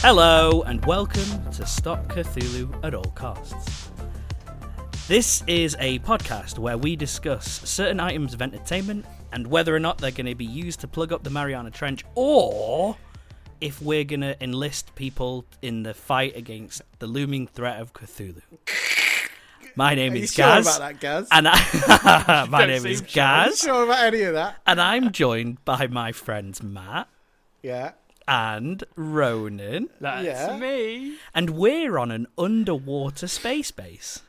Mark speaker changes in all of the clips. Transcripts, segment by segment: Speaker 1: Hello, and welcome to Stop Cthulhu at All Costs. This is a podcast where we discuss certain items of entertainment and whether or not they're going to be used to plug up the Mariana Trench or if we're going to enlist people in the fight against the looming threat of Cthulhu. My name
Speaker 2: you
Speaker 1: is
Speaker 2: sure
Speaker 1: Gaz.
Speaker 2: about that, Gaz?
Speaker 1: And I- my name
Speaker 3: seem
Speaker 1: is
Speaker 3: sure.
Speaker 2: Are you
Speaker 1: Gaz.
Speaker 2: sure about any of that?
Speaker 1: And I'm joined by my friends Matt
Speaker 2: Yeah.
Speaker 1: and Ronan.
Speaker 3: That's
Speaker 2: Yeah.
Speaker 3: me.
Speaker 1: and we're on an underwater space base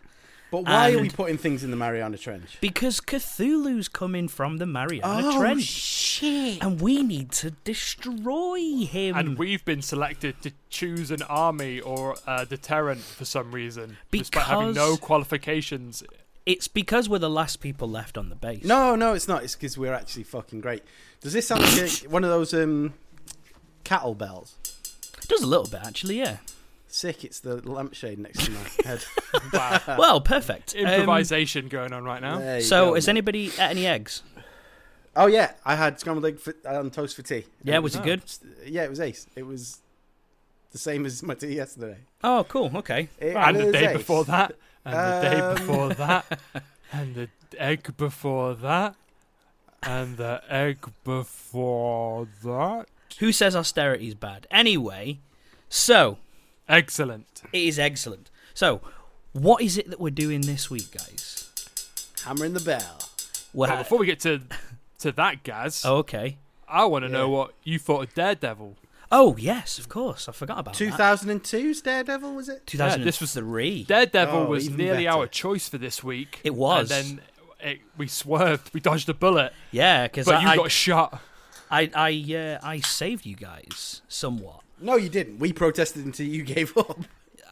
Speaker 2: But why are we
Speaker 1: And-
Speaker 2: putting things in the Mariana Trench?
Speaker 1: because Cthulhu's coming from the Mariana
Speaker 2: Oh,
Speaker 1: Trench,
Speaker 2: shit.
Speaker 1: and we need to destroy him
Speaker 3: And we've been selected to choose an army or a deterrent for some reason, despite having
Speaker 1: Because-
Speaker 3: no qualifications.
Speaker 1: it's because we're the last people left on the base.
Speaker 2: No, no, it's not. It's because we're actually fucking great. Does this sound like a- one of those um, cattle bells?
Speaker 1: it does a little bit actually, yeah.
Speaker 2: Sick, it's the lampshade next to my head.
Speaker 3: Wow.
Speaker 1: well, perfect. Um,
Speaker 3: Improvisation going on right now.
Speaker 2: There you
Speaker 1: so,
Speaker 2: go,
Speaker 1: has
Speaker 2: mate.
Speaker 1: anybody at any eggs?
Speaker 2: Oh, yeah, I had scrambled egg for, on toast for tea. Oh,
Speaker 1: Yeah, was it good?
Speaker 2: Yeah, it was ace. It was the same as my tea yesterday.
Speaker 1: Oh, cool. Okay.
Speaker 2: It
Speaker 3: And
Speaker 2: was
Speaker 3: the day
Speaker 2: ace.
Speaker 3: before that. And the
Speaker 2: Um,
Speaker 3: day before that. And the egg before that. And the egg before that.
Speaker 1: Who says austerity is bad? Anyway, so
Speaker 3: Excellent.
Speaker 1: it is excellent. So, what is it that we're doing this week, guys?
Speaker 2: Hammering the bell.
Speaker 1: Well,
Speaker 3: Well, before we get to to that, Gaz,
Speaker 1: okay.
Speaker 3: I want to know
Speaker 2: Oh, Yeah.
Speaker 3: what you thought of Daredevil.
Speaker 1: Oh yes, of course. I forgot about that.
Speaker 2: 2002's Daredevil, was it?
Speaker 1: 2003.
Speaker 3: Yeah, this was-
Speaker 1: three.
Speaker 3: Daredevil
Speaker 2: Oh,
Speaker 3: was
Speaker 2: even
Speaker 3: nearly
Speaker 2: better.
Speaker 3: our choice for this week.
Speaker 1: It was.
Speaker 3: And then it, we swerved, we dodged a bullet,
Speaker 1: yeah, because
Speaker 3: but you
Speaker 1: I,
Speaker 3: got shot.
Speaker 1: I, I, uh, I saved you guys somewhat.
Speaker 2: No, you didn't. We protested until you gave up.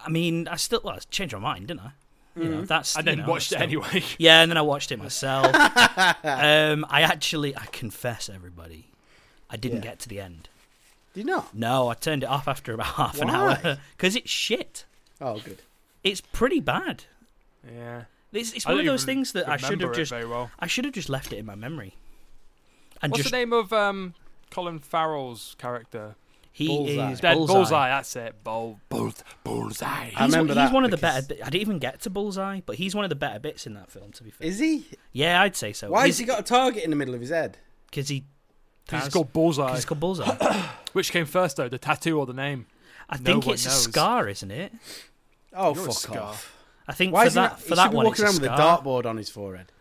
Speaker 1: I mean, I still well, I changed my mind, didn't I? You know, that's
Speaker 3: And
Speaker 1: you
Speaker 3: then
Speaker 1: know,
Speaker 3: watched it
Speaker 1: that's still-
Speaker 3: anyway.
Speaker 1: Yeah, and then I watched it myself. um, I actually, I confess, everybody, I didn't
Speaker 2: Yeah.
Speaker 1: get to the end.
Speaker 2: Do you not?
Speaker 1: No, I turned it off after about half an hour
Speaker 2: Why?
Speaker 1: because it's shit.
Speaker 2: Oh, good.
Speaker 1: It's pretty bad.
Speaker 3: yeah.
Speaker 1: It's, it's
Speaker 3: I
Speaker 1: one of
Speaker 3: don't
Speaker 1: those
Speaker 3: even
Speaker 1: things that I should
Speaker 3: remember
Speaker 1: have
Speaker 3: it
Speaker 1: just,
Speaker 3: very well.
Speaker 1: I should have just left it in my memory. And
Speaker 3: What's
Speaker 1: just
Speaker 3: the name of um, Colin Farrell's character?
Speaker 1: he
Speaker 2: Bullseye.
Speaker 1: is
Speaker 3: Dead Bullseye.
Speaker 1: bullseye.
Speaker 3: that's it. Bull, bull, bullseye.
Speaker 2: I
Speaker 1: He's,
Speaker 2: remember
Speaker 1: he's
Speaker 2: that
Speaker 1: one of the
Speaker 2: because-
Speaker 1: better. Bi- I didn't even get to Bullseye, but he's one of the better bits in that film. To be fair,
Speaker 2: Is he?
Speaker 1: yeah, I'd say so.
Speaker 2: Why has he got a target in the middle of his head?
Speaker 1: Because he,
Speaker 3: He's
Speaker 1: has-
Speaker 3: called
Speaker 1: 'cause
Speaker 3: Bullseye.
Speaker 1: he's called Bullseye.
Speaker 3: Which came first, though, the tattoo or the name?
Speaker 1: I
Speaker 3: No
Speaker 1: think
Speaker 3: one
Speaker 1: it's
Speaker 3: knows.
Speaker 1: a scar, isn't it?
Speaker 2: Oh,
Speaker 3: You're a
Speaker 2: fuck
Speaker 3: scar.
Speaker 2: off.
Speaker 1: I think
Speaker 2: Why
Speaker 1: for
Speaker 2: is he
Speaker 1: that
Speaker 2: not,
Speaker 1: for
Speaker 2: he should
Speaker 1: that
Speaker 2: be
Speaker 1: one,
Speaker 2: walking
Speaker 1: it's
Speaker 2: around
Speaker 1: a
Speaker 2: with a
Speaker 1: scar.
Speaker 2: dartboard on his forehead?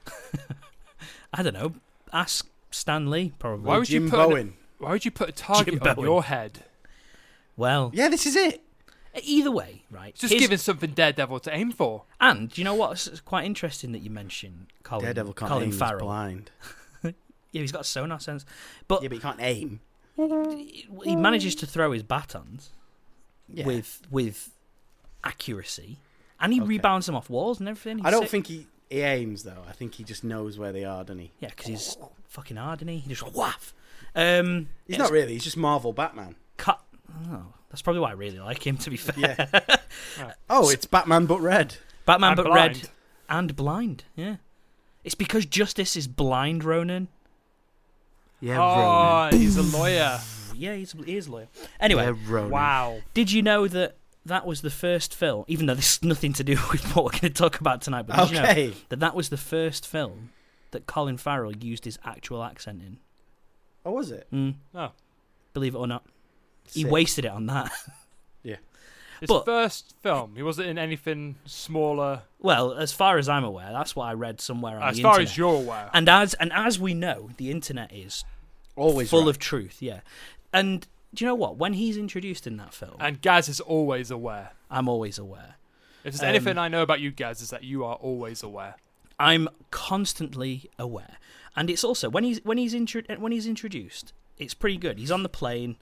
Speaker 1: I don't know. Ask Stan Lee, probably.
Speaker 3: Why would you
Speaker 2: Jim
Speaker 3: put an-
Speaker 2: Bowen.
Speaker 3: Why would you put a target
Speaker 1: Jim
Speaker 3: on
Speaker 1: Bowen.
Speaker 3: your head?
Speaker 1: Well,
Speaker 2: Yeah, this is it.
Speaker 1: either way, right?
Speaker 3: It's just
Speaker 1: His-
Speaker 3: giving something Daredevil to aim for.
Speaker 1: And do you know what's it's quite interesting that you mentioned Colin?
Speaker 2: Daredevil can't
Speaker 1: Colin
Speaker 2: aim. He's
Speaker 1: Farrell.
Speaker 2: blind.
Speaker 1: Yeah, he's got a sonar sense, but
Speaker 2: Yeah, but he can't aim.
Speaker 1: he manages to throw his batons.
Speaker 2: Yeah.
Speaker 1: with with accuracy, and he
Speaker 2: Okay.
Speaker 1: rebounds them off walls and everything. He's
Speaker 2: I don't
Speaker 1: sick.
Speaker 2: think he, he aims, though. I think he just knows where they are, doesn't he?
Speaker 1: Yeah, because he's fucking hard, isn't he? He just whaff. Um,
Speaker 2: He's
Speaker 1: it's
Speaker 2: not really. He's just Marvel Batman.
Speaker 1: cut. Oh, that's probably why I really like him. To be fair,
Speaker 2: Yeah. oh, it's Batman but red.
Speaker 1: Batman,
Speaker 3: And
Speaker 1: but
Speaker 3: blind.
Speaker 1: red and blind. Yeah, it's because justice is blind, Ronan.
Speaker 2: Yeah,
Speaker 3: oh, he's a lawyer.
Speaker 1: Yeah, he's he is loyal. Anyway,
Speaker 3: Wow.
Speaker 1: did you know that that was the first film? Even though this has nothing to do with what we're going to talk about tonight, but did you know
Speaker 2: Okay.
Speaker 1: that that was the first film that Colin Farrell used his actual accent in?
Speaker 2: Oh, was it?
Speaker 1: Mm,
Speaker 3: Oh,
Speaker 1: believe it or not. He
Speaker 2: Sick.
Speaker 1: wasted it on that.
Speaker 3: his
Speaker 1: But-
Speaker 3: first film. He wasn't in anything smaller.
Speaker 1: Well, as far as I'm aware, that's what I read somewhere on
Speaker 3: as
Speaker 1: the
Speaker 3: far
Speaker 1: internet.
Speaker 3: as you're aware,
Speaker 1: and as and as we know, the internet is
Speaker 2: Always
Speaker 1: full
Speaker 2: right.
Speaker 1: of truth. Yeah, and do you know what? When he's introduced in that film,
Speaker 3: and Gaz is always aware.
Speaker 1: I'm always aware.
Speaker 3: If there's
Speaker 1: Um,
Speaker 3: anything I know about you, Gaz, is that you are always aware.
Speaker 1: I'm constantly aware, and it's also when he's when he's intro- when he's introduced, it's pretty good. He's on the plane,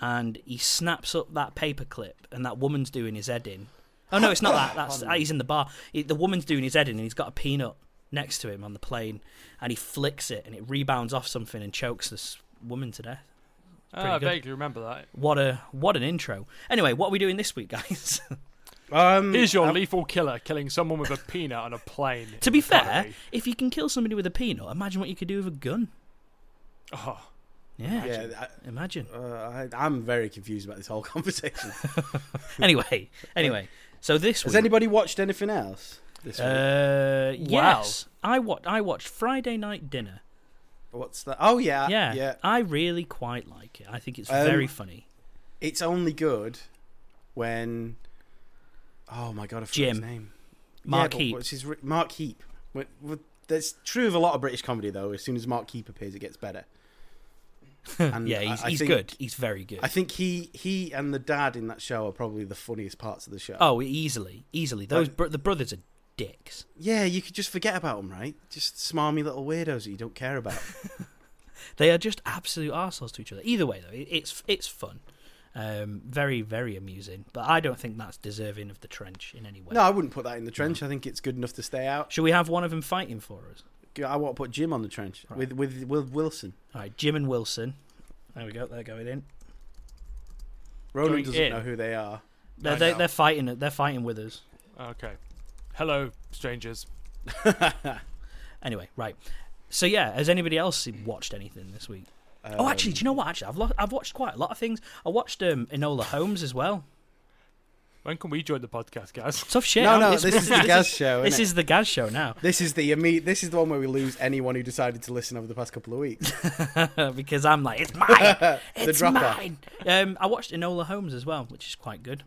Speaker 1: and he snaps up that paperclip, and that woman's doing his head in. Oh no, it's not that. That's ah, he's in the bar. He- the woman's doing his head in, and he's got a peanut next to him on the plane, and he flicks it, and it rebounds off something and chokes this woman to death.
Speaker 3: Ah,
Speaker 1: Pretty
Speaker 3: I
Speaker 1: good.
Speaker 3: vaguely remember that.
Speaker 1: What a what an intro. Anyway, what are we doing this week, guys?
Speaker 2: Um,
Speaker 3: Here's your
Speaker 2: um,
Speaker 3: lethal killer killing someone with a peanut on a plane.
Speaker 1: Mm, to
Speaker 3: in
Speaker 1: be
Speaker 3: the
Speaker 1: fair,
Speaker 3: gallery.
Speaker 1: if you can kill somebody with a peanut, imagine what you could do with a gun.
Speaker 3: oh,
Speaker 1: Yeah.
Speaker 2: Yeah,
Speaker 1: Imagine.
Speaker 2: I, uh, I, I'm very confused about this whole conversation.
Speaker 1: Anyway, anyway. So this
Speaker 2: Has
Speaker 1: week,
Speaker 2: anybody watched anything else? This week?
Speaker 1: uh,
Speaker 3: Wow.
Speaker 1: yes, I watched. I watched Friday Night Dinner.
Speaker 2: What's that? Oh yeah,
Speaker 1: yeah,
Speaker 2: yeah, yeah.
Speaker 1: I really quite like it. I think it's
Speaker 2: Um,
Speaker 1: very funny.
Speaker 2: It's only good when. Oh my god, I forgot his
Speaker 1: Jim.
Speaker 2: name.
Speaker 1: Mark
Speaker 2: but
Speaker 1: Heap.
Speaker 2: What's his re- Mark Heap. When- when- That's true of a lot of British comedy, though. As soon as Mark Heap appears, it gets better. And
Speaker 1: Yeah,
Speaker 2: I-
Speaker 1: he's,
Speaker 2: I
Speaker 1: he's
Speaker 2: think-
Speaker 1: good. He's very good.
Speaker 2: I think he he and the dad in that show are probably the funniest parts of the show.
Speaker 1: oh, easily, easily. Those br- the brothers are dicks.
Speaker 2: Yeah, you could just forget about them, right? Just smarmy little weirdos that you don't care about.
Speaker 1: They are just absolute arseholes to each other. Either way, though, it, it's it's fun. Um, very very amusing. But I don't think that's deserving of the trench in any way.
Speaker 2: no, I wouldn't put that in the trench. I think it's good enough to stay out.
Speaker 1: Should we have one of them fighting for us?
Speaker 2: I want to put Jim on the trench
Speaker 1: Right.
Speaker 2: with with Will Wilson.
Speaker 1: All right, Jim and Wilson. There we go. They're going in.
Speaker 2: Roland
Speaker 1: Going
Speaker 2: doesn't
Speaker 1: in.
Speaker 2: know who they are.
Speaker 1: They're,
Speaker 3: I
Speaker 1: they,
Speaker 3: know.
Speaker 1: they're fighting. They're fighting with us.
Speaker 3: Okay. Hello, strangers.
Speaker 1: Anyway, right. So yeah, has anybody else watched anything this week? oh,
Speaker 2: Um,
Speaker 1: actually, do you know what? Actually, I've lo- I've watched quite a lot of things. I watched um, Enola Holmes as well.
Speaker 3: When can we join the podcast, guys?
Speaker 1: Tough shit.
Speaker 2: no,
Speaker 1: I'm-
Speaker 2: no, this, is the Gaz show.
Speaker 1: This
Speaker 2: This is
Speaker 1: is the Gaz show now
Speaker 2: this is the imme- This is the one where we lose anyone who decided to listen over the past couple of weeks.
Speaker 1: because I'm like, it's mine, it's
Speaker 2: dropper.
Speaker 1: mine. Um, I watched Enola Holmes as well, which is quite good.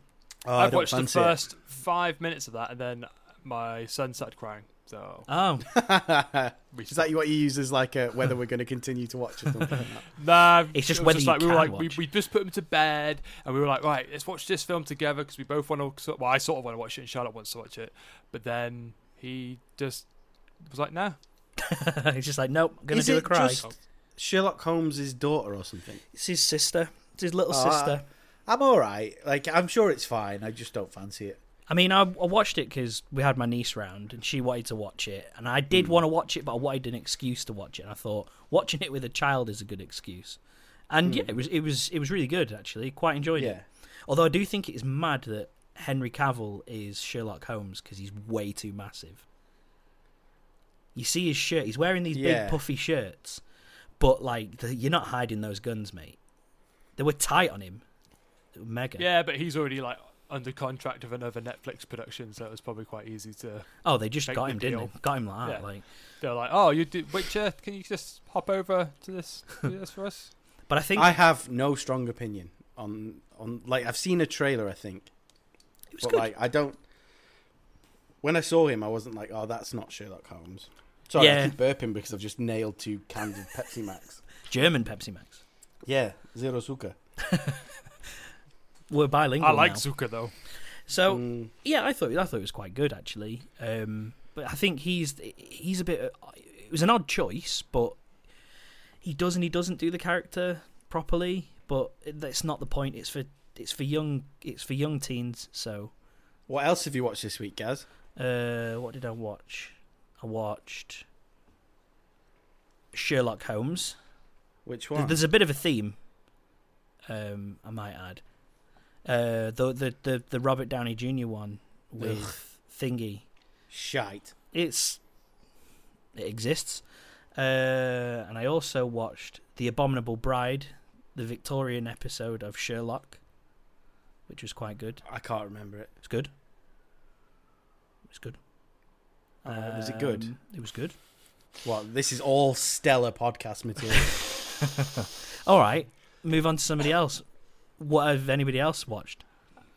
Speaker 2: Oh,
Speaker 3: I've watched the first five minutes of that, and then my son started crying. So
Speaker 1: Oh,
Speaker 3: we
Speaker 2: Is that what you use as like a, whether we're going to continue to watch or something?
Speaker 3: Nah,
Speaker 1: It's just
Speaker 3: it was
Speaker 1: whether you
Speaker 3: like, we were
Speaker 1: can
Speaker 3: like we,
Speaker 1: watch.
Speaker 3: we just put him to bed and we were like right let's watch this film together because we both want to well I sort of want to watch it and Charlotte wants to watch it but then he just was like nah
Speaker 1: it's just like, nope, I'm gonna
Speaker 2: Is
Speaker 1: do a
Speaker 2: it
Speaker 1: cry.
Speaker 2: just Sherlock Holmes' daughter or something.
Speaker 1: It's his sister. It's his little
Speaker 2: Oh, I-
Speaker 1: sister.
Speaker 2: I'm all right. Like I'm sure it's fine. I just don't fancy it.
Speaker 1: I mean, I, I watched it because we had my niece round and she wanted to watch it, and I did want to watch it, but I wanted an excuse to watch it. And I thought watching it with a child is a good excuse, and yeah, it was it was it was really good actually. Quite enjoyed
Speaker 2: Yeah.
Speaker 1: it. Although I do think it is mad that Henry Cavill is Sherlock Holmes because he's way too massive. You see his shirt; he's wearing these
Speaker 2: Yeah.
Speaker 1: big puffy shirts, but like the, you're not hiding those guns, mate. They were tight on him, They were mega.
Speaker 3: yeah but he's already like under contract of another Netflix production so it was probably quite easy to
Speaker 1: Oh, they just
Speaker 3: Take
Speaker 1: got
Speaker 3: the
Speaker 1: him, didn't
Speaker 3: deal.
Speaker 1: they? Got him like that,
Speaker 3: Yeah.
Speaker 1: like.
Speaker 3: they're like oh you did Witcher can you just hop over to this do this for us
Speaker 1: But I think
Speaker 2: I have no strong opinion on on like I've seen a trailer. I think,
Speaker 1: it was
Speaker 2: but
Speaker 1: good.
Speaker 2: like I don't. When I saw him, I wasn't like, "Oh, that's not Sherlock Holmes." Sorry,
Speaker 1: Yeah.
Speaker 2: I keep burping because I've just nailed two cans of Pepsi Max.
Speaker 1: German Pepsi Max.
Speaker 2: Yeah, zero sugar.
Speaker 1: We're bilingual.
Speaker 3: I like
Speaker 1: now.
Speaker 3: Zuka though
Speaker 1: so
Speaker 2: Mm,
Speaker 1: yeah, I thought I thought it was quite good actually. Um, but I think he's he's a bit. It was an odd choice, but he does and he doesn't do the character properly. But that's not the point. It's for it's for young it's for young teens. So
Speaker 2: what else have you watched this week, Gaz?
Speaker 1: uh, what did I watch? I watched Sherlock Holmes.
Speaker 2: Which
Speaker 1: Th-
Speaker 2: one?
Speaker 1: There's a bit of a theme. Um, I might add. Uh, the the the, the Robert Downey Jr. one with Thingy.
Speaker 2: Shite.
Speaker 1: It's it exists. Uh, and I also watched The Abominable Bride, the Victorian episode of Sherlock, which was quite good.
Speaker 2: I can't remember it.
Speaker 1: It's good. It's good.
Speaker 2: Uh, was it good?
Speaker 1: Um, It was good.
Speaker 2: Well, this is all stellar podcast material.
Speaker 1: All right, move on to somebody else. What have anybody else watched?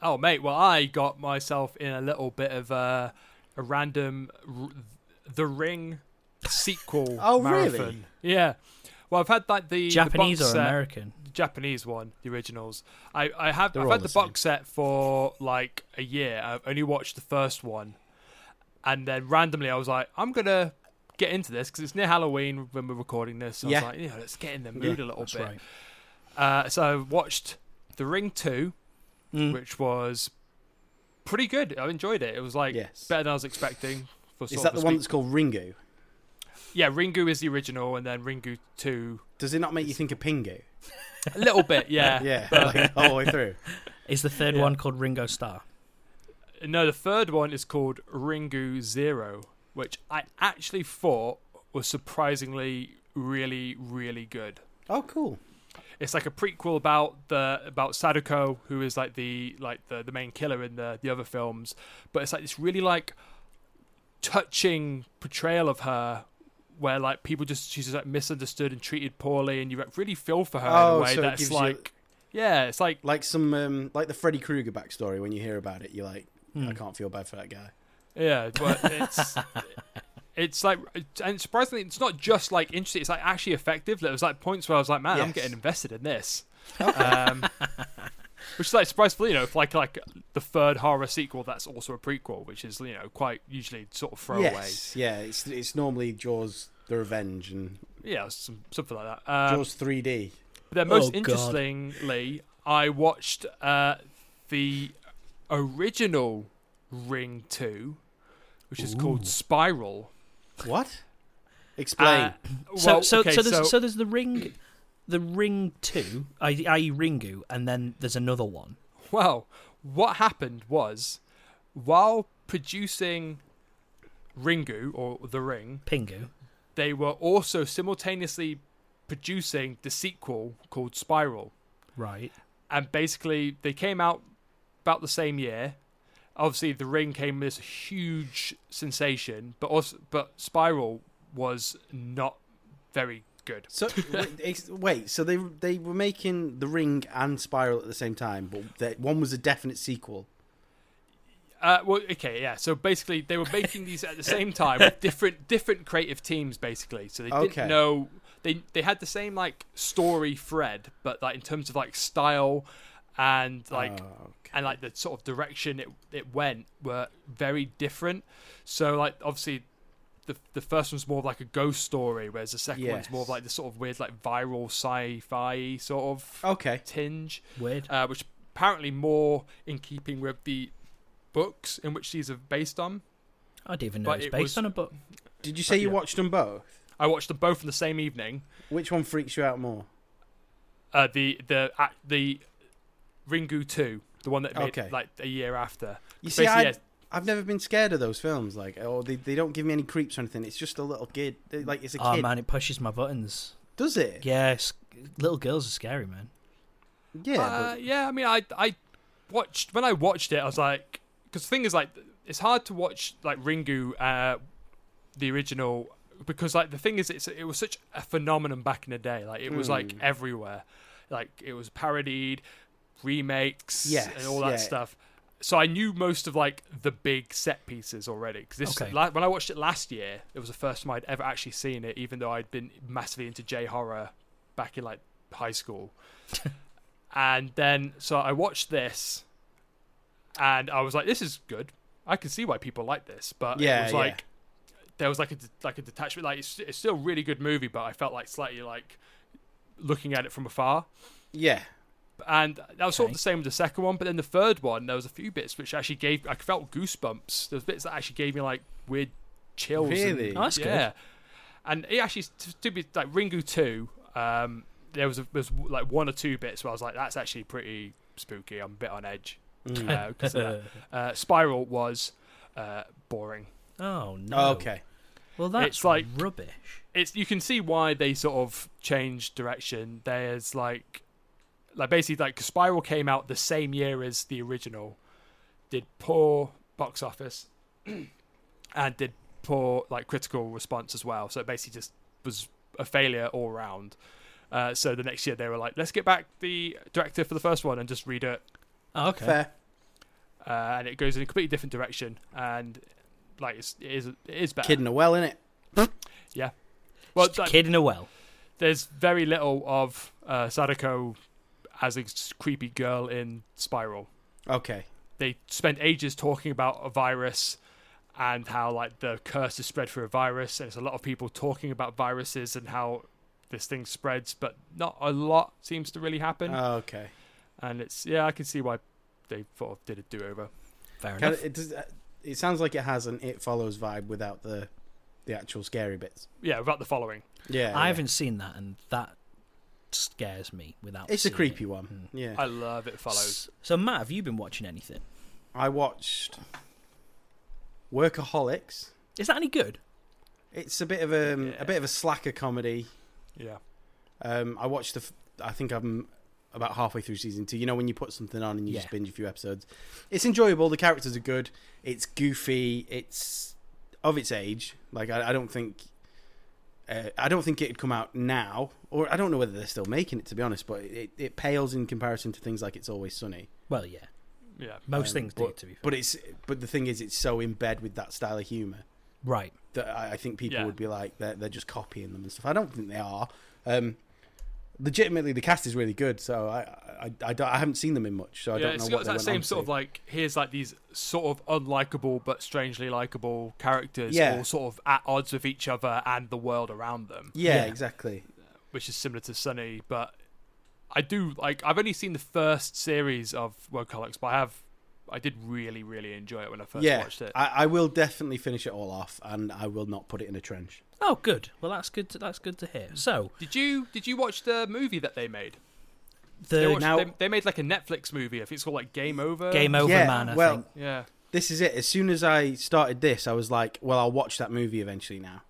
Speaker 3: Oh, mate. Well, I got myself in a little bit of uh, a random r- The Ring sequel.
Speaker 2: Oh, really?
Speaker 3: marathon. Yeah. Well, I've had like the the
Speaker 1: Japanese
Speaker 3: box
Speaker 1: or
Speaker 3: set-
Speaker 1: American?
Speaker 3: the Japanese one, the originals. I I have
Speaker 2: They're
Speaker 3: I've
Speaker 2: all
Speaker 3: had
Speaker 2: the
Speaker 3: the box set for like a year. I've only watched the first one, and then randomly I was like, I'm gonna get into this because it's near Halloween when we're recording this. So I
Speaker 2: Yeah.
Speaker 3: was like, you know, let's get in the
Speaker 2: Yeah,
Speaker 3: mood a little
Speaker 1: That's
Speaker 3: bit.
Speaker 1: right.
Speaker 3: Uh, so I watched The Ring two
Speaker 1: Mm.
Speaker 3: which was pretty good. I enjoyed it. It was like
Speaker 2: Yes.
Speaker 3: better than I was expecting. For sort
Speaker 2: is that
Speaker 3: of a
Speaker 2: the one
Speaker 3: speak-
Speaker 2: that's called Ringu?
Speaker 3: Yeah, Ringu is the original, and then Ringu two,
Speaker 2: Does it not make you think of Pingu?
Speaker 3: a little bit. Yeah.
Speaker 2: Yeah, like, all the way through.
Speaker 1: Is the third
Speaker 3: Yeah.
Speaker 1: one called Ringo Starr?
Speaker 3: No, the third one is called Ringu Zero, which I actually thought was surprisingly really, really good.
Speaker 2: Oh, cool.
Speaker 3: It's like a prequel about the about Sadako, who is like the like the, the main killer in the the other films. But it's like this really like touching portrayal of her, where like people just she's just like misunderstood and treated poorly, and you like, really feel for her in
Speaker 2: Oh,
Speaker 3: a way
Speaker 2: so it
Speaker 3: that's
Speaker 2: gives you-
Speaker 3: like yeah, it's like
Speaker 2: Like some, um, like the Freddy Krueger backstory. When you hear about it, you're like,
Speaker 3: Hmm.
Speaker 2: I can't feel bad for that guy.
Speaker 3: Yeah, but it's it's like and surprisingly, it's not just like interesting. It's like actually effective. There was like points where I was like, man, I'm
Speaker 2: Yes.
Speaker 3: getting invested in this. Um, which is like surprisingly, you know, if like like the third horror sequel that's also a prequel, which is you know quite usually sort of throwaway.
Speaker 2: Yes, yeah. It's it's normally Jaws: The Revenge and
Speaker 3: Yeah, some, something like that. Um,
Speaker 2: Jaws 3D.
Speaker 3: but then
Speaker 1: Oh,
Speaker 3: most
Speaker 1: God.
Speaker 3: interestingly, I watched uh, the original Ring Two, which is called Spiral.
Speaker 2: What? Explain.
Speaker 3: Uh,
Speaker 1: So
Speaker 3: well,
Speaker 1: so
Speaker 3: okay,
Speaker 1: so, there's, so there's the ring, the ring two, i- i.e. Ringu, and then there's another one.
Speaker 3: Well, what happened was while producing Ringu or The Ring,
Speaker 1: Pingu.
Speaker 3: they were also simultaneously producing the sequel called Spiral.
Speaker 1: Right.
Speaker 3: And basically, they came out about the same year. Obviously, The Ring came as a huge sensation, but also, but Spiral was not very good.
Speaker 2: so wait, ex- wait, so they they were making The Ring and Spiral at the same time, but that one was a definite sequel.
Speaker 3: Uh, well, okay, yeah. So basically, they were making these at the same time with different different creative teams. Basically, so they
Speaker 2: Okay.
Speaker 3: didn't know they they had the same like story thread, but like in terms of like style and like
Speaker 2: Oh, okay.
Speaker 3: and like the sort of direction it it went were very different. So like obviously. The, the first one's more of like a ghost story, whereas the second one's more of
Speaker 2: Yes.
Speaker 3: like the sort of weird, like viral sci-fi sort of
Speaker 2: Okay.
Speaker 3: tinge
Speaker 1: Weird.
Speaker 3: uh, which apparently more in keeping with the books in which these are based on.
Speaker 1: I didn't even know
Speaker 3: but
Speaker 1: it's
Speaker 3: it
Speaker 1: based
Speaker 3: was-
Speaker 1: on a book.
Speaker 2: Did you say you
Speaker 3: yeah.
Speaker 2: watched them both?
Speaker 3: I watched them both in the same evening.
Speaker 2: Which one freaks you out more?
Speaker 3: Uh, the the uh, the Ringu two, the one that made
Speaker 2: Okay.
Speaker 3: like a year after.
Speaker 2: You see,
Speaker 3: Basically,
Speaker 2: I,
Speaker 3: yeah.
Speaker 2: I've never been scared of those films. Like, oh, they, they don't give me any creeps or anything. It's just a little kid. They- Like, it's a
Speaker 1: Oh
Speaker 2: kid.
Speaker 1: man, it pushes my buttons.
Speaker 2: Does it?
Speaker 1: Yes, little girls are scary, man.
Speaker 2: Yeah,
Speaker 3: uh,
Speaker 2: but-
Speaker 3: yeah. I mean, I I watched when I watched it, I was like, because the thing is, like, it's hard to watch like Ringu, uh, the original, because like the thing is, it's it was such a phenomenon back in the day. Like, it was like
Speaker 2: Hmm.
Speaker 3: everywhere. Like, it was parodied, remakes,
Speaker 2: Yes,
Speaker 3: and all that
Speaker 2: yeah.
Speaker 3: stuff. So I knew most of like the big set pieces already. Because this
Speaker 1: Okay.
Speaker 3: la- when I watched it last year, it was the first time I'd ever actually seen it, even though I'd been massively into J horror back in like high school. and then so I watched this, and I was like, "This is good. I can see why people like this." But
Speaker 2: Yeah,
Speaker 3: it was
Speaker 2: yeah.
Speaker 3: like there was like a d- like a detachment. Like it's, it's still a really good movie, but I felt like slightly like looking at it from afar
Speaker 2: yeah.
Speaker 3: and that was sort
Speaker 1: Okay.
Speaker 3: of the same with the second one. But then the third one, there was a few bits which actually gave I felt goosebumps. There was bits that actually gave me like weird chills. and-
Speaker 2: Really?
Speaker 1: Oh, that's good.
Speaker 3: yeah. And it actually to, to be like Ringu two. Um, there was a, there was like one or two bits where I was like, that's actually pretty spooky. I'm a bit on edge. Uh, 'cause of that. Uh, Spiral was uh, boring.
Speaker 1: oh no.
Speaker 2: Okay.
Speaker 1: Well, that's
Speaker 3: It's like-
Speaker 1: rubbish.
Speaker 3: it's you can see why they sort of changed direction. There's like, like basically like Spiral came out the same year as the original, did poor box office, and did poor like critical response as well. So it basically just was a failure all round. Uh, so the next year they were like, let's get back the director for the first one and just read it
Speaker 1: Oh, okay.
Speaker 2: Fair.
Speaker 3: uh, and it goes in a completely different direction, and like it's, it is it is better.
Speaker 2: Kidding a well, innit?
Speaker 3: Well,
Speaker 1: Just a
Speaker 3: like,
Speaker 1: kid in a well.
Speaker 3: there's very little of uh, Sadako as a s- creepy girl in Spiral.
Speaker 2: Okay.
Speaker 3: They spent ages talking about a virus and how like the curse is spread through a virus, and there's a lot of people talking about viruses and how this thing spreads, but not a lot seems to really happen.
Speaker 2: Uh. Okay.
Speaker 3: and it's yeah, I can see why they sort of did a do-over.
Speaker 1: Fair
Speaker 2: Can
Speaker 1: enough.
Speaker 2: it, it, does, uh, it sounds like it has an It Follows vibe without the the actual scary bits.
Speaker 3: Yeah, about the following.
Speaker 1: I
Speaker 2: Yeah. yeah.
Speaker 1: haven't seen that, and that scares me. Without
Speaker 2: It's a
Speaker 1: seeing
Speaker 2: creepy
Speaker 1: it.
Speaker 2: one.
Speaker 1: Mm.
Speaker 2: Yeah.
Speaker 3: I love it follows.
Speaker 1: S- So Matt, have you been watching anything?
Speaker 2: I watched Workaholics.
Speaker 1: Is that any good?
Speaker 2: It's a bit of a
Speaker 3: Yeah.
Speaker 2: a bit of a slacker comedy.
Speaker 3: Yeah,
Speaker 2: Um, I watched the f- I think I'm about halfway through season two. You know, when you put something on and you
Speaker 1: Yeah.
Speaker 2: just binge a few episodes, it's enjoyable. The characters are good. It's goofy. It's of its age. Like I, I don't think. Uh, I don't think it'd come out now, or I don't know whether they're still making it to be honest. But it, it pales in comparison to things like It's Always Sunny.
Speaker 1: Well, yeah,
Speaker 3: Yeah.
Speaker 1: most
Speaker 2: Um,
Speaker 1: things do. To be fair,
Speaker 2: But it's but the thing is, it's so in bed with that style of humor
Speaker 1: right?
Speaker 2: that I, I think people
Speaker 3: Yeah.
Speaker 2: would be like they're, they're just copying them and stuff. I don't think they are. Um, legitimately, the cast is really good, so I I, I, don't- I haven't seen them in much, so I
Speaker 3: yeah,
Speaker 2: don't
Speaker 3: it's
Speaker 2: know
Speaker 3: got
Speaker 2: what they
Speaker 3: that
Speaker 2: went
Speaker 3: same
Speaker 2: on
Speaker 3: sort
Speaker 2: to.
Speaker 3: of like here's like these sort of unlikable but strangely likable characters,
Speaker 2: Yeah.
Speaker 3: all sort of at odds with each other and the world around them,
Speaker 2: yeah,
Speaker 1: Yeah.
Speaker 2: exactly.
Speaker 3: which is similar to Sunny. But I do like I've only seen the first series of Workaholics, but I have I did really really enjoy it when I first
Speaker 2: yeah,
Speaker 3: watched it.
Speaker 2: I, I will definitely finish it all off, and I will not put it in a trench.
Speaker 1: Oh, good. Well, that's good. To, that's good to hear. So
Speaker 3: Did you did you watch the movie that they made? They,
Speaker 1: the
Speaker 3: watched-
Speaker 2: now-
Speaker 3: they, they made like a Netflix movie. I think it's called like Game Over.
Speaker 1: game over
Speaker 2: yeah,
Speaker 1: man. I
Speaker 2: well,
Speaker 1: think.
Speaker 3: Yeah.
Speaker 2: This is it. As soon as I started this, I was like, well, I'll watch that movie eventually now,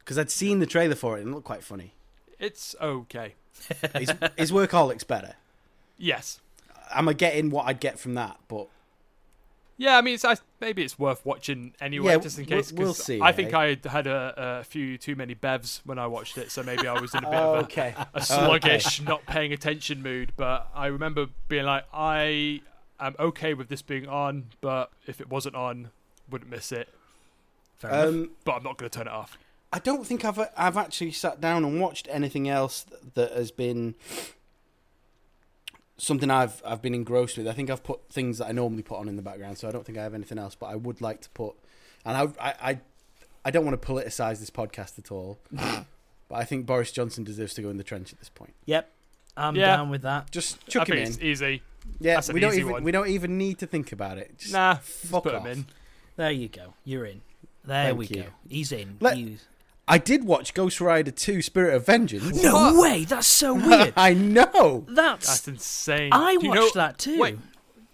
Speaker 2: because I'd seen the trailer for it and it looked quite funny.
Speaker 3: It's okay.
Speaker 2: Is, is Workaholics better?
Speaker 3: Yes.
Speaker 2: Am I getting what I'd get from that? But
Speaker 3: Yeah, I mean, it's, I, maybe it's worth watching anyway,
Speaker 2: Yeah,
Speaker 3: just in
Speaker 2: we'll-
Speaker 3: case.
Speaker 2: we'll
Speaker 3: 'cause
Speaker 2: see,
Speaker 3: I think
Speaker 2: eh?
Speaker 3: I had- had a, a few too many bevs when I watched it, so maybe I was in a bit of a,
Speaker 2: Oh, okay,
Speaker 3: a sluggish, not paying attention mood. But I remember being like, I am okay with this being on, but if it wasn't on, wouldn't miss it.
Speaker 1: Fair enough.
Speaker 2: Um,
Speaker 3: But I'm not going to turn it off.
Speaker 2: I don't think I've I've actually sat down and watched anything else th- that has been something I've I've been engrossed with. I think I've put things that I normally put on in the background, so I don't think I have anything else. But I would like to put, and I I I, I don't want to politicize this podcast at all, but I think Boris Johnson deserves to go in the trench at this point.
Speaker 1: yep, I'm
Speaker 3: yeah.
Speaker 1: down with that.
Speaker 2: Just
Speaker 3: I
Speaker 2: chuck
Speaker 3: think
Speaker 2: him
Speaker 3: it's
Speaker 2: in.
Speaker 3: easy.
Speaker 2: Yeah,
Speaker 3: that's an
Speaker 2: we don't
Speaker 3: easy
Speaker 2: even
Speaker 3: one.
Speaker 2: we don't even need to think about it. Just
Speaker 3: Nah,
Speaker 2: fuck
Speaker 3: put
Speaker 2: off.
Speaker 3: him in.
Speaker 1: There you go. You're in. There
Speaker 2: Thank
Speaker 1: we
Speaker 2: you.
Speaker 1: go. He's in.
Speaker 2: Let-
Speaker 1: He's-
Speaker 2: I did watch Ghost Rider Two: Spirit of Vengeance.
Speaker 1: No
Speaker 3: What?
Speaker 1: way. That's so weird.
Speaker 2: I know.
Speaker 1: That's.
Speaker 3: That's insane.
Speaker 1: I
Speaker 3: Do you
Speaker 1: watched
Speaker 3: know-
Speaker 1: that too.
Speaker 3: Wait,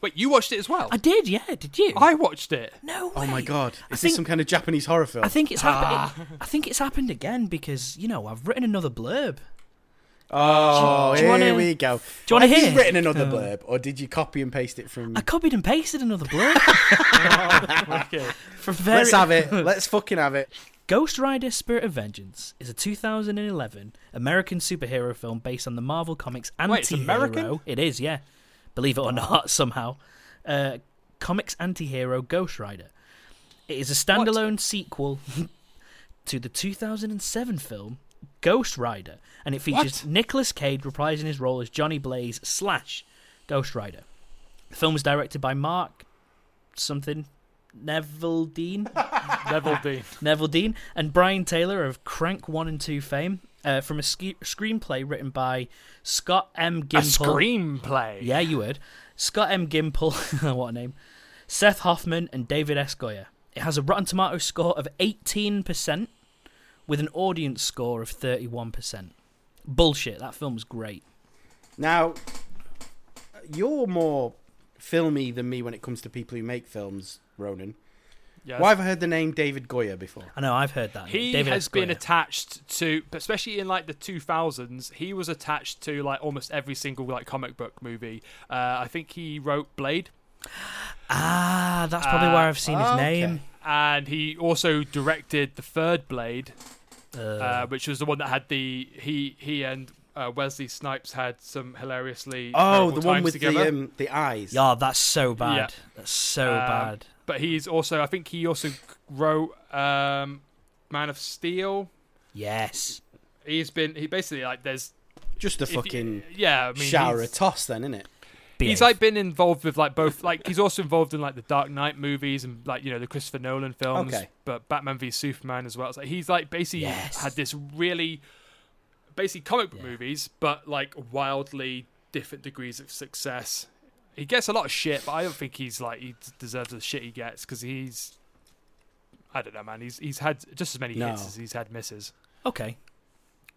Speaker 3: wait, you watched it as well?
Speaker 1: I did. Yeah. Did you?
Speaker 3: I watched it.
Speaker 1: no. Way.
Speaker 2: Oh my god!
Speaker 1: I
Speaker 2: Ah. Is this
Speaker 1: think-
Speaker 2: some kind of Japanese horror film?
Speaker 1: I think it's happened. I think it's happened again because you know I've written another blurb.
Speaker 2: Oh,
Speaker 1: Do you
Speaker 2: here
Speaker 1: wanna-
Speaker 2: we go. Do
Speaker 1: you wanna
Speaker 2: Have
Speaker 1: hear
Speaker 2: you
Speaker 1: it?
Speaker 2: written another blurb, or did you copy and paste it from?
Speaker 1: I copied and pasted another blurb
Speaker 3: Okay.
Speaker 1: from various.
Speaker 2: Let's have it. Let's fucking have it.
Speaker 1: Ghost Rider: Spirit of Vengeance is a 2011 American superhero film based on the Marvel Comics anti-hero.
Speaker 3: Wait, it's American?
Speaker 1: It is, yeah. Believe it or not, somehow, uh, comics anti-hero Ghost Rider. It is a standalone sequel to the 2007 film Ghost Rider, and it features
Speaker 3: What?
Speaker 1: Nicolas Cage reprising his role as Johnny Blaze slash Ghost Rider. The film was directed by Mark something Neville Dean.
Speaker 3: Level D.
Speaker 1: Neville Dean and Brian Taylor of Crank One and Two fame uh, from a ske- screenplay written by Scott M.
Speaker 3: A
Speaker 1: Gimple.
Speaker 3: screenplay.
Speaker 1: Yeah, you would. Scott M. Gimple, what a name. Seth Hoffman and David S. Goyer. It has a Rotten Tomatoes score of 18% with an audience score of 31%. Bullshit. That film was great.
Speaker 2: Now, you're more filmy than me when it comes to people who make films, Ronan.
Speaker 3: Yes.
Speaker 2: Why have I heard the name David Goyer before?
Speaker 1: I know, I've heard that.
Speaker 3: He
Speaker 1: David
Speaker 3: has
Speaker 1: S.
Speaker 3: been
Speaker 1: Goyer.
Speaker 3: attached to, especially in like the 2000s, he was attached to like almost every single like comic book movie. Uh, I think he wrote Blade,
Speaker 1: ah, that's probably
Speaker 3: Uh,
Speaker 1: where I've seen his
Speaker 2: okay.
Speaker 1: name.
Speaker 3: and he also directed the third Blade,
Speaker 1: Uh,
Speaker 3: uh, which was the one that had the he he and uh, Wesley Snipes had some hilariously
Speaker 2: Oh,
Speaker 3: terrible
Speaker 2: the one
Speaker 3: times
Speaker 2: with
Speaker 3: together.
Speaker 2: the um, the eyes.
Speaker 1: yeah, that's so bad.
Speaker 3: Yeah.
Speaker 1: That's so
Speaker 3: Um,
Speaker 1: bad.
Speaker 3: But he's also, I think he also wrote um, Man of Steel.
Speaker 1: Yes.
Speaker 3: He's been he basically like there's
Speaker 2: Just a
Speaker 3: if you-
Speaker 2: fucking
Speaker 3: yeah I mean,
Speaker 2: shower of
Speaker 3: he's-
Speaker 2: toss, then, isn't it?
Speaker 3: he's like been involved with like both like he's also involved in like the Dark Knight movies and like you know the Christopher Nolan films,
Speaker 2: Okay.
Speaker 3: but Batman v Superman as well. It's like he's like basically
Speaker 1: Yes.
Speaker 3: had this really basically comic book
Speaker 1: Yeah.
Speaker 3: movies, but like wildly different degrees of success. He gets a lot of shit, but I don't think he's like he d- deserves the shit he gets because he's I don't know, man. He's he's had just as many
Speaker 2: No.
Speaker 3: hits as he's had misses.
Speaker 1: Okay,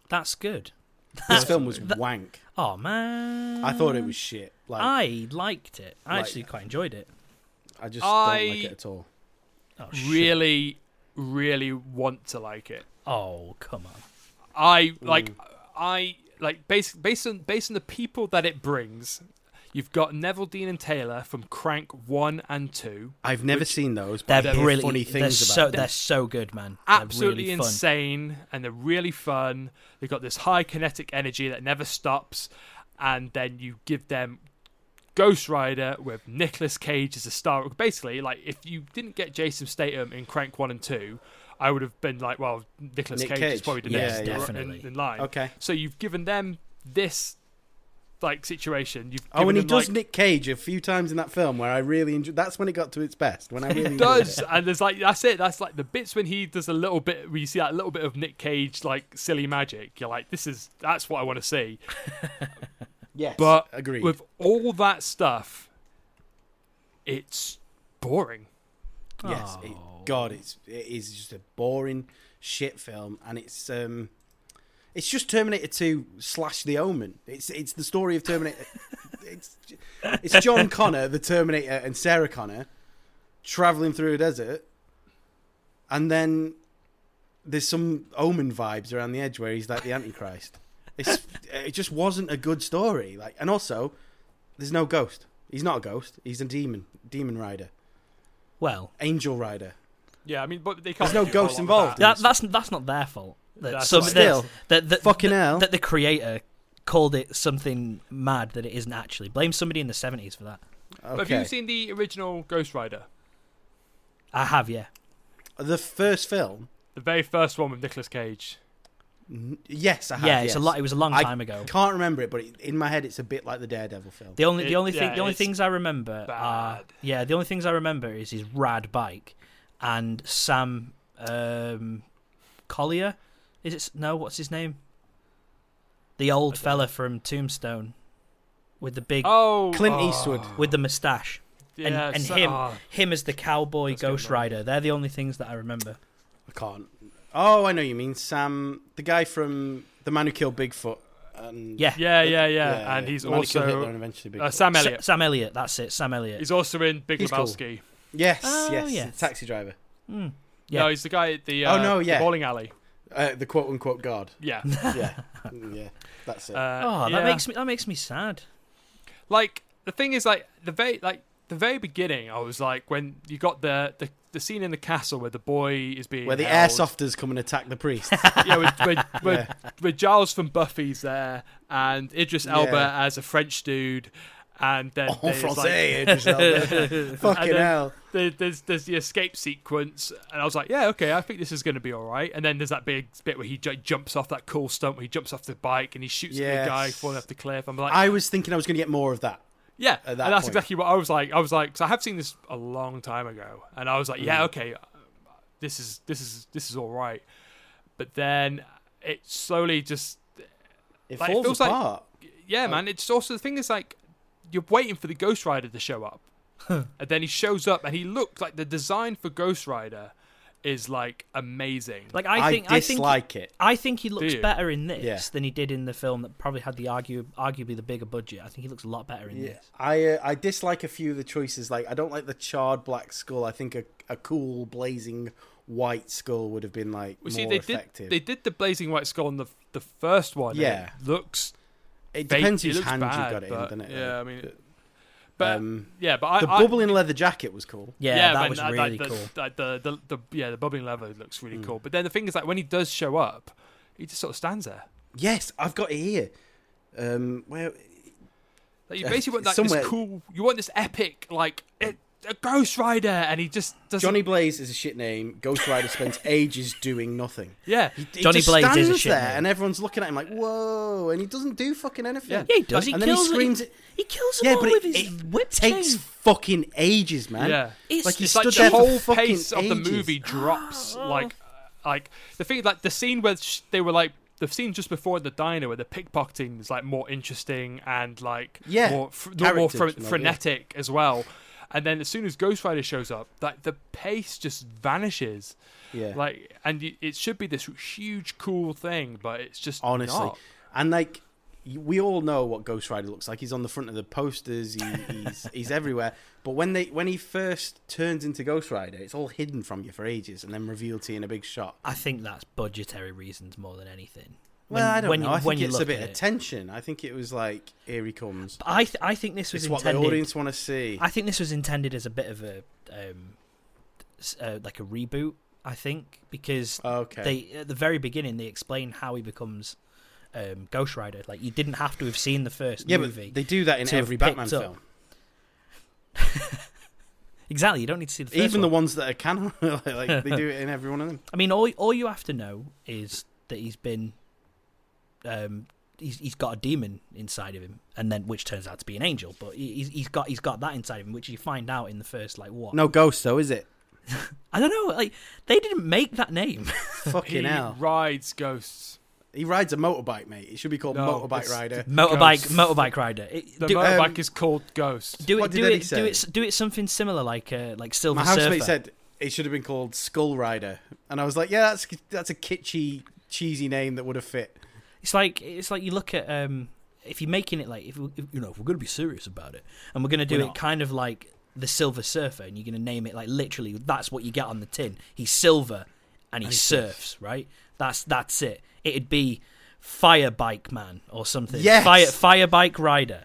Speaker 1: that's good.
Speaker 2: This film was
Speaker 1: That-
Speaker 2: wank.
Speaker 1: Oh man,
Speaker 2: I thought it was shit. Like I,
Speaker 1: I liked it. I
Speaker 2: Like-
Speaker 1: actually quite enjoyed it.
Speaker 2: just
Speaker 3: I-
Speaker 2: don't like it at all.
Speaker 1: Oh shit.
Speaker 3: Really, really want to like it.
Speaker 1: Oh come on.
Speaker 3: I like I like based based on based on the people that it brings. You've got Neville Dean and Taylor from Crank One and Two.
Speaker 2: I've never seen those.
Speaker 1: They're
Speaker 2: but I hear
Speaker 1: brilliant.
Speaker 2: Funny
Speaker 1: they're
Speaker 2: things
Speaker 1: so
Speaker 2: about. them.
Speaker 1: they're so good, man. They're
Speaker 3: absolutely
Speaker 1: really fun.
Speaker 3: insane and they're really fun. They've got this high kinetic energy that never stops, and then you give them Ghost Rider with Nicolas Cage as a star. Basically, like if you didn't get Jason Statham in Crank One and Two, I would have been like, well, Nicolas
Speaker 2: Nick
Speaker 3: Cage, is
Speaker 2: Cage.
Speaker 3: probably the
Speaker 2: Yeah,
Speaker 3: next
Speaker 2: yeah.
Speaker 3: star in,
Speaker 1: Definitely.
Speaker 3: in line.
Speaker 2: Okay.
Speaker 3: So you've given them this like situation. You've
Speaker 2: Oh,
Speaker 3: given
Speaker 2: and he
Speaker 3: them,
Speaker 2: does
Speaker 3: like-
Speaker 2: Nick Cage a few times in that film where I really enjoyed. That's when it got to its best. When I really enjoyed
Speaker 3: does
Speaker 2: it.
Speaker 3: and there's like that's it that's like the bits when he does a little bit where you see that little bit of nick cage like silly magic you're like this is that's what i want to see
Speaker 2: Yes,
Speaker 3: but
Speaker 2: agreed.
Speaker 3: with all that stuff it's boring
Speaker 2: Yes, it, God, it's it is just a boring shit film, and it's um, it's just Terminator Two slash The Omen. It's it's the story of Terminator. it's it's John Connor, the Terminator, and Sarah Connor traveling through a desert, and then there's some Omen vibes around the edge where he's like the Antichrist. It's, it just wasn't a good story. Like, and also, there's no ghost. He's not a ghost. He's a demon, demon rider,
Speaker 1: Well,
Speaker 2: angel rider.
Speaker 3: yeah i mean but they can't
Speaker 2: no
Speaker 3: do a whole
Speaker 2: ghosts
Speaker 3: lot with
Speaker 2: involved.
Speaker 3: that.
Speaker 1: that, that's that's not their fault. That
Speaker 3: That's
Speaker 1: some,
Speaker 3: right.
Speaker 2: Still,
Speaker 1: that, that, that,
Speaker 2: fucking
Speaker 1: that-
Speaker 2: hell.
Speaker 1: that the creator called it something mad that it isn't actually. Blame somebody in the seventies for that.
Speaker 2: Okay.
Speaker 3: But have you seen the original ghost rider
Speaker 1: I have, yeah.
Speaker 2: the first film?
Speaker 3: the very first one with nicolas cage
Speaker 2: N- Yes, I have.
Speaker 1: yeah, it's a
Speaker 2: yes.
Speaker 1: lot. It was a long
Speaker 2: I
Speaker 1: time ago.
Speaker 2: Can't remember it, but it, in my head, it's a bit like the Daredevil film.
Speaker 1: The only
Speaker 3: It-
Speaker 1: the only thing
Speaker 3: yeah,
Speaker 1: the only
Speaker 3: it's
Speaker 1: things I remember are
Speaker 3: bad.
Speaker 1: yeah the only things I remember is his rad bike and Sam um, Collier is it no what's his name the old fella from Tombstone with the big
Speaker 3: oh
Speaker 2: Clint
Speaker 3: oh,
Speaker 2: Eastwood.
Speaker 1: with the mustache and,
Speaker 3: yeah,
Speaker 1: and
Speaker 3: so-
Speaker 1: him
Speaker 3: oh.
Speaker 1: him as the cowboy
Speaker 3: That's
Speaker 1: Ghost
Speaker 3: good, man.
Speaker 1: Rider they're the only things that I remember
Speaker 2: I can't. Oh, I know you mean Sam, the guy from the man who killed Bigfoot. And
Speaker 1: yeah,
Speaker 3: yeah yeah yeah, and he's
Speaker 2: the man who killed Hitler and
Speaker 3: also
Speaker 2: eventually Bigfoot.
Speaker 3: uh, sam
Speaker 1: Sa-
Speaker 3: elliott
Speaker 1: Sam Elliott that's it Sam Elliott
Speaker 3: he's also in big
Speaker 2: He's cool.
Speaker 3: lebowski
Speaker 2: yes,
Speaker 1: Oh,
Speaker 2: yes,
Speaker 1: yes.
Speaker 2: the taxi driver,
Speaker 1: Mm. Yeah.
Speaker 3: No, he's the guy at the
Speaker 2: Oh,
Speaker 3: uh,
Speaker 2: no,
Speaker 3: the
Speaker 2: yeah.
Speaker 3: bowling alley.
Speaker 2: uh, the quote unquote god.
Speaker 3: Yeah.
Speaker 2: Yeah, mm, yeah, that's it.
Speaker 3: Uh,
Speaker 1: oh that
Speaker 3: yeah.
Speaker 1: makes me that makes me sad
Speaker 3: like the thing is like the very like the very beginning. I was like when you got the the, the scene in the castle where the boy is being
Speaker 2: Where the
Speaker 3: held.
Speaker 2: airsofters come and attack the Oh, priest.
Speaker 3: yeah, with, with, with, with Giles from Buffy's there and Idris Elba
Speaker 2: Yeah.
Speaker 3: as a French dude, and then
Speaker 2: en
Speaker 3: there's, like,
Speaker 2: français, Idris Elba. fucking
Speaker 3: And then-
Speaker 2: hell.
Speaker 3: there, there's there's the escape sequence, and I was like, yeah, okay, I think this is going to be all right. And then there's that big bit where he j- jumps off that cool stunt where he jumps off the bike and he shoots at
Speaker 2: Yes.
Speaker 3: the guy falling off the cliff. I'm like,
Speaker 2: I was thinking I was going to get more of that.
Speaker 3: Yeah,
Speaker 2: at
Speaker 3: and
Speaker 2: that
Speaker 3: that's
Speaker 2: point.
Speaker 3: exactly what I was like. I was like, 'cause I have seen this a long time ago, and I was like,
Speaker 2: Mm.
Speaker 3: yeah, okay, uh, this is this is this is all right. But then it slowly just
Speaker 2: It
Speaker 3: Like, it
Speaker 2: falls
Speaker 3: feels like-
Speaker 2: apart.
Speaker 3: yeah, man. It's also the thing is like you're waiting for the Ghost Rider to show up, and then he shows up, and he looks like the design for Ghost Rider is like amazing.
Speaker 1: like
Speaker 2: I,
Speaker 1: I think I think
Speaker 2: dislike it.
Speaker 1: I think he looks
Speaker 3: you?
Speaker 1: better in this
Speaker 2: Yeah.
Speaker 1: than he did in the film that probably had the argue, arguably the bigger budget. I think he looks a lot better in
Speaker 2: Yeah,
Speaker 1: this.
Speaker 2: I uh, I dislike a few of the choices. Like I don't like the charred black skull. I think a, a cool blazing white skull would have been like
Speaker 3: Well,
Speaker 2: more
Speaker 3: see, they
Speaker 2: effective.
Speaker 3: did they did the Blazing White Skull in the the first one. and
Speaker 2: Yeah.
Speaker 3: it looks
Speaker 2: it
Speaker 3: fake.
Speaker 2: depends
Speaker 3: It
Speaker 2: whose
Speaker 3: looks
Speaker 2: hand
Speaker 3: bad,
Speaker 2: you got it in,
Speaker 3: but-
Speaker 2: doesn't it?
Speaker 3: Yeah, I
Speaker 2: Like,
Speaker 3: mean, it- but
Speaker 2: um,
Speaker 3: yeah, but I,
Speaker 2: the
Speaker 3: I,
Speaker 2: bubbling leather jacket was cool.
Speaker 1: Yeah, that
Speaker 3: man,
Speaker 1: was
Speaker 3: I-
Speaker 1: really
Speaker 3: like, the,
Speaker 1: cool.
Speaker 3: like, the, the, the, yeah, the bubbling leather looks really
Speaker 2: Hmm.
Speaker 3: cool. But then the thing is, like when he does show up, he just sort of stands there.
Speaker 2: Yes, I've got it here. Um, where
Speaker 3: Like you
Speaker 2: Yeah,
Speaker 3: basically want like
Speaker 2: somewhere-
Speaker 3: this cool, you want this epic, like it, a Ghost Rider, and he just doesn't.
Speaker 2: Johnny Blaze is a shit name. Ghost Rider spends ages doing nothing.
Speaker 3: yeah,
Speaker 2: He
Speaker 1: Johnny
Speaker 2: just
Speaker 1: Blaze is a
Speaker 2: stands
Speaker 1: shit
Speaker 2: there,
Speaker 1: name.
Speaker 2: and everyone's looking at him like, "Whoa!" And he doesn't do fucking anything.
Speaker 1: Yeah, he does. He
Speaker 2: and
Speaker 1: kills.
Speaker 2: then he screams. It,
Speaker 1: he kills him
Speaker 2: yeah,
Speaker 1: all
Speaker 2: but
Speaker 1: with
Speaker 2: it,
Speaker 1: his
Speaker 2: it
Speaker 1: whip
Speaker 2: takes
Speaker 1: chain.
Speaker 2: fucking ages, man.
Speaker 3: yeah.
Speaker 1: It's,
Speaker 2: like, he
Speaker 1: it's
Speaker 2: stood
Speaker 1: like
Speaker 2: there
Speaker 1: the
Speaker 2: for
Speaker 1: whole.
Speaker 2: f- fucking
Speaker 3: pace of the
Speaker 2: ages.
Speaker 3: movie drops like like the thing like the scene where sh- they were like the scene just before the diner where the pickpocketing is like more interesting and like
Speaker 2: Yeah,
Speaker 3: more fr- more
Speaker 2: characters
Speaker 3: fre-
Speaker 2: and all, yeah.
Speaker 3: frenetic as well and then as soon as ghost rider shows up like the pace just vanishes
Speaker 2: Yeah.
Speaker 3: like and y- it should be this huge cool thing but it's just
Speaker 2: honestly.
Speaker 3: not.
Speaker 2: And like y- we all know what Ghost Rider looks like. He's on the front of the posters. He, he's he's everywhere. But when they when he first turns into Ghost Rider, it's all hidden from you for ages, and then revealed to you in a big shot.
Speaker 1: I think that's budgetary reasons more than anything.
Speaker 2: Well, I don't
Speaker 1: when
Speaker 2: know.
Speaker 1: you-
Speaker 2: I think
Speaker 1: when you
Speaker 2: it's a
Speaker 1: look
Speaker 2: bit
Speaker 1: at
Speaker 2: of
Speaker 1: it.
Speaker 2: tension. I think it was like here he comes.
Speaker 1: But I th- I think this was
Speaker 2: It's what
Speaker 1: intended.
Speaker 2: the audience want to see.
Speaker 1: I think this was intended as a bit of a um, s- uh, like a reboot. I think because
Speaker 2: okay.
Speaker 1: they at the very beginning they explain how he becomes um, Ghost Rider. Like you didn't have to have seen the first
Speaker 2: yeah,
Speaker 1: movie.
Speaker 2: but they do that in
Speaker 1: to have
Speaker 2: every Batman
Speaker 1: picked up
Speaker 2: film,
Speaker 1: Exactly, you don't need to see the first
Speaker 2: even the
Speaker 1: one.
Speaker 2: ones that are canon. like, like, they do it in every one of them.
Speaker 1: I mean, all all you have to know is that he's been, um, he's he's got a demon inside of him, and then which turns out to be an angel. But he- he's he's got he's got that inside of him, which you find out in the first like what?
Speaker 2: No ghost though, is it?
Speaker 1: I don't know. Like they didn't make that name.
Speaker 2: Fucking
Speaker 3: he
Speaker 2: hell!
Speaker 3: rides ghosts.
Speaker 2: He rides a motorbike, mate. It should be called
Speaker 3: No,
Speaker 2: Motorbike
Speaker 3: it's-
Speaker 2: Rider.
Speaker 1: motorbike
Speaker 3: Ghost.
Speaker 1: motorbike rider. It-
Speaker 3: The
Speaker 1: do,
Speaker 3: motorbike
Speaker 2: um,
Speaker 3: is called Ghost.
Speaker 1: do it
Speaker 2: What did
Speaker 1: do
Speaker 2: Eddie
Speaker 1: it,
Speaker 2: say?
Speaker 1: do it do it something similar like uh, like Silver
Speaker 2: My housemate
Speaker 1: Surfer.
Speaker 2: said it should have been called Skull Rider, and I was like, yeah, that's that's a kitschy, cheesy name that would have fit.
Speaker 1: It's like it's like you look at um if you're making it like if, we- if you know if we're gonna be serious about it and we're gonna do
Speaker 2: We're
Speaker 1: it
Speaker 2: not.
Speaker 1: kind of like the Silver Surfer and you're gonna name it like literally that's what you get on the tin. He's silver and he,
Speaker 2: And he
Speaker 1: surfs, right? That's that's it. It'd be Fire Bike Man or something.
Speaker 2: Yes!
Speaker 1: Fire Fire Bike Rider.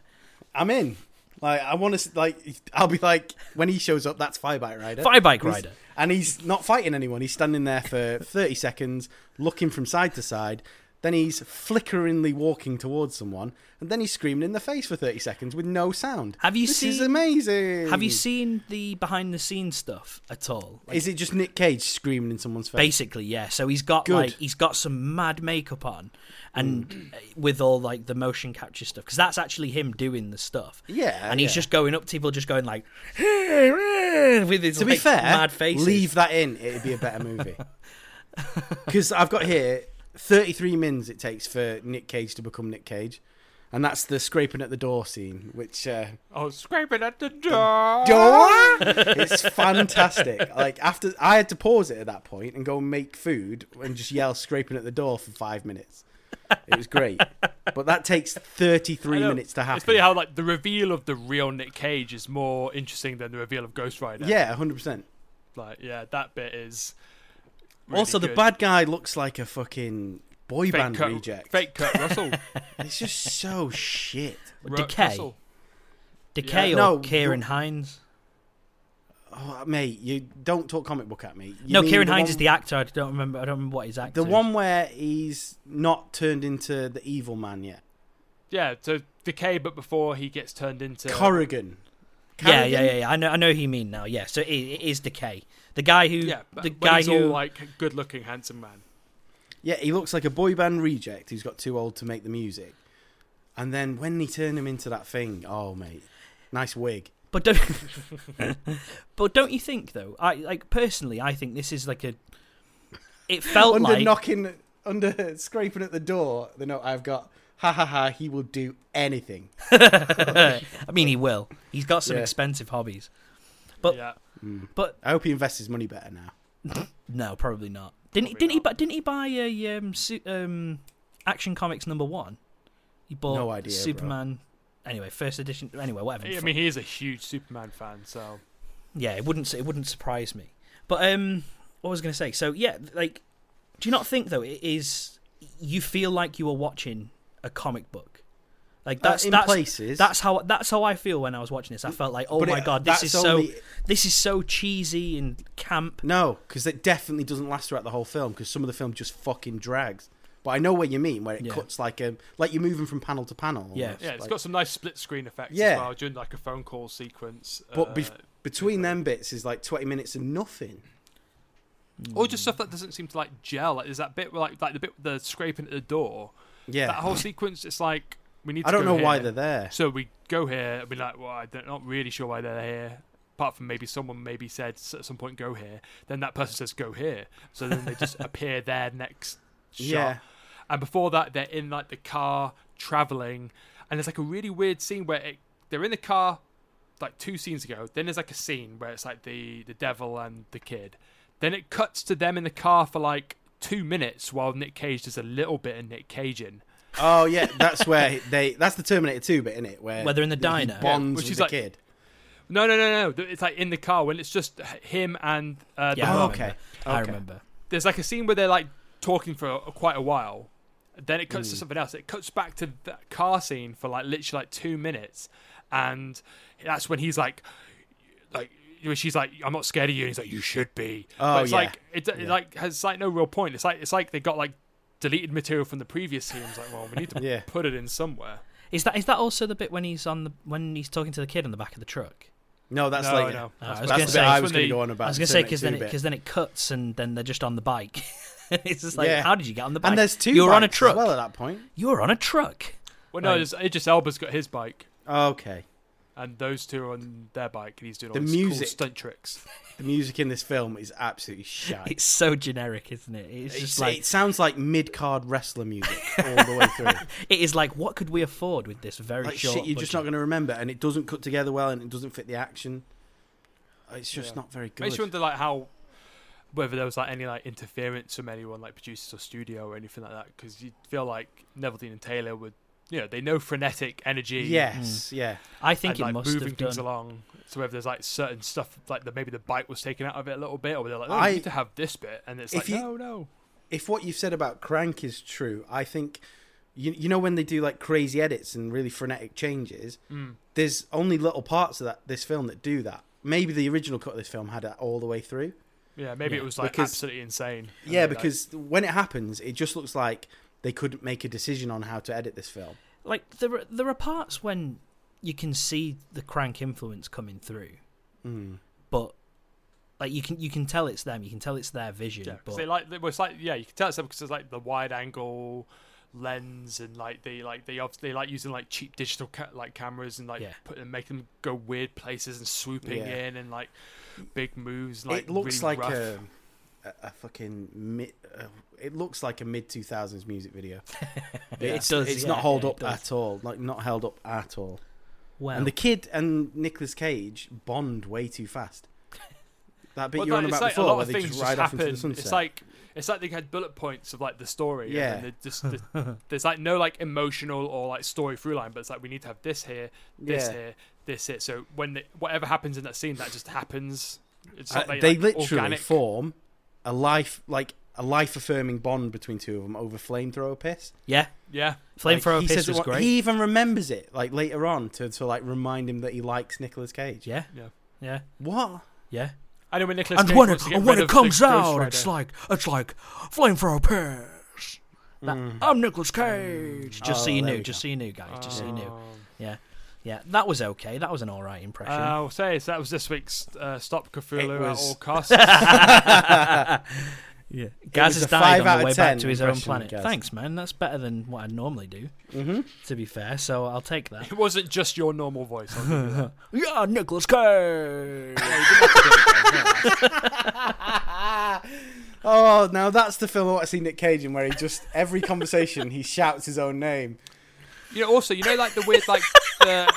Speaker 2: I'm in. Like I want to like I'll be like when he shows up, that's Firebite Rider.
Speaker 1: Fire Bike
Speaker 2: And he's-
Speaker 1: Rider.
Speaker 2: And he's not fighting anyone. He's standing there for 30 seconds, looking from side to side. Then he's flickeringly walking towards someone, and then he's screaming in the face for 30 seconds with no sound.
Speaker 1: Have you
Speaker 2: this is
Speaker 1: seen-
Speaker 2: amazing.
Speaker 1: Have you seen the behind the scenes stuff at all? Like,
Speaker 2: Is it just Nick Cage screaming in someone's face?
Speaker 1: basically yeah so he's got
Speaker 2: Good. Mm.
Speaker 1: like he's got some mad makeup on and uh, with all like the motion capture stuff because that's actually him doing the stuff
Speaker 2: Yeah,
Speaker 1: and he's
Speaker 2: yeah.
Speaker 1: just going up to people just going like with his
Speaker 2: to be
Speaker 1: like,
Speaker 2: fair,
Speaker 1: mad faces
Speaker 2: leave that in. It'd be a better movie. Because I've got here 33 mins it takes for Nick Cage to become Nick Cage. And that's the scraping at the door scene, which uh,
Speaker 3: Oh, scraping at the door.
Speaker 2: it's fantastic. Like after I had to pause it at that point and go and make food and just yell scraping at the door for five minutes. It was great, but that takes 33
Speaker 3: I know.
Speaker 2: minutes to
Speaker 3: It's
Speaker 2: happen.
Speaker 3: funny how like the reveal of the real Nick Cage is more interesting than the reveal of Ghost Rider.
Speaker 2: Yeah, 100. percent
Speaker 3: like yeah, that bit is. really
Speaker 2: Also, the
Speaker 3: good.
Speaker 2: bad guy looks like a fucking boy
Speaker 3: fake
Speaker 2: band
Speaker 3: Kurt,
Speaker 2: reject.
Speaker 3: fake Kurt Russell,
Speaker 2: It's just so shit.
Speaker 1: Or
Speaker 3: Ru-
Speaker 1: decay
Speaker 3: Russell.
Speaker 1: decay
Speaker 2: Yeah.
Speaker 1: or
Speaker 2: No,
Speaker 1: kieran
Speaker 2: you-
Speaker 1: hines
Speaker 2: Oh, mate, you don't talk comic book at me. You
Speaker 1: no
Speaker 2: mean
Speaker 1: kieran
Speaker 2: the
Speaker 1: hines
Speaker 2: one-
Speaker 1: is the actor i don't remember i don't remember what he's acting
Speaker 2: the one where he's not turned into the evil man yet.
Speaker 3: Yeah, so decay, but before he gets turned into
Speaker 2: Corrigan.
Speaker 1: yeah,
Speaker 2: Carrigan?
Speaker 1: yeah yeah yeah i know i know who you mean now yeah so it, it is decay the guy who
Speaker 3: yeah, but
Speaker 1: the
Speaker 3: when
Speaker 1: guy
Speaker 3: he's
Speaker 1: who
Speaker 3: all, like good-looking, handsome man.
Speaker 2: Yeah, he looks like a boy band reject who's got too old to make the music. And then when they turn him into that thing, oh mate, nice wig.
Speaker 1: But don't, but don't you think though? I like personally, I think this is like a. It felt
Speaker 2: under
Speaker 1: like
Speaker 2: knocking, under scraping at the door, the note I've got. Ha ha ha! He will do anything.
Speaker 1: I mean, he will. He's got some
Speaker 2: Yeah.
Speaker 1: expensive hobbies. But-
Speaker 3: yeah,
Speaker 1: But
Speaker 2: I hope he invests his money better now.
Speaker 1: no, probably not. Didn't
Speaker 3: Probably
Speaker 1: didn't he?
Speaker 3: not.
Speaker 1: But didn't he buy a um, su- um Action Comics number one? He bought
Speaker 2: No idea, bro.
Speaker 1: Superman. Anyway, first edition. Anyway, whatever.
Speaker 3: I mean he is a huge Superman fan, so
Speaker 1: yeah, it wouldn't it wouldn't surprise me. But um, what was I going to say? So yeah, like, do you not think though it is you feel like you are watching a comic book? Like that's
Speaker 2: uh, in
Speaker 1: that's
Speaker 2: places.
Speaker 1: that's how that's how I feel when I was watching this. I felt like, oh
Speaker 2: but
Speaker 1: my
Speaker 2: it- uh,
Speaker 1: god, this
Speaker 2: that's
Speaker 1: is so
Speaker 2: only-
Speaker 1: this is so cheesy and camp.
Speaker 2: No, because it definitely doesn't last throughout the whole film. Because some of the film just fucking drags. But I know what you mean, where it
Speaker 1: Yeah.
Speaker 2: cuts like um, like you're moving from panel to panel.
Speaker 1: Yeah.
Speaker 2: almost,
Speaker 3: yeah, it's
Speaker 2: like-
Speaker 3: got some nice split-screen effects
Speaker 2: Yeah.
Speaker 3: as well during like a phone call sequence.
Speaker 2: But bef-
Speaker 3: uh,
Speaker 2: between them bits is like 20 minutes of nothing.
Speaker 3: or just stuff that doesn't seem to like gel. Like, there's that bit where, like like the bit with the scraping at the door.
Speaker 2: Yeah,
Speaker 3: That whole sequence, it's like we need.
Speaker 2: I
Speaker 3: to
Speaker 2: don't
Speaker 3: go
Speaker 2: know why
Speaker 3: here.
Speaker 2: they're there.
Speaker 3: So we go here and be like, well, I'm not really sure why they're here. Apart from maybe someone maybe said s- at some point go here, then that person says go here, so then they just appear there next shot.
Speaker 2: Yeah.
Speaker 3: And before that, they're in like the car traveling, and there's like a really weird scene where it, they're in the car, like two scenes ago. Then there's like a scene where it's like the the devil and the kid. Then it cuts to them in the car for like two minutes while Nick Cage does a little bit of Nick Cage in.
Speaker 2: Oh yeah, that's where they. That's the Terminator 2 bit in it, where
Speaker 1: Where they're in the
Speaker 2: he
Speaker 1: diner.
Speaker 2: bonds
Speaker 3: Yeah, which
Speaker 2: with
Speaker 3: is
Speaker 2: the
Speaker 3: like-
Speaker 2: kid.
Speaker 3: No, no, no, no. It's like in the car when it's just him and uh, the
Speaker 1: Yeah, I
Speaker 2: Oh,
Speaker 3: mum.
Speaker 1: remember.
Speaker 2: okay.
Speaker 1: I
Speaker 2: Okay.
Speaker 1: remember.
Speaker 3: There's like a scene where they're like talking for quite a while. Then it
Speaker 2: Hmm.
Speaker 3: cuts to something else. It cuts back to that car scene for like literally like two minutes, and that's when he's like, like when she's like, "I'm not scared of you," and he's like, "You should be."
Speaker 2: Oh,
Speaker 3: but it's
Speaker 2: yeah.
Speaker 3: like it, it like has like no real point. It's like it's like they got like deleted material from the previous scene. It's like, well, we need to
Speaker 2: Yeah.
Speaker 3: put it in somewhere.
Speaker 1: Is that is that also the bit when he's on the when he's talking to the kid on the back of the truck?
Speaker 2: No, that's
Speaker 3: No,
Speaker 2: later.
Speaker 3: no.
Speaker 1: Ah, I was
Speaker 2: That's
Speaker 1: gonna
Speaker 2: the
Speaker 1: say-
Speaker 2: bit I was
Speaker 3: when
Speaker 2: going
Speaker 3: they-
Speaker 2: to go on about.
Speaker 1: I was
Speaker 2: the
Speaker 1: gonna say
Speaker 2: Terminator
Speaker 1: because then
Speaker 2: 2 bit.
Speaker 1: because then it cuts and then they're just on the bike. it's just like,
Speaker 2: Yeah.
Speaker 1: how did you get on the bike?
Speaker 2: and there's two.
Speaker 1: You were on a
Speaker 2: bikes as
Speaker 1: truck.
Speaker 2: Well, at that point.
Speaker 1: you were on a truck.
Speaker 3: Well, no,
Speaker 2: Like-
Speaker 3: it's Idris Elba's got his bike,
Speaker 2: Okay.
Speaker 3: and those two are on their bike, and he's doing all
Speaker 2: The
Speaker 3: these cool
Speaker 2: music.
Speaker 3: stunt tricks.
Speaker 2: The music in this film is absolutely shite.
Speaker 1: It's so generic, isn't it? It's
Speaker 2: It's-
Speaker 1: just like
Speaker 2: it sounds like mid-card wrestler music all the way through.
Speaker 1: it is like what could we afford with this very
Speaker 2: like
Speaker 1: short?
Speaker 2: shit, you're just
Speaker 1: budget?
Speaker 2: not going to remember, and it doesn't cut together well, and it doesn't fit the action. Uh, It's just
Speaker 3: Yeah.
Speaker 2: not very good.
Speaker 3: Makes you wonder like how whether there was like any like interference from anyone like producers or studio or anything like that because you feel like Neville Dean and Taylor would you know they know frenetic energy
Speaker 2: Yes, yeah.
Speaker 1: I
Speaker 3: and,
Speaker 1: think it
Speaker 3: like
Speaker 1: must
Speaker 3: moving
Speaker 1: have
Speaker 3: things
Speaker 1: done.
Speaker 3: along so whether there's like certain stuff like that maybe the bike was taken out of it a little bit or they're like oh,
Speaker 2: I-
Speaker 3: we need to have this bit and it's
Speaker 2: If
Speaker 3: like
Speaker 2: you-
Speaker 3: no no
Speaker 2: If what you've said about Crank is true, I think you you know when they do like crazy edits and really frenetic changes,
Speaker 3: Mm.
Speaker 2: there's only little parts of that this film that do that. Maybe the original cut of this film had it all the way through.
Speaker 3: yeah maybe
Speaker 1: Yeah,
Speaker 3: it was like
Speaker 2: because-
Speaker 3: absolutely insane and
Speaker 2: yeah,
Speaker 3: they, like-
Speaker 2: because when it happens, it just looks like they couldn't make a decision on how to edit this film.
Speaker 1: Like there are, there are parts when you can see the crank influence coming through,
Speaker 2: Mm.
Speaker 1: but like you can you can tell it's them. You can tell it's their vision.
Speaker 3: Yeah, 'cause
Speaker 1: but
Speaker 3: they like it was like yeah, you can tell it's them because there's like the wide angle lens and like they like they obviously like using like cheap digital ca- like cameras and like
Speaker 1: Yeah.
Speaker 3: put and make them go weird places and swooping
Speaker 2: Yeah.
Speaker 3: in and like big moves. Like
Speaker 2: it looks
Speaker 3: really
Speaker 2: like
Speaker 3: rough.
Speaker 2: a, a a fucking mid. Uh, it looks like a mid two thousands music video. it's,
Speaker 1: does,
Speaker 2: It's
Speaker 1: yeah,
Speaker 2: not held
Speaker 1: yeah, it
Speaker 2: up
Speaker 1: does.
Speaker 2: at all. Like not held up at all.
Speaker 1: well,
Speaker 2: And the kid and Nicolas Cage bond way too fast. That bit
Speaker 3: Well,
Speaker 2: you're on
Speaker 3: no, it's
Speaker 2: about
Speaker 3: like a
Speaker 2: before,
Speaker 3: lot
Speaker 2: where
Speaker 3: of
Speaker 2: they
Speaker 3: things
Speaker 2: just ride off into the
Speaker 3: happen.
Speaker 2: sunset.
Speaker 3: It's like it's like they had bullet points of like the story.
Speaker 2: Yeah.
Speaker 3: and then they just the- there's like no like emotional or like story through line, but it's like we need to have this here, this
Speaker 2: Yeah.
Speaker 3: here, this here. So when the, whatever happens in that scene, that just happens. It's
Speaker 2: Uh,
Speaker 3: not like,
Speaker 2: they
Speaker 3: like,
Speaker 2: literally
Speaker 3: organic.
Speaker 2: form a life like a life affirming bond between two of them over flamethrower piss.
Speaker 1: yeah,
Speaker 3: Yeah,
Speaker 2: Like,
Speaker 1: flamethrower
Speaker 2: he
Speaker 1: piss
Speaker 2: says it
Speaker 1: was
Speaker 2: wa-
Speaker 1: great.
Speaker 2: He even remembers it like later on to, to like remind him that he likes Nicolas Cage.
Speaker 1: Yeah,
Speaker 3: yeah.
Speaker 1: yeah,
Speaker 2: What?
Speaker 1: yeah.
Speaker 3: I know when Nicholas
Speaker 1: and
Speaker 3: Cage
Speaker 1: when it,
Speaker 3: wants to get
Speaker 1: and when
Speaker 3: rid
Speaker 1: it
Speaker 3: of the
Speaker 1: comes
Speaker 3: Ghost
Speaker 1: out,
Speaker 3: Rider.
Speaker 1: it's like it's like flamethrower piss. That, I'm Nicolas Cage. Just so
Speaker 2: Oh,
Speaker 1: you
Speaker 2: there
Speaker 1: knew.
Speaker 2: we
Speaker 1: Just
Speaker 2: go. Oh.
Speaker 1: so you knew, guys. Just so you knew.
Speaker 3: Um,
Speaker 1: Yeah, yeah. That was okay. That was an all right impression.
Speaker 3: Uh,
Speaker 2: Um,
Speaker 3: I'll say so that was this week's uh, Stop
Speaker 2: It
Speaker 3: Cthulhu
Speaker 2: was-
Speaker 3: at all costs. I
Speaker 1: yeah.
Speaker 2: was
Speaker 1: Gaz has
Speaker 2: a
Speaker 1: died
Speaker 2: five
Speaker 1: on
Speaker 2: out
Speaker 1: the
Speaker 2: of
Speaker 1: way back
Speaker 2: 10
Speaker 1: to his own
Speaker 2: impression,
Speaker 1: planet.
Speaker 2: Gaz.
Speaker 1: Thanks, man. That's better than what I normally do.
Speaker 2: Mhm.
Speaker 1: To be fair, so I'll take that.
Speaker 3: it wasn't just your normal voice. I'll give you that.
Speaker 1: yeah, Nicolas Cage.
Speaker 2: Oh, now that's the film I want to see Nick Cage in, where he just every conversation he shouts his own name.
Speaker 3: You know, also, you know, like the weird, like the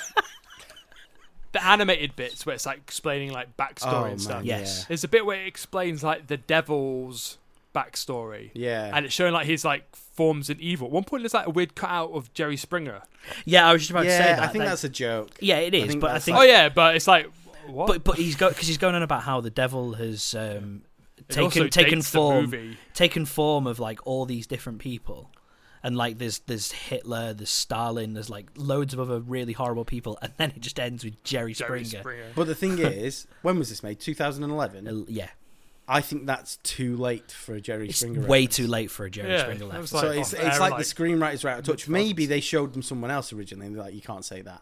Speaker 3: the animated bits where it's like explaining like
Speaker 1: Oh,
Speaker 3: backstory
Speaker 2: Oh, man,
Speaker 3: and stuff.
Speaker 1: Yes.
Speaker 3: There's a bit where it explains like the devil's backstory.
Speaker 2: Yeah.
Speaker 3: And it's showing like his like forms in evil. At one point, there's like a weird cutout of Jerry Springer.
Speaker 1: Yeah, I was just about to
Speaker 2: yeah,
Speaker 1: say that.
Speaker 2: I think
Speaker 1: That-
Speaker 2: that's a joke.
Speaker 1: yeah, it is.
Speaker 2: think
Speaker 1: but I
Speaker 2: that's
Speaker 1: think,
Speaker 3: Oh yeah, but it's like what?
Speaker 1: but but he's go because he's going on about how the devil has um,
Speaker 3: It also
Speaker 1: taken taken
Speaker 3: dates the
Speaker 1: form
Speaker 3: movie.
Speaker 1: taken form of like all these different people and like there's there's hitler there's stalin there's like loads of other really horrible people and then it just ends with jerry springer,
Speaker 3: Jerry Springer.
Speaker 2: But the thing is, when was this made? 2011.
Speaker 1: Uh, yeah
Speaker 2: I think that's too late for a Jerry
Speaker 1: it's
Speaker 2: Springer.
Speaker 1: way
Speaker 2: reference.
Speaker 1: too late for a jerry
Speaker 3: Yeah,
Speaker 1: springer
Speaker 3: that was
Speaker 1: left
Speaker 2: So
Speaker 3: Like,
Speaker 2: it's,
Speaker 3: off
Speaker 2: it's
Speaker 3: air,
Speaker 2: like,
Speaker 3: like,
Speaker 2: the screenwriters are out of touch.
Speaker 3: mid-2000s.
Speaker 2: Maybe they showed them someone else originally, and they're like, "You can't say that,"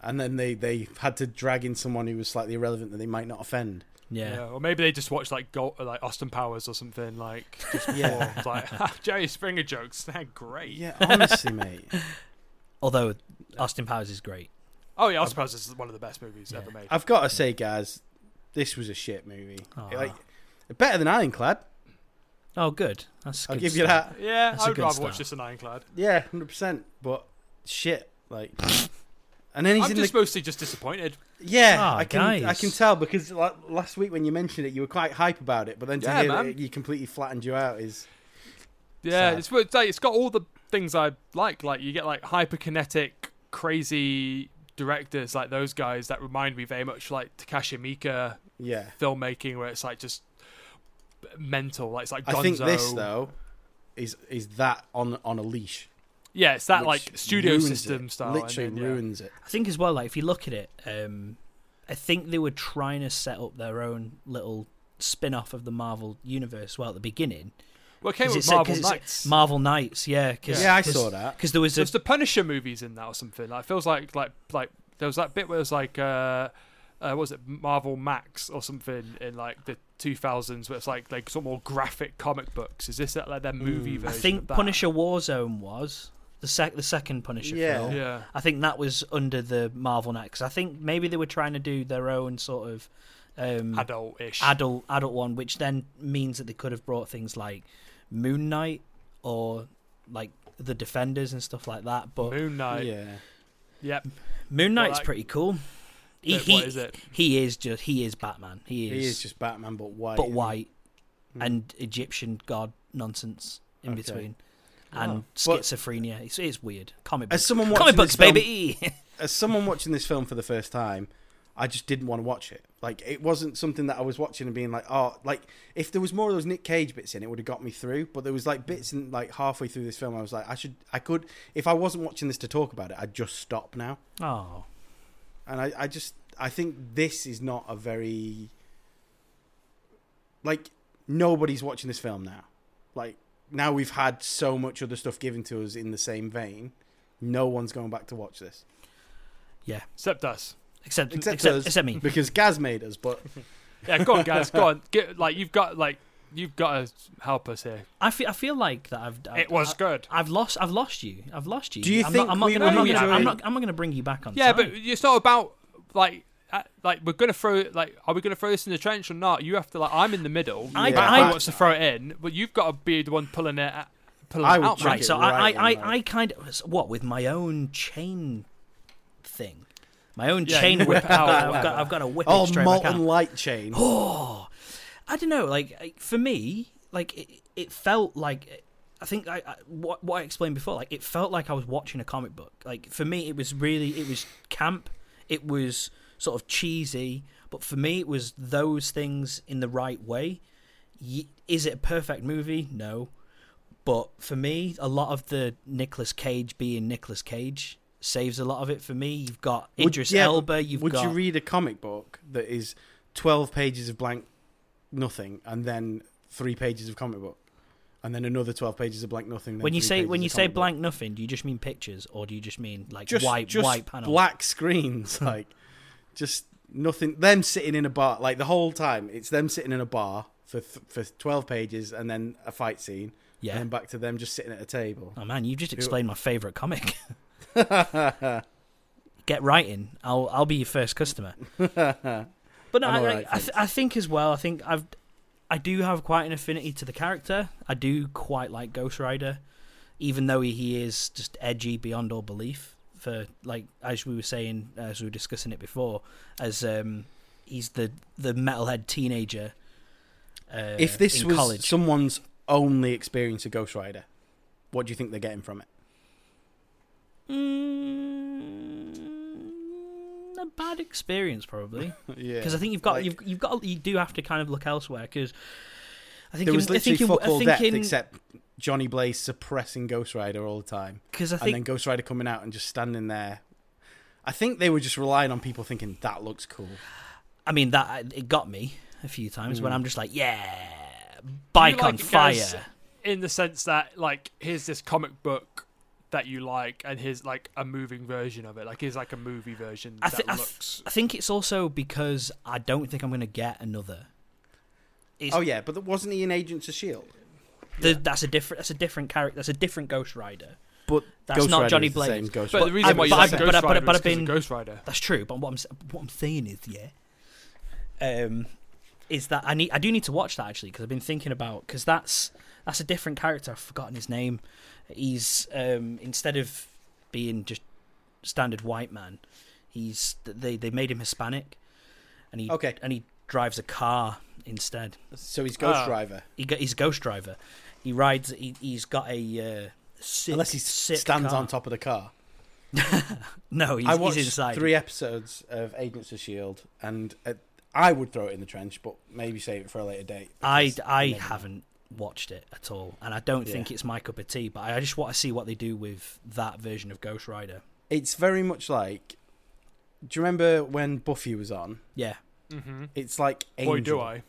Speaker 2: and then they they had to drag in someone who was slightly irrelevant that they might not offend.
Speaker 1: yeah.
Speaker 3: Yeah. or maybe they just watched like Gol- like Austin Powers or something like just
Speaker 2: Yeah.
Speaker 3: before. It's like "Ha, Jerry Springer jokes. They're great.
Speaker 2: Yeah, honestly, mate.
Speaker 1: although austin powers is great
Speaker 3: Oh
Speaker 1: Um,
Speaker 3: yeah, Austin Powers is one of the best movies ever made.
Speaker 2: I've got to say, guys, this was a shit movie.
Speaker 1: Aw.
Speaker 2: Like, better than Ironclad.
Speaker 1: oh good that's a
Speaker 2: I'll
Speaker 1: good
Speaker 2: give you
Speaker 1: start.
Speaker 2: that.
Speaker 3: yeah,
Speaker 1: That's a
Speaker 3: I would
Speaker 1: good
Speaker 3: rather
Speaker 1: start.
Speaker 3: watch this than Ironclad.
Speaker 2: Yeah, hundred percent. But shit, like, and then he's
Speaker 3: I'm
Speaker 2: in
Speaker 3: just
Speaker 2: the
Speaker 3: mostly just disappointed.
Speaker 2: yeah.
Speaker 1: Ah,
Speaker 2: I can I
Speaker 1: guys.
Speaker 2: can tell because la- last week when you mentioned it, you were quite hype about it, but then to
Speaker 3: Yeah,
Speaker 2: hear that
Speaker 3: man.
Speaker 2: it- you completely flattened you out is
Speaker 3: Yeah,
Speaker 2: Sad.
Speaker 3: it's it's like, it's got all the things I like. Like you get like hyperkinetic, crazy directors like those guys that remind me very much like Takashi Miike
Speaker 2: yeah.
Speaker 3: filmmaking, where it's like just mental. Like it's like Gonzo.
Speaker 2: I think this though is is that on on a leash.
Speaker 3: Yeah, it's that
Speaker 2: which
Speaker 3: like studio
Speaker 2: ruins
Speaker 3: system
Speaker 2: it.
Speaker 3: style. and
Speaker 2: Literally
Speaker 3: then, yeah.
Speaker 2: ruins it.
Speaker 1: I think as well, like if you look at it, um, I think they were trying to set up their own little spin-off of the Marvel universe. Well, at the beginning,
Speaker 3: Well, it came
Speaker 1: 'Cause
Speaker 3: with
Speaker 1: said-
Speaker 3: Marvel
Speaker 1: 'cause it said
Speaker 3: Knights.
Speaker 1: Marvel Knights, yeah. Cause,
Speaker 2: Yeah, I saw that.
Speaker 1: because there was a
Speaker 3: There's the Punisher movies in that or something. Like, it feels like like like there was that bit where it was like uh, uh what was it Marvel Max or something in like the 2000s where it's like like some more graphic comic books. Is this like their movie
Speaker 2: Mm.
Speaker 3: version?
Speaker 1: I
Speaker 3: of
Speaker 1: think
Speaker 3: that?
Speaker 1: Punisher Warzone was the sec the second Punisher
Speaker 2: Yeah.
Speaker 1: film.
Speaker 3: Yeah.
Speaker 1: I think that was under the Marvel Knights. 'cause I think maybe they were trying to do their own sort of um,
Speaker 3: Adult-ish.
Speaker 1: adult adult one, which then means that they could have brought things like Moon Knight or like the Defenders and stuff like that. But
Speaker 3: Moon Knight.
Speaker 2: yeah.
Speaker 3: Yep.
Speaker 1: Moon Knight's
Speaker 3: Well, I-
Speaker 1: pretty cool. He,
Speaker 3: But
Speaker 1: he,
Speaker 3: what is it?
Speaker 1: he is just he is Batman. He is,
Speaker 2: He is just Batman, but white.
Speaker 1: but
Speaker 2: and-
Speaker 1: white
Speaker 2: Hmm.
Speaker 1: and Egyptian god nonsense in
Speaker 2: Okay.
Speaker 1: between. And
Speaker 3: Wow.
Speaker 2: But-
Speaker 1: schizophrenia. It's, it's weird. Comic
Speaker 2: As
Speaker 1: books.
Speaker 2: someone watching
Speaker 1: Comic
Speaker 2: this
Speaker 1: books,
Speaker 2: film-
Speaker 1: baby.
Speaker 2: as someone watching this film for the first time, I just didn't want to watch it. Like it wasn't something that I was watching and being like, oh, like if there was more of those Nick Cage bits in, it would have got me through. But there was like bits in like halfway through this film, I was like, I should, I could, if I wasn't watching this to talk about it, I'd just stop now.
Speaker 1: oh.
Speaker 2: And I, I just, I think this is not a very, like nobody's watching this film now. Like now we've had so much other stuff given to us in the same vein. No one's going back to watch this.
Speaker 3: Except us.
Speaker 1: Except
Speaker 2: Except
Speaker 1: except,
Speaker 2: us.
Speaker 1: except, me.
Speaker 2: because Gaz made us, but
Speaker 3: Yeah, go on, guys. go on. Get like you've got like you've got to help us here.
Speaker 1: I feel I feel like that I've I've-
Speaker 3: it was good.
Speaker 1: I, have lost I've lost you. I've lost you.
Speaker 2: Do you
Speaker 1: I'm
Speaker 2: think
Speaker 1: not, I'm not
Speaker 2: we
Speaker 1: gonna,
Speaker 2: would
Speaker 1: I'm not gonna,
Speaker 2: enjoy-
Speaker 1: I'm not I'm not gonna bring you back on
Speaker 3: Yeah,
Speaker 1: time.
Speaker 3: but it's not about like uh, like we're gonna throw it. Like, are we gonna throw this in the trench or not? You have to like. I'm in the middle.
Speaker 1: I-
Speaker 3: Matt
Speaker 1: I-
Speaker 3: wants to throw it in, but you've got to be the one pulling it. At, pulling
Speaker 2: I
Speaker 3: it
Speaker 2: would
Speaker 3: out.
Speaker 2: check
Speaker 3: Right.
Speaker 1: right,
Speaker 2: it
Speaker 1: so
Speaker 2: right
Speaker 1: I, I,
Speaker 2: in,
Speaker 1: I, I kind of what with my own chain thing. My own
Speaker 3: Yeah,
Speaker 1: chain
Speaker 3: you
Speaker 1: whip.
Speaker 3: whip it out or
Speaker 1: I've got
Speaker 3: whatever.
Speaker 1: I've got to whip
Speaker 2: oh,
Speaker 1: it straight back out.
Speaker 2: molten light chain.
Speaker 1: Oh, I don't know. Like I- for me, like it, it felt like I think I, I what what I explained before. Like it felt like I was watching a comic book. Like for me, it was really it was camp. It was sort of cheesy, but for me, it was those things in the right way. Y- Is it a perfect movie? No, but for me, a lot of the Nicolas Cage being Nicolas Cage saves a lot of it for me. You've got
Speaker 2: Would-
Speaker 1: Idris
Speaker 2: yeah,
Speaker 1: Elba. You've
Speaker 2: Would
Speaker 1: got
Speaker 2: you read a comic book that is twelve pages of blank nothing, and then three pages of comic book, and then another twelve pages of blank nothing? then
Speaker 1: When you
Speaker 2: three
Speaker 1: say
Speaker 2: pages
Speaker 1: when
Speaker 2: of
Speaker 1: you say
Speaker 2: comic book?
Speaker 1: blank nothing, do you just mean pictures or do you just mean like
Speaker 2: just,
Speaker 1: white
Speaker 2: just
Speaker 1: white panel? Hmm.
Speaker 2: black screens, like just nothing. Them sitting in a bar, like the whole time, it's them sitting in a bar for th- for twelve pages, and then a fight scene, and
Speaker 1: yeah.
Speaker 2: then back to them just sitting at a table.
Speaker 1: Oh man, you just explained my favorite comic. Get writing. I'll I'll be your first customer. But no,
Speaker 2: I'm
Speaker 1: I,
Speaker 2: alright,
Speaker 1: I, I, th- I think as well. I think I've I do have quite an affinity to the character. I do quite like Ghost Rider, even though he, he is just edgy beyond all belief. For like as we were saying, as we were discussing it before, as um he's the the metalhead teenager. Uh,
Speaker 2: if this
Speaker 1: in
Speaker 2: was
Speaker 1: college.
Speaker 2: someone's only experience of Ghost Rider, what do you think they're getting from it?
Speaker 1: Mm, a bad experience probably
Speaker 2: Yeah,
Speaker 1: because I think you've got
Speaker 2: like-
Speaker 1: you've you've got you do have to kind of look elsewhere because I think
Speaker 2: there
Speaker 1: in-
Speaker 2: was
Speaker 1: I
Speaker 2: literally
Speaker 1: think in-
Speaker 2: fuck
Speaker 1: I
Speaker 2: all
Speaker 1: think
Speaker 2: depth
Speaker 1: in-
Speaker 2: except Johnny Blaze suppressing Ghost Rider all the time,
Speaker 1: 'cause I
Speaker 2: and
Speaker 1: think
Speaker 2: then Ghost Rider coming out and just standing there. I think they were just relying on people thinking that looks cool.
Speaker 1: I mean that it got me a few times when
Speaker 2: Mm.
Speaker 1: I'm just like yeah bike
Speaker 3: like
Speaker 1: on
Speaker 3: it,
Speaker 1: fire
Speaker 3: guys? In the sense that like here's this comic book that you like, and here's like a moving version of it. Like here's like a movie version
Speaker 1: I
Speaker 3: that
Speaker 1: thi- I th-
Speaker 3: looks.
Speaker 1: I think it's also because I don't think I'm gonna get another It's-
Speaker 2: oh yeah, but th- wasn't he in Agents of Shield?
Speaker 1: Th- that's a different that's a different character that's a different Ghost Rider
Speaker 2: But
Speaker 1: That's
Speaker 2: Ghost
Speaker 1: not
Speaker 2: Rider
Speaker 1: Johnny
Speaker 2: is the
Speaker 1: Blaze.
Speaker 2: same Ghost
Speaker 3: but,
Speaker 2: Rider.
Speaker 3: the reason
Speaker 1: I-
Speaker 3: why you
Speaker 1: but
Speaker 3: like
Speaker 1: I-
Speaker 3: Ghost
Speaker 1: but I-
Speaker 3: Rider
Speaker 1: but I- but
Speaker 3: is
Speaker 1: I've
Speaker 3: 'cause of
Speaker 1: been-
Speaker 3: Ghost Rider.
Speaker 1: That's true, but what I'm s- what I'm saying is, yeah, um, is that I need I do need to watch that actually because I've been thinking about because that's that's a different character. I've forgotten his name. He's um, instead of being just standard white man, he's they they made him Hispanic, and he
Speaker 2: Okay.
Speaker 1: and he drives a car instead.
Speaker 2: So he's Ghost
Speaker 3: Ah.
Speaker 2: Driver,
Speaker 1: He go- he's a ghost driver. He rides. He, he's got a. Uh, sick,
Speaker 2: unless he s-
Speaker 1: sick
Speaker 2: stands
Speaker 1: car.
Speaker 2: on top of the car.
Speaker 1: No, he's,
Speaker 2: I watched
Speaker 1: he's inside.
Speaker 2: three episodes of Agents of Shield, and uh, I would throw it in the trench, but maybe save it for a later date.
Speaker 1: I,
Speaker 2: because
Speaker 1: I
Speaker 2: never know.
Speaker 1: haven't watched it at all, and I don't think
Speaker 2: Yeah.
Speaker 1: it's my cup of tea. But I just want to see what they do with that version of Ghost Rider.
Speaker 2: It's very much like. Do you remember when Buffy was on?
Speaker 1: Yeah,
Speaker 3: Mm-hmm.
Speaker 2: It's like Angel.
Speaker 3: Boy, do I. you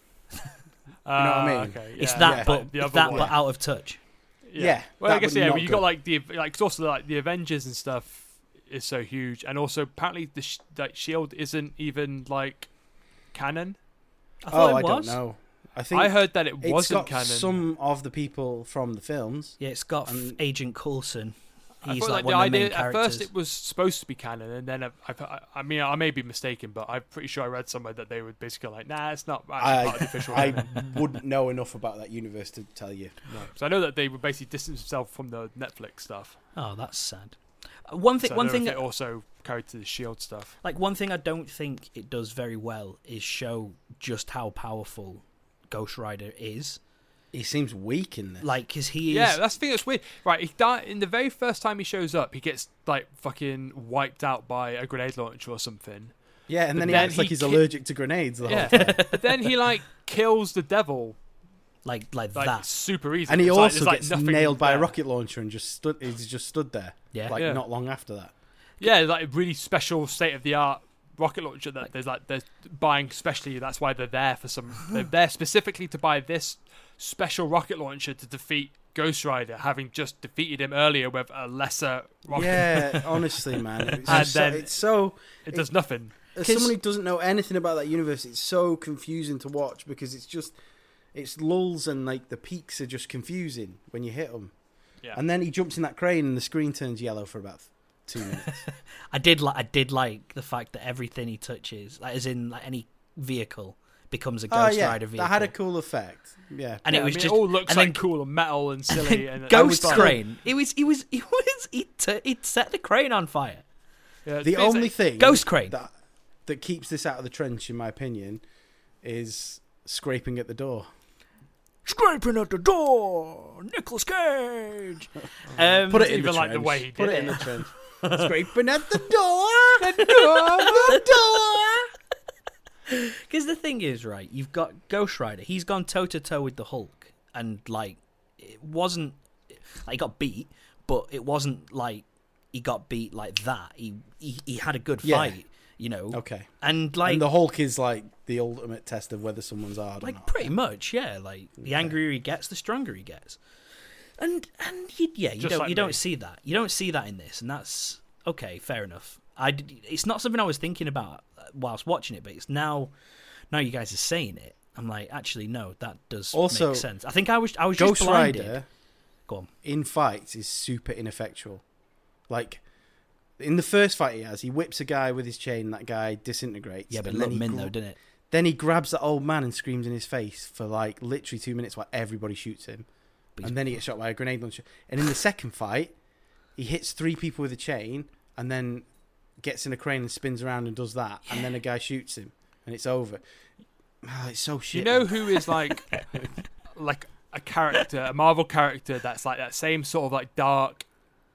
Speaker 2: I mean?
Speaker 3: Okay,
Speaker 1: it's
Speaker 3: yeah,
Speaker 1: that,
Speaker 3: yeah.
Speaker 1: but
Speaker 3: the
Speaker 1: it's
Speaker 3: other
Speaker 1: that,
Speaker 3: one.
Speaker 1: but out of touch.
Speaker 2: Yeah,
Speaker 3: Well, I
Speaker 2: that
Speaker 3: guess
Speaker 2: would
Speaker 3: yeah.
Speaker 2: not
Speaker 3: But you got
Speaker 2: go.
Speaker 3: like the like it's also like the Avengers and stuff is so huge, and also apparently the sh- like Shield isn't even like canon.
Speaker 1: I
Speaker 2: oh,
Speaker 1: thought
Speaker 2: I
Speaker 1: it was.
Speaker 2: don't know. I think
Speaker 3: I heard that it
Speaker 2: it's
Speaker 3: wasn't
Speaker 2: got
Speaker 3: canon.
Speaker 2: some of the people from the films.
Speaker 1: Yeah, it's got f-
Speaker 2: Um,
Speaker 1: Agent Coulson.
Speaker 3: I
Speaker 1: He's
Speaker 3: thought,
Speaker 1: like
Speaker 3: the
Speaker 1: one of the main
Speaker 3: idea- at first
Speaker 1: characters.
Speaker 3: it was supposed to be canon, and then I, I, I mean I may be mistaken, but I'm pretty sure I read somewhere that they were basically like, nah, it's not actually part of the official.
Speaker 2: I
Speaker 3: canon.
Speaker 2: wouldn't know enough about that universe to tell you.
Speaker 3: No. So I know that they were basically distanced themselves from the Netflix stuff.
Speaker 1: Oh, that's sad. Uh, One thing,
Speaker 3: So I
Speaker 1: one
Speaker 3: don't know if
Speaker 1: thing,
Speaker 3: it also carried to the Shield stuff.
Speaker 1: like one thing I don't think it does very well is show just how powerful Ghost Rider is.
Speaker 2: He seems weak in this.
Speaker 1: Like, cause he is.
Speaker 3: Yeah, that's the thing that's weird. Right, he died in the very first time he shows up, he gets like fucking wiped out by a grenade launcher or something.
Speaker 2: yeah, and
Speaker 3: but
Speaker 2: then he
Speaker 3: then
Speaker 2: acts like
Speaker 3: he
Speaker 2: he's
Speaker 3: ki-
Speaker 2: allergic to grenades. The whole
Speaker 3: Yeah.
Speaker 2: time.
Speaker 3: but then he like kills the devil
Speaker 1: like like
Speaker 3: like
Speaker 1: that.
Speaker 3: super easy.
Speaker 2: And he
Speaker 3: It's like-
Speaker 2: also
Speaker 3: there's, like,
Speaker 2: gets
Speaker 3: nothing
Speaker 2: nailed by a
Speaker 3: there.
Speaker 2: rocket launcher and just stood. He's just stood there.
Speaker 1: Yeah.
Speaker 2: like
Speaker 3: Yeah.
Speaker 2: not long after that.
Speaker 3: Yeah, like a really special state of the art rocket launcher that there's like they're buying specially. That's why they're there for some. They're there specifically to buy this special rocket launcher to defeat Ghost Rider, having just defeated him earlier with a lesser rocket.
Speaker 2: Yeah, honestly, man, it's,
Speaker 3: And
Speaker 2: just so,
Speaker 3: then-
Speaker 2: it's so.
Speaker 3: it does nothing.
Speaker 2: As
Speaker 1: 'Cause-
Speaker 2: someone who doesn't know anything about that universe, it's so confusing to watch because it's just it's lulls and like the peaks are just confusing when you hit them.
Speaker 3: Yeah.
Speaker 2: And then he jumps in that crane and the screen turns yellow for about two minutes.
Speaker 1: I did like I did like the fact that everything he touches, like as in like any vehicle, becomes a Ghost Rider vehicle.
Speaker 2: Oh, that had a cool effect. Yeah,
Speaker 1: and
Speaker 3: Yeah,
Speaker 1: it
Speaker 3: I
Speaker 1: was
Speaker 3: mean,
Speaker 1: just
Speaker 3: it all looks
Speaker 1: and
Speaker 3: like
Speaker 1: then-
Speaker 3: cool and metal and silly and I was
Speaker 1: Ghost
Speaker 3: like-
Speaker 1: Crane. It was it was it was he t- it set the crane on fire.
Speaker 3: Yeah,
Speaker 2: the
Speaker 3: it's like-
Speaker 2: only thing
Speaker 1: Ghost Crane.
Speaker 2: that that keeps this out of the trench, in my opinion, is scraping at the door.
Speaker 1: Scraping at the door, Nicholas Cage. Um,
Speaker 2: Put it in
Speaker 3: even
Speaker 2: the
Speaker 3: like the
Speaker 2: trench.
Speaker 3: way he
Speaker 2: Put
Speaker 3: did
Speaker 2: it in
Speaker 3: it.
Speaker 2: the trench. scraping at the door. the door. The door.
Speaker 1: Because the thing is, right, you've got Ghost Rider. He's gone toe to toe with the Hulk, and like, it wasn't like he got beat, but it wasn't like he got beat like that. He he, he had a good
Speaker 2: Yeah.
Speaker 1: fight, you know.
Speaker 2: Okay.
Speaker 1: And like,
Speaker 2: and the Hulk is like the ultimate test of whether someone's hard or
Speaker 1: like
Speaker 2: not.
Speaker 1: pretty much, yeah. Like the angrier he gets, the stronger he gets. And and you, yeah, you
Speaker 3: Just
Speaker 1: don't
Speaker 3: like
Speaker 1: you
Speaker 3: me.
Speaker 1: don't see that. You don't see that in this, and that's okay, fair enough. I did- it's not something I was thinking about uh, whilst watching it, but it's now now you guys are saying it. I'm like, actually, no, that does
Speaker 2: Also,
Speaker 1: make sense. I think I was I was
Speaker 2: Ghost
Speaker 1: just blinded.
Speaker 2: Rider
Speaker 1: Go on.
Speaker 2: in fights is super ineffectual. Like in the first fight he has, he whips a guy with his chain. That guy disintegrates.
Speaker 1: Yeah, but
Speaker 2: and
Speaker 1: it looked
Speaker 2: he
Speaker 1: min
Speaker 2: gr-
Speaker 1: though, didn't it?
Speaker 2: Then he grabs that old man and screams in his face for like literally two minutes while everybody shoots him.
Speaker 1: But he's-
Speaker 2: and then he gets shot by a grenade launcher. And in the second fight, he hits three people with a chain and then gets in a crane and spins around and does that. And then a guy shoots him and it's over. Ah, it's so shit.
Speaker 3: You know
Speaker 2: man.
Speaker 3: who is like like a character, a Marvel character that's like that same sort of like dark,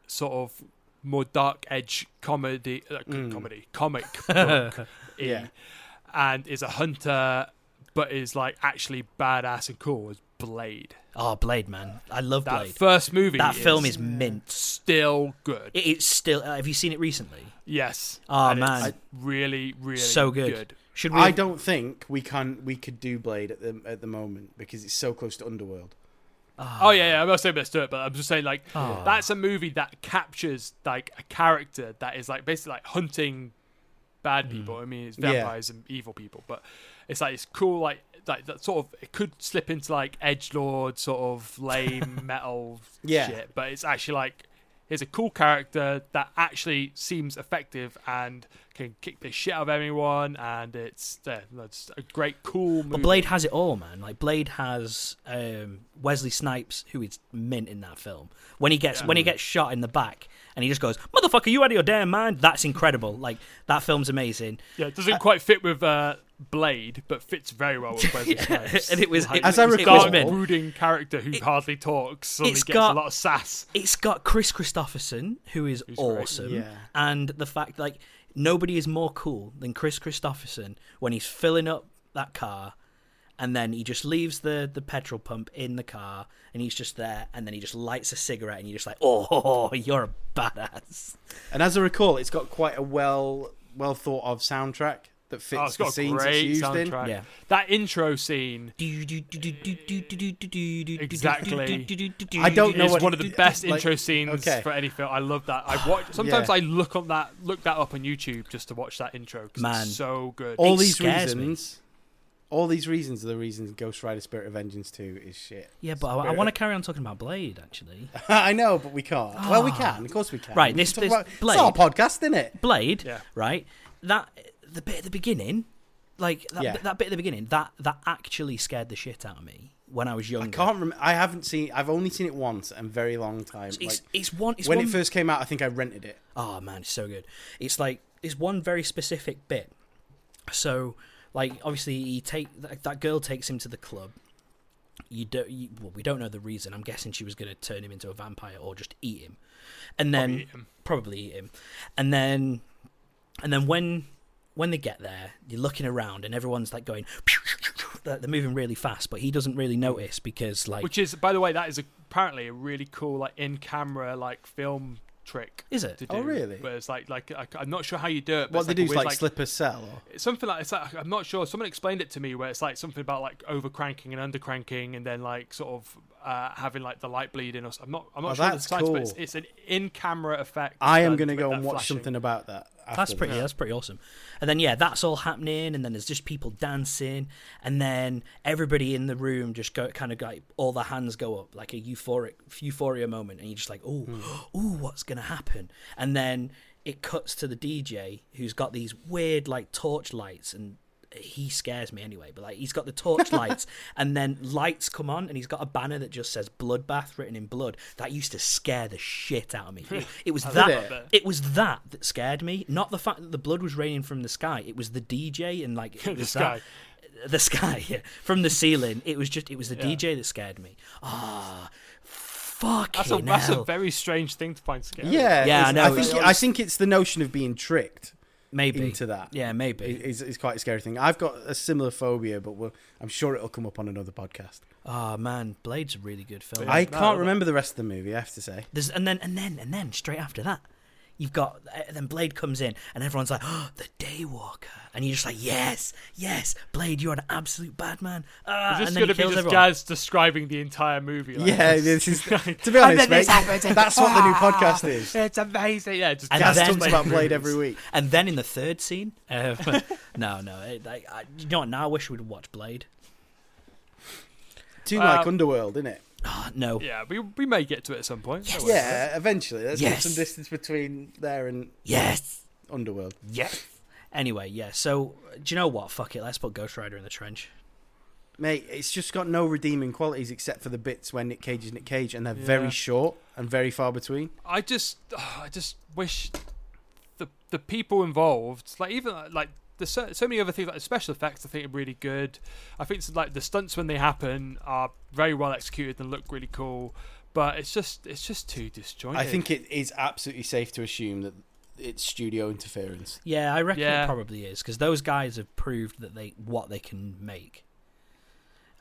Speaker 3: sort of more dark edge comedy, uh, c-
Speaker 2: Mm.
Speaker 3: comedy, comic book,
Speaker 2: Yeah.
Speaker 3: and is a hunter, but is like actually badass and cool. Is Blade
Speaker 1: Oh, Blade man, I love
Speaker 3: that
Speaker 1: Blade.
Speaker 3: first movie?
Speaker 1: that film is
Speaker 2: Yeah.
Speaker 1: mint.
Speaker 3: still good.
Speaker 1: It, it's still. Uh, have you seen it recently?
Speaker 3: yes.
Speaker 1: Oh,
Speaker 3: and it's
Speaker 1: man.
Speaker 3: really, really
Speaker 1: so good. Should we?
Speaker 2: I don't think we can we could do Blade at the at the moment because it's so close to Underworld.
Speaker 3: Oh yeah, yeah. I'm not saying let's do it, but I'm just saying like
Speaker 2: Oh.
Speaker 1: Ah.
Speaker 3: that's a movie that captures like a character that is like basically like hunting bad people. I mean, it's
Speaker 2: Mm. Yeah.
Speaker 3: vampires and evil people, but it's like it's cool. Like like that sort of it could slip into like edge lord sort of lame metal
Speaker 2: Yeah.
Speaker 3: shit, but it's actually like here's a cool character that actually seems effective and can kick the shit out of anyone, and it's yeah, that's a great cool movie.
Speaker 1: But Blade has it all, man. Like Blade has um, Wesley Snipes, who is mint in that film. When he gets when he gets shot in the back, and he just goes, "Motherfucker, you out of your damn mind?" That's incredible. Like that film's amazing.
Speaker 3: Yeah, it doesn't quite fit with uh, Blade, but fits very well with Wesley Snipes.
Speaker 1: and it was it,
Speaker 2: As I
Speaker 1: it was
Speaker 2: recall-
Speaker 3: dark,
Speaker 1: mint.
Speaker 3: brooding character who hardly talks, suddenly
Speaker 1: it's
Speaker 3: gets
Speaker 1: got-
Speaker 3: a lot of sass.
Speaker 1: it's got Chris Christopherson, who is
Speaker 3: great.
Speaker 1: awesome,
Speaker 2: Yeah.
Speaker 1: and the fact like nobody is more cool than Chris Christopherson when he's filling up that car, and then he just leaves the the petrol pump in the car, and he's just there, and then he just lights a cigarette, and you're just like, oh, you're a badass.
Speaker 2: And as I recall, it's got quite a well well thought of soundtrack that fits
Speaker 3: Oh, it's
Speaker 2: the
Speaker 3: got a
Speaker 2: scenes it's
Speaker 3: great
Speaker 2: used in.
Speaker 3: soundtrack.
Speaker 1: Yeah.
Speaker 3: That intro scene
Speaker 1: Exactly.
Speaker 2: I don't know
Speaker 3: is
Speaker 2: what
Speaker 3: one
Speaker 2: it
Speaker 3: of the
Speaker 2: did-
Speaker 3: best
Speaker 2: like-
Speaker 3: intro scenes
Speaker 2: okay.
Speaker 3: for any film. I love that. I watch. Sometimes
Speaker 2: Yeah.
Speaker 3: I look on that, look that up on YouTube just to watch that intro. 'cause
Speaker 1: Man.
Speaker 3: it's so good.
Speaker 2: All
Speaker 1: It
Speaker 2: these
Speaker 1: scares me.
Speaker 2: reasons, all these reasons are the reasons Ghost Rider: Spirit of Vengeance Two is shit.
Speaker 1: Yeah, but I, I
Speaker 2: Spirit.
Speaker 1: want to carry on talking about Blade actually.
Speaker 2: I know, but we can't. Well, we can. Of course, we can.
Speaker 1: Right,
Speaker 2: We
Speaker 1: this-
Speaker 2: can
Speaker 1: this
Speaker 2: talk about,
Speaker 1: Blade-
Speaker 2: It's our podcast, isn't it?
Speaker 1: Blade,
Speaker 3: Yeah.
Speaker 1: right? That the bit at the beginning, like that,
Speaker 2: Yeah.
Speaker 1: that bit at the beginning, that that actually scared the shit out of me when I was younger.
Speaker 2: I can't. Rem- I haven't seen. I've only seen it once, and very long time.
Speaker 1: It's
Speaker 2: Like,
Speaker 1: it's one. It's
Speaker 2: when
Speaker 1: one,
Speaker 2: it first came out, I think I rented it.
Speaker 1: Oh man, it's so good. It's like it's one very specific bit. So, like obviously, he take that, that girl takes him to the club. You don't. You, well, we don't know the reason. I'm guessing she was going to turn him into a vampire or just eat him, and then
Speaker 3: Probably eat him.
Speaker 1: probably eat him, and then and then when when they get there, you're looking around and everyone's like going. They're they're moving really fast, but he doesn't really notice because like
Speaker 3: Which is, by the way, that is apparently a really cool, like in-camera, like film trick.
Speaker 1: Is it?
Speaker 3: To do,
Speaker 2: Oh, really?
Speaker 3: Where it's like, like I, am not sure how you do it. But
Speaker 2: What
Speaker 3: it's
Speaker 2: they do
Speaker 3: a
Speaker 2: is
Speaker 3: weird,
Speaker 2: like, slip a cell. Or...
Speaker 3: it's something like it's like I'm not sure. Someone explained it to me where it's like something about like over cranking and under cranking and then like sort of uh, having like the light bleeding. Or s- I'm not I'm not
Speaker 2: Oh,
Speaker 3: sure of the
Speaker 2: that's
Speaker 3: science, but it's,
Speaker 2: cool.
Speaker 3: it's an in camera effect.
Speaker 2: I am going
Speaker 3: done
Speaker 2: to
Speaker 3: with
Speaker 2: go
Speaker 3: that
Speaker 2: and watch
Speaker 3: flashing.
Speaker 2: something about that.
Speaker 1: That's
Speaker 2: afterwards.
Speaker 1: pretty. That's pretty awesome. And then yeah, that's all happening, and then there's just people dancing, and then everybody in the room just go kind of like all the hands go up like a euphoric euphoria moment, and you're just like, oh, ooh, what's gonna happen? And then it cuts to the DJ who's got these weird like torch lights and. He scares me anyway, but like he's got the torch lights, and then lights come on, and he's got a banner that just says "bloodbath" written in blood. That used to scare the shit out of me. It, it was that
Speaker 2: it?
Speaker 1: it? was that that scared me, not the fact that the blood was raining from the sky. It was the DJ and like it was
Speaker 3: sky.
Speaker 1: that- the sky yeah, from the ceiling. It was just it was the DJ that scared me. Ah, fucking
Speaker 3: That's a,
Speaker 1: hell.
Speaker 3: that's a very strange thing to find scary.
Speaker 2: Yeah,
Speaker 1: Yeah, I
Speaker 2: it's-
Speaker 1: know,
Speaker 2: I
Speaker 1: it's
Speaker 2: think, I
Speaker 1: honest-
Speaker 2: think it's the notion of being tricked
Speaker 1: maybe
Speaker 2: into that.
Speaker 1: Yeah,
Speaker 2: i-
Speaker 1: maybe.
Speaker 2: Is, is quite a scary thing. I've got a similar phobia, but we'll, I'm sure it'll come up on another podcast.
Speaker 1: Ah man, Blade's a really good film.
Speaker 2: I
Speaker 3: no,
Speaker 2: can't
Speaker 3: that-
Speaker 2: remember the rest of the movie. I have to say.
Speaker 1: There's and then and then and then straight after that, you've got uh, then Blade comes in and everyone's like, oh, the Daywalker, and you're just like, yes, yes, Blade, you're an absolute bad man. Ah,
Speaker 3: Is this
Speaker 1: and
Speaker 3: going
Speaker 1: then he
Speaker 3: to be
Speaker 1: kills
Speaker 3: just
Speaker 1: everyone.
Speaker 3: Gaz describing the entire movie? Like
Speaker 2: yeah,
Speaker 3: this?
Speaker 2: this is. To be honest, mate, that's what the new podcast is.
Speaker 3: It's amazing. Yeah, just
Speaker 1: And
Speaker 2: Gaz
Speaker 1: then-
Speaker 2: talks about Blade every week.
Speaker 1: And then in the third scene, um, no, no, it, I, I, you know what? Now I wish we'd watch Blade.
Speaker 2: Too
Speaker 3: Uh,
Speaker 2: like Underworld, isn't it?
Speaker 1: Ah, no,
Speaker 3: Yeah, we, we may get to it at some point. Don't worry.
Speaker 2: Yeah, eventually. Let's
Speaker 1: Yes.
Speaker 2: get some distance between there and
Speaker 1: yes,
Speaker 2: Underworld.
Speaker 1: yes. Anyway, yeah. So do you know what? Fuck it. Let's put Ghost Rider in the trench.
Speaker 2: Mate, it's just got no redeeming qualities except for the bits when Nick Cage is Nick Cage, and they're
Speaker 3: Yeah.
Speaker 2: very short and very far between.
Speaker 3: I just, I just wish the the people involved, like even like there's so, so many other things, like the special effects, I think are really good. I think it's like the stunts when they happen are very well executed and look really cool. But it's just, it's just too disjointed.
Speaker 2: I think it is absolutely safe to assume that it's studio interference.
Speaker 1: Yeah, I reckon it
Speaker 3: Yeah.
Speaker 1: probably is because those guys have proved that they what they can make.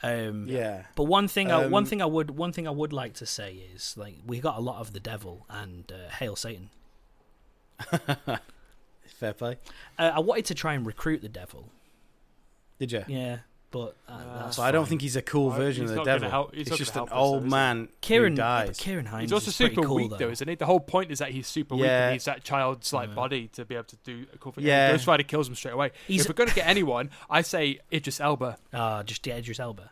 Speaker 1: Um,
Speaker 2: Yeah.
Speaker 1: But one thing, I, one
Speaker 2: Um,
Speaker 1: thing I would, one thing I would like to say is like we got a lot of the devil and uh, hail Satan.
Speaker 2: Fair play.
Speaker 1: Uh, I wanted to try and recruit the devil,
Speaker 2: Did you?
Speaker 1: yeah, but uh,
Speaker 3: Uh,
Speaker 1: that's
Speaker 2: So I don't
Speaker 1: fine.
Speaker 2: think he's a cool
Speaker 3: Well,
Speaker 2: version
Speaker 3: he's
Speaker 2: of the
Speaker 3: not gonna
Speaker 2: devil.
Speaker 3: help- he's
Speaker 2: it's
Speaker 3: not
Speaker 2: just an
Speaker 3: gonna help us though,
Speaker 2: old
Speaker 3: is he?
Speaker 2: man
Speaker 1: Kieran
Speaker 2: who
Speaker 1: yeah, but
Speaker 2: dies.
Speaker 1: Kieran Hines
Speaker 3: He's also
Speaker 1: is pretty
Speaker 3: super
Speaker 1: cool,
Speaker 3: weak
Speaker 1: though.
Speaker 3: though, isn't he? The whole point is that he's super weak
Speaker 2: Yeah.
Speaker 3: and he's that child's like
Speaker 1: Yeah.
Speaker 3: body to be able to do a cool thing.
Speaker 2: Yeah.
Speaker 3: Yeah. Ghost Rider kills him straight away.
Speaker 1: He's-
Speaker 3: If we're gonna get anyone, I say Idris Elba.
Speaker 1: Ah, just yeah, Idris Elba.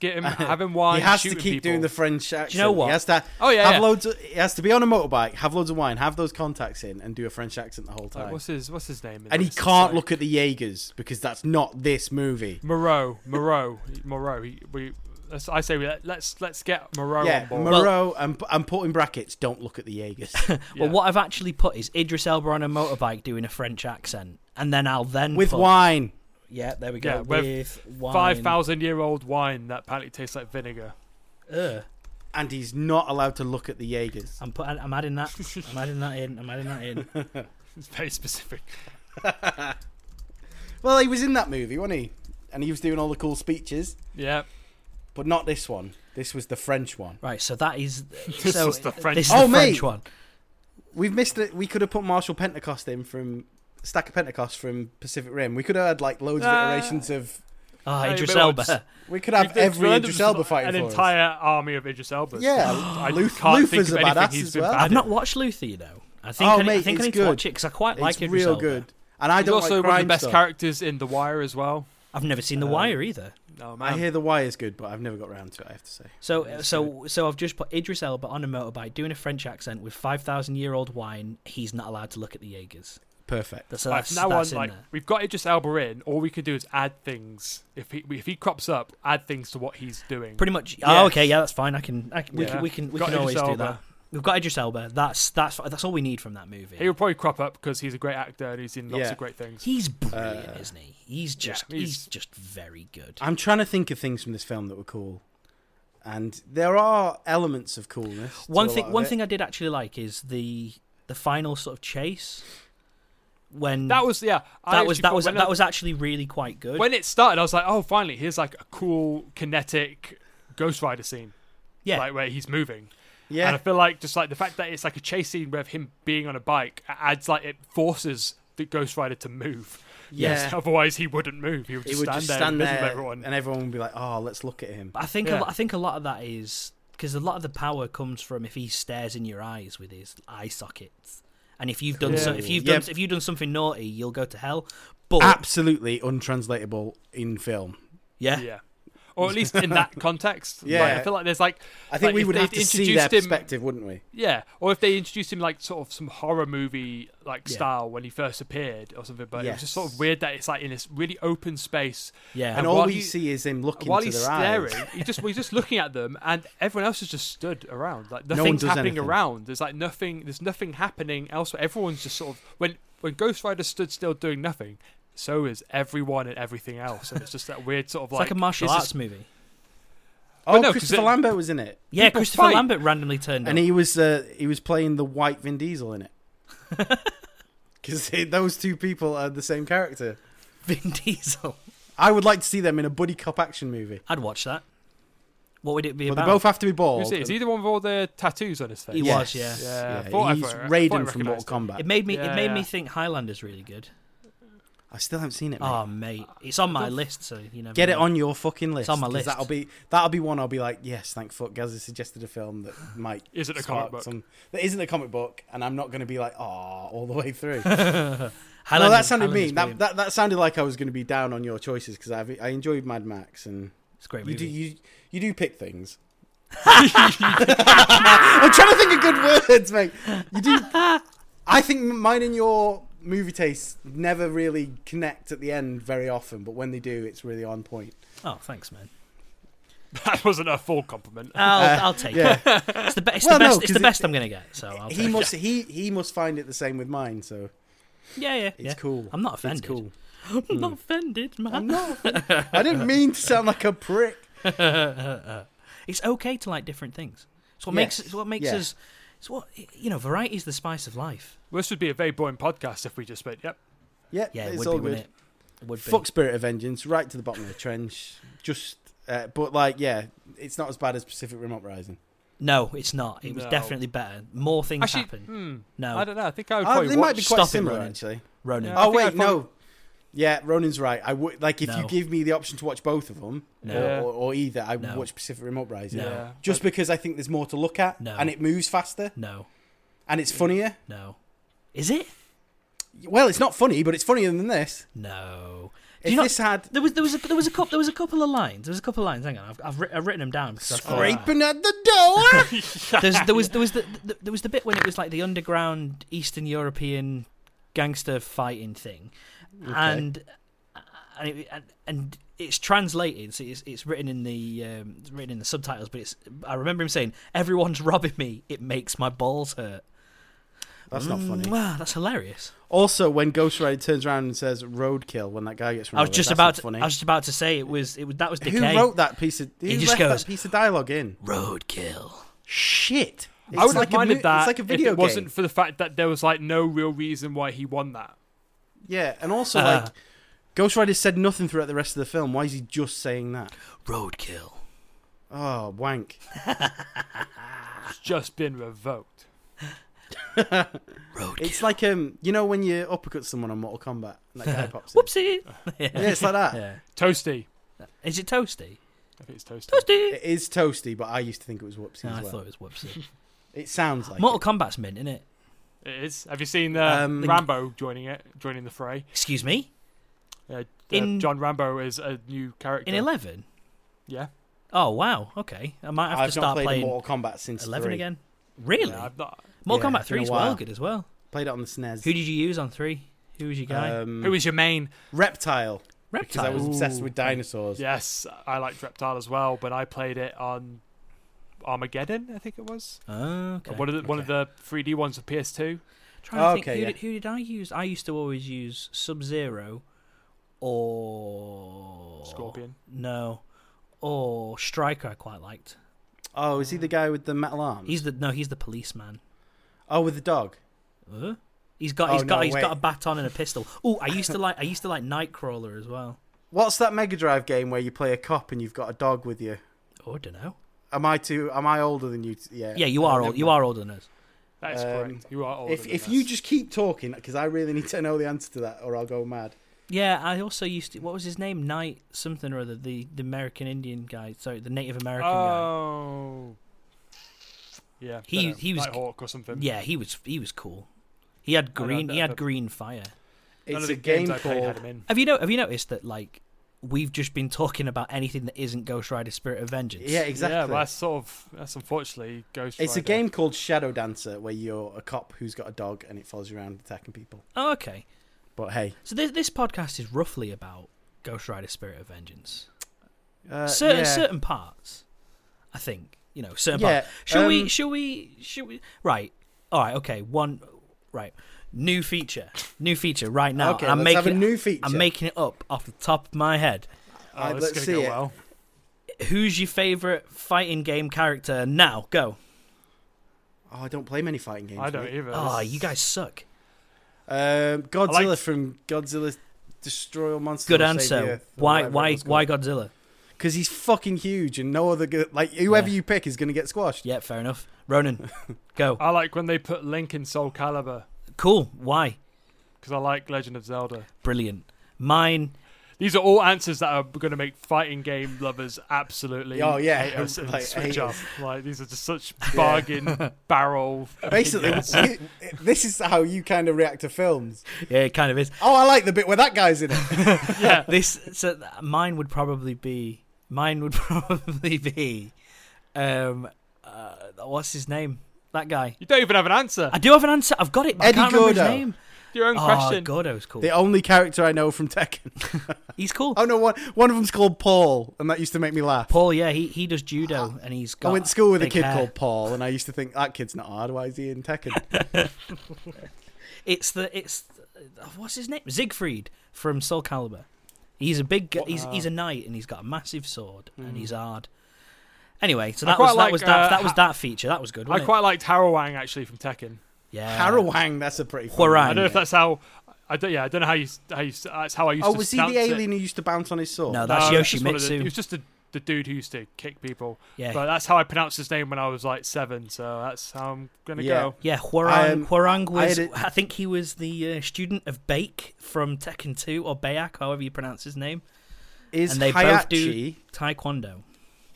Speaker 3: get him, have him wine.
Speaker 2: he has to
Speaker 3: shooting
Speaker 2: keep
Speaker 3: people.
Speaker 2: doing the French accent.
Speaker 1: you know what?
Speaker 2: He has to
Speaker 3: Oh, yeah,
Speaker 2: have
Speaker 3: yeah.
Speaker 2: loads. Of, he has to be on a motorbike, have loads of wine, have those contacts in, and do a French accent the whole
Speaker 3: Like,
Speaker 2: time.
Speaker 3: what's his What's his name? in
Speaker 2: and he
Speaker 3: this? It's
Speaker 2: can't
Speaker 3: like-
Speaker 2: look at the Jaegers because that's not this movie.
Speaker 3: Moreau, Moreau, Moreau. He, we, let's, I say we let, let's let's get Moreau
Speaker 2: yeah,
Speaker 3: on board.
Speaker 2: Moreau and and put in brackets. Don't look at the Jaegers.
Speaker 1: Well,
Speaker 3: Yeah.
Speaker 1: what I've actually put is Idris Elba on a motorbike doing a French accent, and then I'll then
Speaker 2: with
Speaker 1: put,
Speaker 2: wine.
Speaker 1: Yeah, there we go.
Speaker 3: Yeah,
Speaker 1: with
Speaker 3: with
Speaker 1: wine.
Speaker 3: Five thousand year old wine that apparently tastes like vinegar.
Speaker 1: Ugh.
Speaker 2: And he's not allowed to look at the Jaegers.
Speaker 1: I'm putting. I'm adding that. I'm adding that in. I'm adding that in.
Speaker 3: It's very specific.
Speaker 2: Well, he was in that movie, wasn't he? and he was doing all the cool speeches,
Speaker 3: Yeah.
Speaker 2: but not this one. This was the French one.
Speaker 1: Right, so that is
Speaker 3: This
Speaker 1: so
Speaker 3: is the French
Speaker 1: This is
Speaker 2: one.
Speaker 1: the
Speaker 2: Oh,
Speaker 1: French
Speaker 2: mate.
Speaker 1: one.
Speaker 2: We've missed it. We could have put Marshall Pentecost in from Stack of Pentecost from Pacific Rim. We could have had like loads of
Speaker 3: Ah.
Speaker 2: iterations of.
Speaker 1: Ah,
Speaker 3: Hey,
Speaker 1: Idris
Speaker 3: but
Speaker 1: Elba.
Speaker 3: it's-
Speaker 2: We could have
Speaker 3: We've-
Speaker 2: every
Speaker 3: we've-
Speaker 2: Idris Elba fighting
Speaker 3: An
Speaker 2: for us.
Speaker 3: entire army of Idris Elba.
Speaker 2: Yeah.
Speaker 3: I, I
Speaker 2: Luth-
Speaker 3: can't
Speaker 2: Luth
Speaker 3: think
Speaker 2: is
Speaker 3: of
Speaker 2: a
Speaker 3: anything
Speaker 2: badass
Speaker 3: he's
Speaker 2: as
Speaker 3: been
Speaker 2: well.
Speaker 3: bad
Speaker 1: I've
Speaker 3: in.
Speaker 1: not watched Luther, you know. I think,
Speaker 2: Oh,
Speaker 1: I, need- I
Speaker 2: mate,
Speaker 1: think I
Speaker 2: it's
Speaker 1: need to
Speaker 2: good.
Speaker 1: watch it because I quite like
Speaker 2: it's
Speaker 1: Idris
Speaker 2: real
Speaker 1: Elba.
Speaker 2: good, and I
Speaker 3: He's
Speaker 2: don't
Speaker 3: also
Speaker 2: like
Speaker 3: one of
Speaker 2: crime
Speaker 3: the best
Speaker 2: stuff.
Speaker 3: characters in The Wire as well.
Speaker 1: I've never seen The
Speaker 2: Um,
Speaker 1: Wire either.
Speaker 3: No man.
Speaker 2: I hear The Wire's good, but I've never got round to it. I have to say.
Speaker 1: So,
Speaker 2: Yeah, it's
Speaker 1: so, so I've just put Idris Elba on a motorbike doing a French accent with five thousand year old wine. He's not allowed to look at the Jaegers.
Speaker 2: Perfect.
Speaker 1: So
Speaker 3: Like,
Speaker 1: that's,
Speaker 3: from now
Speaker 1: that's
Speaker 3: on,
Speaker 1: in
Speaker 3: like
Speaker 1: there.
Speaker 3: we've got Idris Elba in. All we can do is add things. If he if he crops up, add things to what he's doing.
Speaker 1: Pretty much.
Speaker 2: Yeah.
Speaker 1: Oh, okay, yeah, that's fine. I can, I can, we,
Speaker 3: Yeah.
Speaker 1: can we can, we
Speaker 3: Got
Speaker 1: can
Speaker 3: Idris
Speaker 1: always do
Speaker 3: Elba.
Speaker 1: that. We've got Idris Elba. That's that's that's all we need from that movie.
Speaker 3: He'll probably crop up because he's a great actor and he's in lots
Speaker 2: Yeah.
Speaker 3: of great things.
Speaker 1: He's brilliant,
Speaker 2: Uh,
Speaker 1: isn't he? He's
Speaker 3: yeah,
Speaker 1: just
Speaker 3: he's-
Speaker 1: he's, just very good.
Speaker 2: I'm trying to think of things from this film that were cool, and there are elements of coolness. to
Speaker 1: one
Speaker 2: a lot
Speaker 1: thing
Speaker 2: of
Speaker 1: one
Speaker 2: it.
Speaker 1: thing I did actually like is the the final sort of chase when
Speaker 3: That was yeah.
Speaker 1: Mm.
Speaker 3: I
Speaker 1: that was
Speaker 3: actually
Speaker 1: that
Speaker 3: thought
Speaker 1: was
Speaker 3: when
Speaker 1: that
Speaker 3: I-
Speaker 1: was actually really quite good.
Speaker 3: when it started. I was like, oh, finally, here's like a cool kinetic Ghost Rider scene.
Speaker 1: yeah,
Speaker 3: like where he's moving. And I
Speaker 2: Yeah,
Speaker 3: feel like just like the fact that it's like a chase scene with him being on a bike adds like it forces the Ghost Rider to move.
Speaker 2: yeah.
Speaker 3: Otherwise, he wouldn't move. He would
Speaker 2: He
Speaker 3: just
Speaker 2: would
Speaker 3: stand
Speaker 2: just
Speaker 3: there in
Speaker 2: stand
Speaker 3: the middle
Speaker 2: there,
Speaker 3: of everyone.
Speaker 2: and everyone would be like, "Oh, let's look at him."
Speaker 1: But I think a
Speaker 3: Yeah.
Speaker 1: lo- I think a lot of that is because a lot of the power comes from if he stares in your eyes with his eye sockets, and if you've done so,
Speaker 3: Cool.
Speaker 1: if you've
Speaker 2: Yeah.
Speaker 1: done if you've done something naughty, you'll go to hell. But
Speaker 2: Absolutely untranslatable in film.
Speaker 1: yeah,
Speaker 3: yeah. Or at least in that context. Like, I
Speaker 2: Yeah.
Speaker 3: feel like there's like
Speaker 2: I think
Speaker 3: Like,
Speaker 2: we
Speaker 3: if
Speaker 2: would
Speaker 3: they'd
Speaker 2: have to see their
Speaker 3: introduced him-
Speaker 2: perspective, wouldn't we?
Speaker 3: yeah. Or if they introduced him like sort of some horror movie like
Speaker 1: Yeah.
Speaker 3: style when he first appeared or something. But it was just sort of
Speaker 2: Yes.
Speaker 3: weird that it's like in this really open space
Speaker 1: yeah,
Speaker 2: And
Speaker 3: And
Speaker 2: all
Speaker 3: while
Speaker 2: we
Speaker 3: he-
Speaker 2: see is him looking
Speaker 3: while
Speaker 2: to
Speaker 3: he's
Speaker 2: their
Speaker 3: staring,
Speaker 2: eyes.
Speaker 3: he just well, he's just looking at them, and everyone else is just stood around. Like
Speaker 2: one
Speaker 3: nothing's
Speaker 2: does
Speaker 3: happening
Speaker 2: anything.
Speaker 3: around. There's like nothing. There's nothing happening elsewhere. Everyone's just sort of when when Ghost Rider stood still doing nothing. So is everyone and everything else, and it's just that weird sort of
Speaker 1: it's
Speaker 3: like
Speaker 1: like a martial
Speaker 3: this is-
Speaker 1: arts movie.
Speaker 2: Oh,
Speaker 3: no, 'cause
Speaker 2: Christopher
Speaker 3: it-
Speaker 2: Lambert was in it,
Speaker 1: Yeah,
Speaker 3: people
Speaker 1: Christopher
Speaker 3: fight.
Speaker 1: Lambert randomly turned
Speaker 2: and
Speaker 1: up.
Speaker 2: he was uh, he was playing the white Vin Diesel in it. Because those two people are the same character.
Speaker 1: Vin Diesel.
Speaker 2: I would like to see them in a buddy cop action movie.
Speaker 1: I'd watch that. What would it be
Speaker 2: But they
Speaker 1: about?
Speaker 2: both have to be bald.
Speaker 3: Who's it? Is he the one with all the tattoos on his face?
Speaker 1: He
Speaker 2: Yes.
Speaker 1: was, yeah.
Speaker 3: Yeah, I
Speaker 2: he's
Speaker 3: thought I- I thought I
Speaker 2: Raiden from
Speaker 3: recognised
Speaker 2: Mortal Kombat.
Speaker 1: It made me.
Speaker 3: Yeah,
Speaker 1: it made me
Speaker 3: yeah.
Speaker 1: think Highlander's really good.
Speaker 2: I still haven't seen it. Mate.
Speaker 1: Oh mate, it's on my list, so you know.
Speaker 2: Get it on your fucking list.
Speaker 1: It's on my
Speaker 2: 'cause
Speaker 1: list.
Speaker 2: That'll be that'll be one. I'll be like, yes, thank fuck. Gaz has suggested a film that might
Speaker 3: Isn't a
Speaker 2: spark
Speaker 3: comic book.
Speaker 2: some- that isn't a comic book, and I'm not going to be like, ah, all the way through. no,
Speaker 1: Highlander,
Speaker 2: that sounded
Speaker 1: Highlander's
Speaker 2: mean. That,
Speaker 1: brilliant.
Speaker 2: that that sounded like I was going to be down on your choices because I I enjoyed Mad Max and
Speaker 1: It's a great
Speaker 2: you do
Speaker 1: movie.
Speaker 2: you you do pick things. I'm trying to think of good words, mate. You do. I think mine and your movie tastes never really connect at the end very often, but when they do, it's really on point.
Speaker 1: Oh, thanks, man.
Speaker 3: That wasn't a full compliment.
Speaker 1: I'll, I'll take
Speaker 2: Yeah,
Speaker 1: it. It's the, be- it's
Speaker 2: Well,
Speaker 1: the
Speaker 2: no,
Speaker 1: best. it's
Speaker 2: 'cause
Speaker 1: the
Speaker 2: it-
Speaker 1: best I'm gonna get. So I'll
Speaker 2: he
Speaker 1: take
Speaker 2: must he he must find it the same with mine. So
Speaker 1: it. Yeah, yeah,
Speaker 2: it's
Speaker 1: yeah.
Speaker 2: cool.
Speaker 1: I'm not offended.
Speaker 2: It's cool. Hmm.
Speaker 1: I'm not offended, man.
Speaker 2: I'm not. offended. I didn't mean to sound like a prick.
Speaker 1: it's okay to like different things. It's what makes.
Speaker 2: Yes,
Speaker 1: It's what makes
Speaker 2: yeah.
Speaker 1: us. It's what you know. Variety is the spice of life.
Speaker 3: this would be a very boring podcast if we just went, yep,
Speaker 2: Yep,
Speaker 1: Yeah, it
Speaker 2: it's
Speaker 1: would
Speaker 2: all
Speaker 1: be,
Speaker 2: good.
Speaker 1: wouldn't it? It would be.
Speaker 2: Fuck Spirit of Vengeance, right to the bottom of the trench. Just, uh, but like, yeah, it's not as bad as Pacific Rim Uprising.
Speaker 1: No, it's not. It was
Speaker 3: No.
Speaker 1: definitely better. More things
Speaker 3: actually,
Speaker 1: happen.
Speaker 3: hmm,
Speaker 1: No,
Speaker 3: I don't know. I think I would
Speaker 2: Uh,
Speaker 3: probably
Speaker 2: they
Speaker 3: watch.
Speaker 2: might be quite
Speaker 1: Stop it,
Speaker 2: similar,
Speaker 1: Ronan.
Speaker 2: actually.
Speaker 1: Ronin.
Speaker 3: I
Speaker 2: oh
Speaker 3: think
Speaker 2: wait,
Speaker 3: I'd
Speaker 2: no. Yeah, Ronan's right. I would like if
Speaker 1: No.
Speaker 2: you give me the option to watch both of them
Speaker 1: No.
Speaker 2: or, or, or either. I would
Speaker 1: No.
Speaker 2: watch Pacific Rim Uprising
Speaker 1: No.
Speaker 3: Yeah.
Speaker 2: just because I think there's more to look at
Speaker 1: No.
Speaker 2: and it moves faster
Speaker 1: No,
Speaker 2: and it's funnier.
Speaker 1: no. Is it?
Speaker 2: Well, it's not funny, but it's funnier than this.
Speaker 1: No. Do
Speaker 2: If
Speaker 1: you not?
Speaker 2: this had
Speaker 1: There was there was a, there was a couple there was a couple of lines. There was a couple of lines. Hang on, I've I've, writ- I've written them down. because I thought-
Speaker 2: scraping at the door,
Speaker 1: There's, there was there was the, the there was the bit when it was like the underground Eastern European gangster fighting thing, and and, it, and and it's translated. So it's it's written in the um, it's written in the subtitles, but it's I remember him saying, "Everyone's robbing me. It makes my balls hurt." Mm,
Speaker 2: that's not funny.
Speaker 1: Wow, that's hilarious.
Speaker 2: Also, when Ghost Rider turns around and says "roadkill" when that guy gets, run
Speaker 1: I was
Speaker 2: over,
Speaker 1: just
Speaker 2: that's not
Speaker 1: about to,
Speaker 2: funny.
Speaker 1: I was just about to say it was it was that was
Speaker 2: Who
Speaker 1: decay.
Speaker 2: wrote that piece of? Who
Speaker 1: He just
Speaker 2: left
Speaker 1: goes,
Speaker 2: that piece of dialogue in?
Speaker 1: Roadkill.
Speaker 2: Shit! It's
Speaker 3: I would
Speaker 2: like
Speaker 3: have minded
Speaker 2: a, mo-
Speaker 3: that
Speaker 2: It's like a video
Speaker 3: if it
Speaker 2: game.
Speaker 3: wasn't for the fact that there was like no real reason why he won that.
Speaker 2: Yeah, and also
Speaker 1: Uh.
Speaker 2: like Ghost Rider said nothing throughout the rest of the film. Why is he just saying that?
Speaker 1: Roadkill.
Speaker 2: Oh, wank.
Speaker 3: It's just been revoked.
Speaker 1: Roadkill.
Speaker 2: It's like um, you know when you uppercut someone on Mortal Kombat and that guy pops in.
Speaker 1: Whoopsie.
Speaker 2: Yeah, it's like that.
Speaker 1: Yeah.
Speaker 3: Toasty.
Speaker 1: Is it toasty?
Speaker 3: I think it's toasty.
Speaker 1: Toasty.
Speaker 2: It is toasty, but I used to think it was whoopsie
Speaker 1: No,
Speaker 2: as
Speaker 1: I
Speaker 2: well.
Speaker 1: thought it was whoopsie.
Speaker 2: It sounds like
Speaker 1: Mortal Kombat's mint, isn't it?
Speaker 3: It is. Have you seen uh,
Speaker 2: Um,
Speaker 3: Rambo joining it, joining the fray?
Speaker 1: Excuse me.
Speaker 3: Uh,
Speaker 1: In-
Speaker 3: uh, John Rambo is a new character.
Speaker 1: In eleven.
Speaker 3: yeah.
Speaker 1: Oh wow. Okay. I might
Speaker 2: it.
Speaker 1: have
Speaker 2: I've
Speaker 1: to
Speaker 2: not
Speaker 1: start
Speaker 2: played
Speaker 1: playing
Speaker 2: Mortal Kombat since
Speaker 1: eleven
Speaker 2: three.
Speaker 1: again. Really?
Speaker 3: Yeah, I've not-
Speaker 1: Mortal
Speaker 2: Yeah,
Speaker 1: Kombat
Speaker 2: it's been a
Speaker 1: three is well
Speaker 2: while.
Speaker 1: good as well.
Speaker 2: Played it on the SNES.
Speaker 1: Who did you use on three? Who was your guy?
Speaker 2: Um,
Speaker 3: Who is your main?
Speaker 2: Reptile? Because I
Speaker 1: Reptile.
Speaker 2: was
Speaker 3: Ooh.
Speaker 2: obsessed with dinosaurs.
Speaker 3: Yes, I liked Reptile as well, but I played it on Armageddon. I think it was
Speaker 1: okay.
Speaker 3: one of the one of the 3D ones of PS2.
Speaker 1: Trying to think,
Speaker 2: Okay,
Speaker 1: who,
Speaker 2: yeah.
Speaker 1: did, who did I use? I used to always use Sub Zero, or
Speaker 3: Scorpion.
Speaker 1: No, or Striker. I quite liked.
Speaker 2: Oh, is he the guy with the metal arms?
Speaker 1: He's the no. He's the policeman.
Speaker 2: Oh, with the dog.
Speaker 1: Huh? He's got.
Speaker 2: Oh,
Speaker 1: He's got.
Speaker 2: no,
Speaker 1: He's got a
Speaker 2: wait.
Speaker 1: baton and a pistol. Oh, I used to like. I used to like Nightcrawler as well.
Speaker 2: What's that Mega Drive game where you play a cop and you've got a dog with you?
Speaker 1: Oh, I don't know.
Speaker 2: Am I too? Am I older than you? T- yeah.
Speaker 1: Yeah, you
Speaker 2: Oh,
Speaker 1: are.
Speaker 2: never
Speaker 1: Old, you
Speaker 2: mind.
Speaker 1: are older than us.
Speaker 3: That is
Speaker 2: Um,
Speaker 3: correct. You are older
Speaker 2: If
Speaker 3: than
Speaker 2: if
Speaker 3: us.
Speaker 2: you just keep talking, because I really need to know the answer to that, or I'll go mad.
Speaker 1: Yeah, I also used to. What was his name? Knight something or other. The the American Indian guy. Sorry, the Native American guy.
Speaker 3: oh yeah,
Speaker 1: He-
Speaker 3: dunno,
Speaker 1: he was-
Speaker 3: Nighthawk or something.
Speaker 1: Yeah, he was. He was cool. He had
Speaker 3: don't
Speaker 1: green. He
Speaker 3: know,
Speaker 1: had
Speaker 3: but-
Speaker 1: green fire.
Speaker 3: None
Speaker 2: It's
Speaker 3: of
Speaker 2: a
Speaker 3: the games
Speaker 2: game
Speaker 3: I played had
Speaker 2: called.
Speaker 3: him in.
Speaker 1: Have you know? Have you noticed that like we've just been talking about anything that isn't Ghost Rider: Spirit of Vengeance?
Speaker 2: Yeah, exactly.
Speaker 3: Yeah, well, that's sort of that's unfortunately Ghost.
Speaker 2: it's a
Speaker 3: Rider.
Speaker 2: game called Shadow Dancer where you're a cop who's got a dog and it follows you around attacking people.
Speaker 1: Oh, okay.
Speaker 2: But hey,
Speaker 1: So this this podcast is roughly about Ghost Rider: Spirit of Vengeance.
Speaker 2: uh,
Speaker 1: certain
Speaker 2: yeah.
Speaker 1: certain parts, I think. You know, certain
Speaker 2: Yeah,
Speaker 1: parts. Shall we?
Speaker 2: um,
Speaker 1: Shall we? Shall we? Right. All right. Okay. One. Right. New feature. New feature. Right now.
Speaker 2: okay,
Speaker 1: I'm
Speaker 2: let's
Speaker 1: making.
Speaker 2: have a new feature.
Speaker 1: I'm making it up off the top of my head.
Speaker 3: Oh,
Speaker 2: Alright,
Speaker 3: this
Speaker 2: let's
Speaker 3: is
Speaker 2: see
Speaker 3: gonna go
Speaker 2: it.
Speaker 3: well.
Speaker 1: Who's your favorite fighting game character now? Go.
Speaker 2: Oh, I don't play many fighting games.
Speaker 3: I don't
Speaker 2: mate.
Speaker 3: either.
Speaker 1: Ah,
Speaker 3: This-
Speaker 1: you guys suck.
Speaker 2: Um, Godzilla
Speaker 3: I like-
Speaker 2: from Godzilla Destroy All Monsters.
Speaker 1: Good
Speaker 2: uh,
Speaker 1: answer. Why? Why? Why Godzilla?
Speaker 2: Because he's fucking huge, and no other good, like whoever
Speaker 1: Yeah.
Speaker 2: you pick is going to get squashed.
Speaker 1: Yeah, fair enough. Ronan, go.
Speaker 3: I like when they put Link in Soul Calibur
Speaker 1: Cool. Why?
Speaker 3: because I like Legend of Zelda.
Speaker 1: Brilliant. Mine.
Speaker 3: These are all answers that are going to make fighting game lovers absolutely
Speaker 2: Oh, yeah,
Speaker 3: hate us and
Speaker 2: like,
Speaker 3: switch
Speaker 2: hate
Speaker 3: off. Like these are just such bargain barrel.
Speaker 2: Basically, you- this is how you kind of react to films.
Speaker 1: Yeah, it kind of is.
Speaker 2: Oh, I like the bit where that guy's in it.
Speaker 3: yeah,
Speaker 1: This. So th- mine would probably be. Mine would probably be. Um. Uh, what's his name? That guy.
Speaker 3: you don't even have an answer.
Speaker 1: I do have an answer. I've got it. but I
Speaker 2: Eddie
Speaker 1: can't remember his
Speaker 2: Gordo.
Speaker 1: name.
Speaker 3: Your own
Speaker 1: Oh,
Speaker 3: question.
Speaker 1: Gordo's cool.
Speaker 2: the only character I know from Tekken.
Speaker 1: He's cool.
Speaker 2: Oh no, one one of them's called Paul, and that used to make me laugh.
Speaker 1: Paul. Yeah, he he does judo and he's got.
Speaker 2: Oh. I went to school with a
Speaker 1: big
Speaker 2: kid
Speaker 1: hair.
Speaker 2: called Paul, and I used to think that kid's not hard. Why is he in Tekken?
Speaker 1: It's the it's uh, what's his name? Siegfried from Soul Calibur. He's a big. gu- He's he's a knight and he's got a massive sword and he's hard. Anyway, so
Speaker 3: Hmm. I
Speaker 1: that
Speaker 3: quite
Speaker 1: was that
Speaker 3: like,
Speaker 1: was that
Speaker 3: uh,
Speaker 1: that was
Speaker 3: ha-
Speaker 1: that feature. That was good.
Speaker 3: I
Speaker 1: Wasn't
Speaker 3: quite liked Harawang actually from Tekken.
Speaker 1: it? yeah.
Speaker 2: Harawang, that's a pretty. funny
Speaker 1: Hwarang.
Speaker 3: I don't know
Speaker 2: name.
Speaker 3: if that's how. I don't. Yeah, I don't know how you. s- How you. s- That's how I used
Speaker 2: Oh,
Speaker 3: to.
Speaker 2: was he
Speaker 3: pronounce
Speaker 2: the
Speaker 3: it.
Speaker 2: alien who used to bounce on his sword?
Speaker 1: No, Oh, that's
Speaker 3: it was just one of the-
Speaker 1: Yoshimitsu.
Speaker 3: It was just the, the dude who used to kick people.
Speaker 1: Yeah.
Speaker 3: But that's how I pronounced his name when I was like seven, so that's how I'm going to
Speaker 2: Yeah.
Speaker 3: go.
Speaker 1: yeah, Hwarang.
Speaker 2: Um,
Speaker 1: Hwarang
Speaker 2: I
Speaker 1: was.
Speaker 2: had
Speaker 1: I,
Speaker 2: a-
Speaker 1: think he was the uh, student of Bake from Tekken Two or Bayak, however you pronounce his name.
Speaker 2: Is
Speaker 1: and they
Speaker 2: Hayachi?
Speaker 1: both do Taekwondo.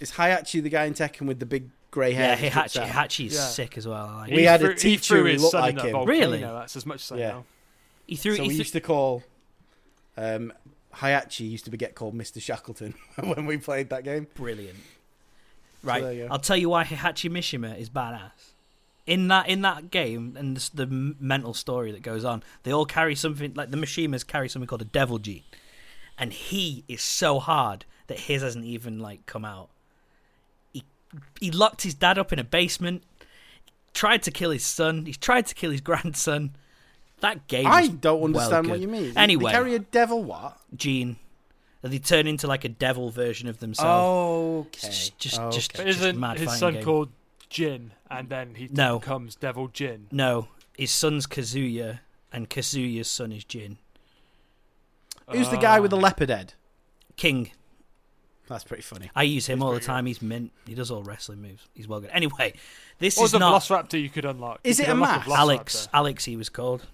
Speaker 2: Is Hayachi the guy in Tekken with the big grey hair?
Speaker 1: Yeah,
Speaker 2: that sticks
Speaker 1: Hihachi.
Speaker 2: out?
Speaker 1: Hihachi is
Speaker 3: Yeah.
Speaker 1: sick as well. I like
Speaker 2: We
Speaker 1: it.
Speaker 3: He
Speaker 2: had a
Speaker 3: threw- he
Speaker 2: teacher
Speaker 3: threw
Speaker 2: who
Speaker 3: his
Speaker 2: looked
Speaker 3: son in
Speaker 2: like
Speaker 3: that
Speaker 2: him.
Speaker 3: volcano,
Speaker 1: Really?
Speaker 3: That's as much as I
Speaker 2: Yeah.
Speaker 3: know.
Speaker 1: he threw.
Speaker 2: So
Speaker 1: he
Speaker 2: we
Speaker 1: threw-
Speaker 2: used to call um, Hayachi used to be get called Mr. Shackleton when we played that game.
Speaker 1: Brilliant.
Speaker 2: there
Speaker 1: Right,
Speaker 2: you go.
Speaker 1: I'll tell you why Hihachi Mishima is badass. In that in that game and this, the m- mental story that goes on, they all carry something like the Mishimas carry something called a devil gene, and he is so hard that his hasn't even like come out. He he locked his dad up in a basement, tried to kill his son, he's tried to kill his grandson. That game,
Speaker 2: I
Speaker 1: is
Speaker 2: don't
Speaker 1: well
Speaker 2: understand what
Speaker 1: good.
Speaker 2: you mean.
Speaker 1: Anyway,
Speaker 2: they carry a devil what?
Speaker 1: gene, they turn into like a devil version of themselves.
Speaker 2: Oh, okay.
Speaker 1: Just, just,
Speaker 2: Okay.
Speaker 1: just,
Speaker 3: But
Speaker 1: just
Speaker 3: isn't
Speaker 1: mad
Speaker 3: his
Speaker 1: fighting
Speaker 3: son
Speaker 1: game.
Speaker 3: called Jin, and then he
Speaker 1: No.
Speaker 3: becomes Devil Jin?
Speaker 1: No, his son's Kazuya, and Kazuya's son is Jin.
Speaker 2: Who's the guy with the
Speaker 3: Ah.
Speaker 2: leopard head?
Speaker 1: King.
Speaker 2: That's pretty funny.
Speaker 1: I use him
Speaker 3: He's
Speaker 1: all the
Speaker 3: pretty good.
Speaker 1: time. He's mint. He does all wrestling moves. He's well good. Anyway, this
Speaker 3: Or
Speaker 1: is
Speaker 3: the
Speaker 1: not
Speaker 3: Velociraptor you could unlock. You
Speaker 2: Is
Speaker 3: could
Speaker 2: it a
Speaker 3: unlock
Speaker 2: mask?
Speaker 1: Alex. Alex, he was called.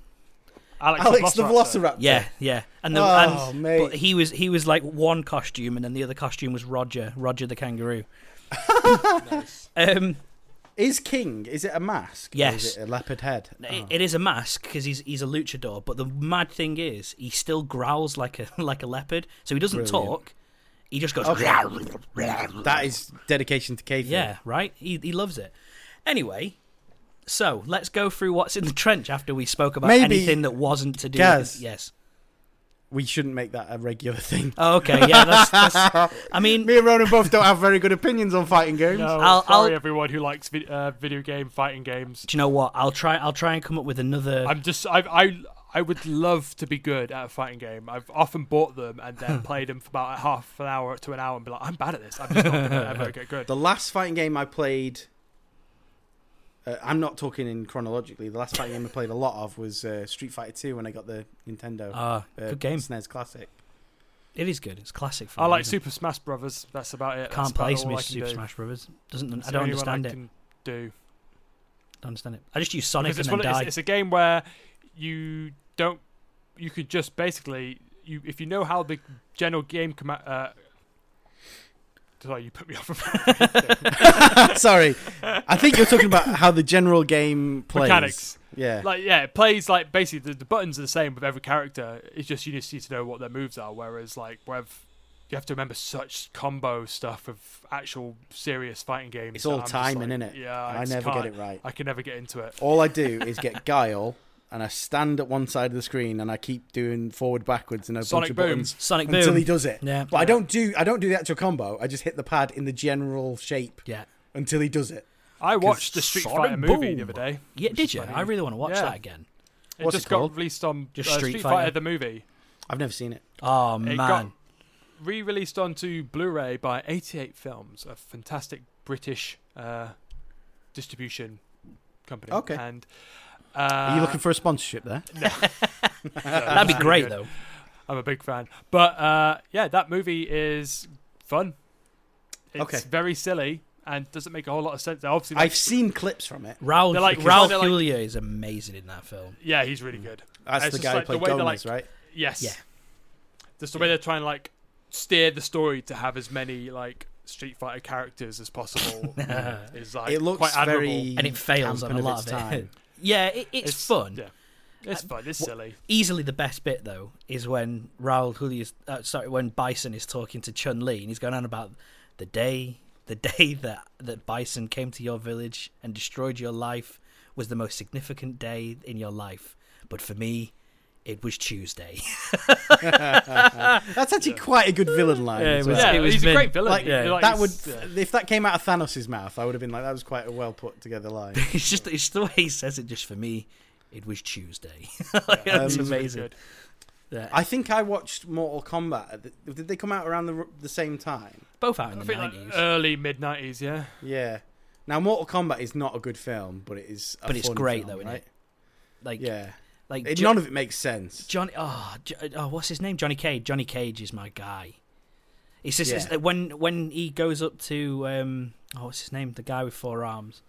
Speaker 3: Alex,
Speaker 2: Alex the Velociraptor.
Speaker 1: Yeah, yeah. And the
Speaker 2: Oh,
Speaker 1: and,
Speaker 2: mate.
Speaker 1: but he was he was like one costume, and then the other costume was Roger, Roger the kangaroo. Um,
Speaker 2: Is King? Is it a mask? Or
Speaker 1: Yes.
Speaker 2: Is it a leopard head?
Speaker 1: it,
Speaker 3: Uh-huh.
Speaker 2: Oh.
Speaker 1: it is a mask because he's he's a luchador. But the mad thing is, he still growls like a like a leopard. So he doesn't
Speaker 2: Brilliant.
Speaker 1: talk. He just goes.
Speaker 2: That is dedication to Kate.
Speaker 1: Yeah, right. He he loves it. Anyway, so let's go through what's in the trench after we spoke about
Speaker 2: Maybe-
Speaker 1: anything that wasn't to do.
Speaker 2: Gaz.
Speaker 1: With, yes.
Speaker 2: We shouldn't make that a regular thing.
Speaker 1: Oh, okay. Yeah. That's, that's, I mean,
Speaker 2: Me and Ronan both don't have very good opinions on fighting games.
Speaker 3: No,
Speaker 1: I'll-
Speaker 3: sorry
Speaker 1: I'll-
Speaker 3: everyone who likes vid- uh, video game fighting games.
Speaker 1: do you know what? I'll try. I'll try and come up with another.
Speaker 3: I'm just I I I would love to be good at a fighting game. I've often bought them and then played them for about half an hour to an hour and be like, I'm bad at this. I'm just not gonna ever get good.
Speaker 2: The last fighting game I played. Uh, I'm not talking in chronologically. The last fighting game I played a lot of was uh, Street Fighter 2 when I got the Nintendo uh,
Speaker 1: Ah, good game.
Speaker 2: SNES Classic.
Speaker 1: It is good. It's classic. For
Speaker 3: I
Speaker 1: a
Speaker 3: like
Speaker 1: reason.
Speaker 3: Super Smash Brothers. That's about it. That's
Speaker 1: Can't
Speaker 3: about
Speaker 1: play
Speaker 3: all I
Speaker 1: Smash,
Speaker 3: can
Speaker 1: Super
Speaker 3: do.
Speaker 1: Smash Brothers. Doesn't I
Speaker 3: It's the
Speaker 1: don't
Speaker 3: only one
Speaker 1: understand it.
Speaker 3: Can do
Speaker 1: Don't understand it. I just use Sonic
Speaker 3: because
Speaker 1: and
Speaker 3: it's,
Speaker 1: then
Speaker 3: one, it's,
Speaker 1: die.
Speaker 3: it's a game where you don't you could just basically you if you know how the general game com- uh, sorry you put me off
Speaker 2: Sorry. I think you're talking about how the general game plays.
Speaker 3: mechanics
Speaker 2: Yeah.
Speaker 3: like yeah it plays like basically the, the buttons are the same with every character it's just you just need to know what their moves are whereas like with you have to remember such combo stuff with actual serious fighting games
Speaker 2: It's all
Speaker 3: that I'm just
Speaker 2: timing,
Speaker 3: like,
Speaker 2: innit?
Speaker 3: yeah
Speaker 2: I
Speaker 3: just
Speaker 2: never get
Speaker 3: can't-
Speaker 2: it right.
Speaker 3: I can never get into it
Speaker 2: All I do is get Guile and I stand at one side of the screen and I keep doing forward backwards and a
Speaker 3: Sonic
Speaker 2: bunch of
Speaker 3: boom.
Speaker 2: buttons
Speaker 1: Sonic
Speaker 2: until
Speaker 1: Boom.
Speaker 2: he does it.
Speaker 1: Yeah.
Speaker 2: But I don't do I don't do the actual combo. I just hit the pad in the general shape
Speaker 1: yeah.
Speaker 2: until he does it.
Speaker 3: I watched the Street
Speaker 1: Sonic
Speaker 3: Fighter movie
Speaker 1: Boom.
Speaker 3: the other day
Speaker 1: Yeah.
Speaker 3: Which
Speaker 1: Did
Speaker 3: is
Speaker 1: you?
Speaker 3: funny.
Speaker 1: I really want to watch
Speaker 3: Yeah.
Speaker 1: that again.
Speaker 3: It
Speaker 2: What's it
Speaker 3: just got
Speaker 2: called?
Speaker 3: released on
Speaker 1: Just
Speaker 3: uh,
Speaker 1: Street
Speaker 3: Street,
Speaker 1: Fighter.
Speaker 3: Fighter. the movie.
Speaker 2: I've never seen it.
Speaker 1: Oh
Speaker 3: It
Speaker 1: man.
Speaker 3: got re-released onto Blu-ray by 88 Films, a fantastic British uh, distribution company.
Speaker 2: Okay.
Speaker 3: And uh,
Speaker 2: Are you looking for a sponsorship there?
Speaker 1: That'd be great though.
Speaker 3: I'm a big fan. But uh, yeah, that movie is fun. It's
Speaker 2: Okay.
Speaker 3: very silly and doesn't make a whole lot of sense. They're Obviously, like,
Speaker 2: I've seen clips from it.
Speaker 1: Raul
Speaker 3: They're like-
Speaker 1: Raul
Speaker 3: they're like-
Speaker 1: Julia is amazing in that film.
Speaker 3: yeah, he's really good.
Speaker 2: That's
Speaker 3: It's
Speaker 2: the
Speaker 3: just
Speaker 2: guy
Speaker 3: like the
Speaker 2: who
Speaker 3: way
Speaker 2: played
Speaker 3: they're
Speaker 2: Gomez, right?
Speaker 3: Yes.
Speaker 1: Yeah.
Speaker 3: Just the way they're trying to like steer the story to have as many like Street Fighter characters as possible is like
Speaker 2: It looks
Speaker 3: quite admirable.
Speaker 2: very
Speaker 1: And it fails
Speaker 2: camp
Speaker 1: on a
Speaker 2: of
Speaker 1: lot
Speaker 2: its
Speaker 1: of it.
Speaker 2: time.
Speaker 1: Yeah, it, it's, fun.
Speaker 3: Yeah. It's fun. It's silly.
Speaker 1: Easily the best bit though is when Raul Julia's uh, sorry when Bison is talking to Chun Li and he's going on about the day the day that that Bison came to your village and destroyed your life was the most significant day in your life, but for me. It was Tuesday.
Speaker 2: That's actually quite a good villain line.
Speaker 1: Yeah,
Speaker 2: as
Speaker 1: it was-
Speaker 2: well.
Speaker 3: yeah,
Speaker 1: it
Speaker 3: he's
Speaker 1: been-
Speaker 3: a great villain.
Speaker 2: Like,
Speaker 3: He-
Speaker 1: yeah.
Speaker 2: that would
Speaker 3: he's- yeah.
Speaker 2: if that came out of Thanos' mouth, I would have been like, that was quite a well put together line.
Speaker 1: It's just it's the way he says it. Just for me, it was Tuesday. Like,
Speaker 3: Yeah,
Speaker 1: that's
Speaker 3: he's really
Speaker 1: um, amazing.
Speaker 3: good.
Speaker 1: Yeah.
Speaker 2: I think I watched Mortal Kombat. at the- Did they come out around the, the same time?
Speaker 1: Both out in
Speaker 3: I
Speaker 1: the
Speaker 3: think like
Speaker 1: nineties,
Speaker 2: uh,
Speaker 3: early mid nineties, yeah.
Speaker 2: Yeah. Now, Mortal Kombat is not a good film, but it is. A
Speaker 1: But it's
Speaker 2: fun
Speaker 1: great,
Speaker 2: film,
Speaker 1: though, isn't
Speaker 2: right?
Speaker 1: like
Speaker 2: Yeah.
Speaker 1: like
Speaker 2: It-
Speaker 1: Jo-
Speaker 2: none of it makes sense.
Speaker 1: Johnny. Oh, Jo- oh, what's his name? Johnny Cage. Johnny Cage is my guy. It's just it's
Speaker 2: Yeah.
Speaker 1: when when he goes up to um oh what's his name? The guy with four arms.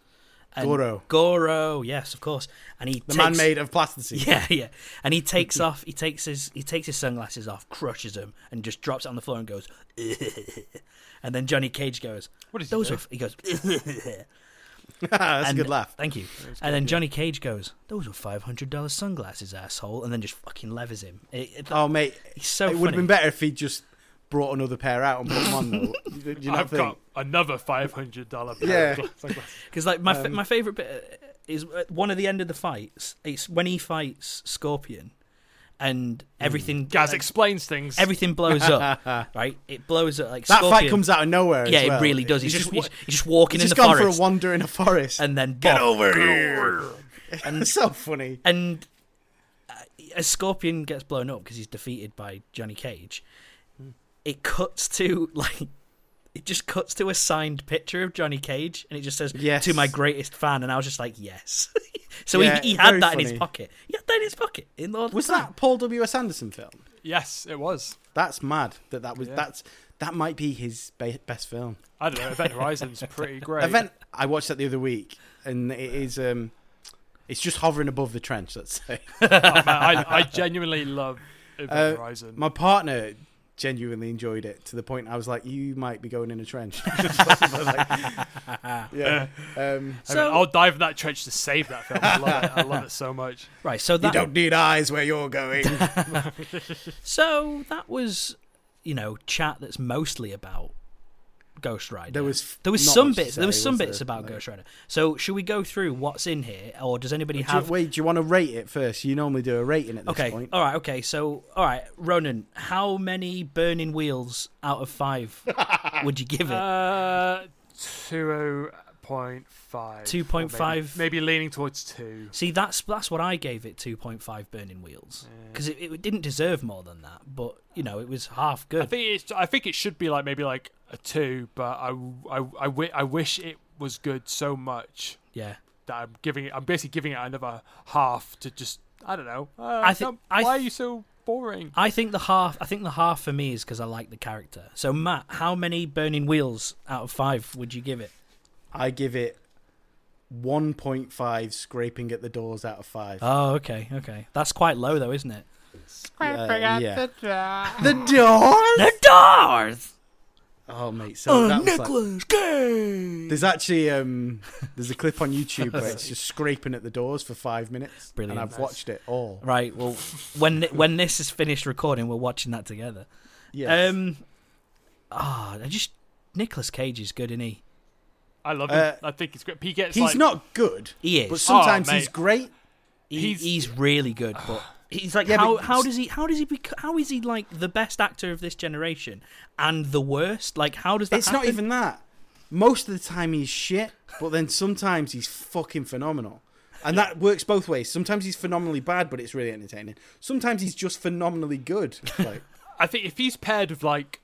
Speaker 1: And-
Speaker 2: Goro.
Speaker 1: Goro. Yes, of course. And he
Speaker 2: The
Speaker 1: takes,
Speaker 2: man made of plasticine.
Speaker 1: Yeah, yeah. And he takes off. He takes his he takes his sunglasses off, crushes them, and just drops it on the floor and goes. and then Johnny Cage goes.
Speaker 3: What is he
Speaker 1: Those
Speaker 3: do?
Speaker 1: are f-" he goes.
Speaker 2: That's
Speaker 1: and-
Speaker 2: a good laugh.
Speaker 1: Thank you. And then Johnny Cage goes, "Those are five hundred dollars sunglasses, asshole," and then just fucking levers him. It, it-
Speaker 2: Oh, mate.
Speaker 1: he's so
Speaker 2: it would have
Speaker 1: funny.
Speaker 2: been better if he'd just brought another pair out and put them on, though. Do you not
Speaker 3: I've
Speaker 2: think?
Speaker 3: got another five hundred dollar
Speaker 2: Yeah.
Speaker 1: Because like my
Speaker 2: Um,
Speaker 1: fa- my favorite bit uh, is at one of the end of the fights. It's when he fights Scorpion, and
Speaker 2: Hmm.
Speaker 1: everything
Speaker 3: Gaz
Speaker 1: uh,
Speaker 3: explains things.
Speaker 1: everything blows up. right, it blows up like
Speaker 2: That
Speaker 1: Scorpion.
Speaker 2: fight comes out of nowhere. as
Speaker 1: Yeah, it
Speaker 2: well.
Speaker 1: really does. He's,
Speaker 2: He's
Speaker 1: just
Speaker 2: wa-
Speaker 1: he's, he's just walking
Speaker 2: he's
Speaker 1: in
Speaker 2: just
Speaker 1: the
Speaker 2: gone
Speaker 1: forest,
Speaker 2: for a wander in a forest.
Speaker 1: and then
Speaker 2: Get
Speaker 1: bop.
Speaker 2: over here. It's so funny.
Speaker 1: and uh, a scorpion gets
Speaker 2: Hmm.
Speaker 1: blown up because he's defeated by Johnny Cage. It cuts to like it just cuts to a signed picture of Johnny Cage, and it just says,
Speaker 2: Yes.
Speaker 1: "To my greatest fan," and I was just like, "Yes." so
Speaker 2: Yeah,
Speaker 1: he, he had
Speaker 2: very
Speaker 1: that in his
Speaker 2: funny.
Speaker 1: pocket. He had that in his pocket. In all the
Speaker 2: Was
Speaker 1: time.
Speaker 2: that Paul W. S. Anderson film?
Speaker 3: Yes, it was.
Speaker 2: That's mad. That that was
Speaker 3: Yeah.
Speaker 2: that's that might be his be- best film.
Speaker 3: I don't know. Event Horizon's pretty great.
Speaker 2: Event. I watched that the other week, and it is um, it's just hovering above the trench. Let's say.
Speaker 3: Oh, man, I, I genuinely love Event
Speaker 2: Uh,
Speaker 3: Horizon.
Speaker 2: My partner genuinely enjoyed it to the point I was like, "You might be going in a trench." yeah. Um,
Speaker 3: I mean,
Speaker 1: So-
Speaker 3: I'll dive in that trench to save that film. I love it. I love it so much.
Speaker 1: right? So
Speaker 2: you
Speaker 1: that
Speaker 2: don't need eyes where you're going.
Speaker 1: so that was you know chat that's mostly about Ghost Rider.
Speaker 2: There was
Speaker 1: there was
Speaker 2: not
Speaker 1: some
Speaker 2: much to
Speaker 1: bits. There was
Speaker 2: say,
Speaker 1: some
Speaker 2: was
Speaker 1: bits
Speaker 2: there?
Speaker 1: about
Speaker 2: No.
Speaker 1: Ghost Rider. So should we go through what's in here, or does anybody
Speaker 2: Do you-
Speaker 1: have?
Speaker 2: wait, do you want to rate it first? You normally do a rating at this
Speaker 1: okay,
Speaker 2: point.
Speaker 1: all right, okay. So all right, Ronan, how many burning wheels out of five would you give it?
Speaker 3: Uh, 2.5.
Speaker 1: 2.5.
Speaker 3: Or Maybe, maybe leaning towards 2.
Speaker 1: See, that's that's what I gave it. Two point five burning wheels because it, it didn't deserve more than that. But you know, it was half
Speaker 3: I
Speaker 1: good.
Speaker 3: think it's, I think it should be like maybe like a 2, but I, I, I, wi- I wish it was good so much
Speaker 1: yeah,
Speaker 3: that I'm giving it, I'm basically giving it another half to just, I don't know. Uh,
Speaker 1: I thi-
Speaker 3: no,
Speaker 1: I
Speaker 3: why are
Speaker 1: th-
Speaker 3: you so boring?
Speaker 1: I think the half. I think the half for me is because I like the character. So Matt, how many burning wheels out of five would you give it?
Speaker 2: I give it 1.5 scraping at the doors out of 5.
Speaker 1: Oh, okay, okay. That's quite low though, isn't it?
Speaker 2: Uh, yeah. The doors?
Speaker 1: The doors.
Speaker 2: Oh, mate. So that was like, there's actually um, there's a clip on YouTube where it's just scraping at the doors for five minutes,
Speaker 1: Brilliant.
Speaker 2: and I've watched it all.
Speaker 1: Right. Well, when thi- when this is finished recording, we're watching that together.
Speaker 2: Yes.
Speaker 1: Um. Ah, I just Nicholas Cage is good, isn't he?
Speaker 3: I love
Speaker 2: Uh,
Speaker 3: it. I think it's great. He gets
Speaker 2: he's
Speaker 3: like,
Speaker 2: not good,
Speaker 1: He is.
Speaker 2: but sometimes
Speaker 3: Oh,
Speaker 2: he's
Speaker 3: mate.
Speaker 2: great.
Speaker 1: He- he's,
Speaker 3: He's-
Speaker 1: really good, but he's like
Speaker 2: Yeah,
Speaker 1: how
Speaker 2: but-
Speaker 1: how does he how does he bec- how is he like the best actor of this generation and the worst? Like how does that?
Speaker 2: It's not
Speaker 1: happen?
Speaker 2: even that. Most of the time he's shit, but then sometimes he's fucking phenomenal. And that works both ways. Sometimes he's phenomenally bad, but it's really entertaining. Sometimes he's just phenomenally good. Like,
Speaker 3: I think if he's paired with like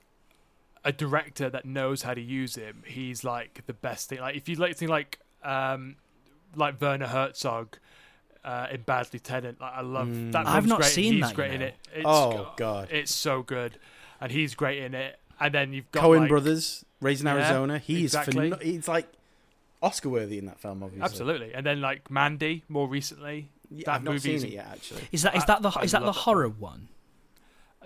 Speaker 3: a director that knows how to use him, he's like the best thing. Like if you like think like um like Werner Herzog uh, in Bad Lieutenant, like I love that.
Speaker 1: I've
Speaker 3: film's
Speaker 1: not
Speaker 3: great.
Speaker 1: seen
Speaker 3: he's
Speaker 1: that, you
Speaker 3: great in
Speaker 1: know.
Speaker 3: it. It's,
Speaker 2: Oh, God.
Speaker 3: it's so good, and he's great in it. And then you've got
Speaker 2: Cohen
Speaker 3: like-
Speaker 2: Brothers, Raising
Speaker 3: Yeah,
Speaker 2: Arizona. He
Speaker 3: exactly.
Speaker 2: is phen- he's like Oscar worthy in that film, obviously.
Speaker 3: absolutely, and then like Mandy more recently.
Speaker 2: Yeah,
Speaker 3: that
Speaker 2: I've not
Speaker 3: movie
Speaker 2: seen
Speaker 3: is
Speaker 2: it yet, actually.
Speaker 1: Is that is
Speaker 3: I-
Speaker 1: that the
Speaker 3: I
Speaker 1: is that the
Speaker 3: love that
Speaker 1: horror one?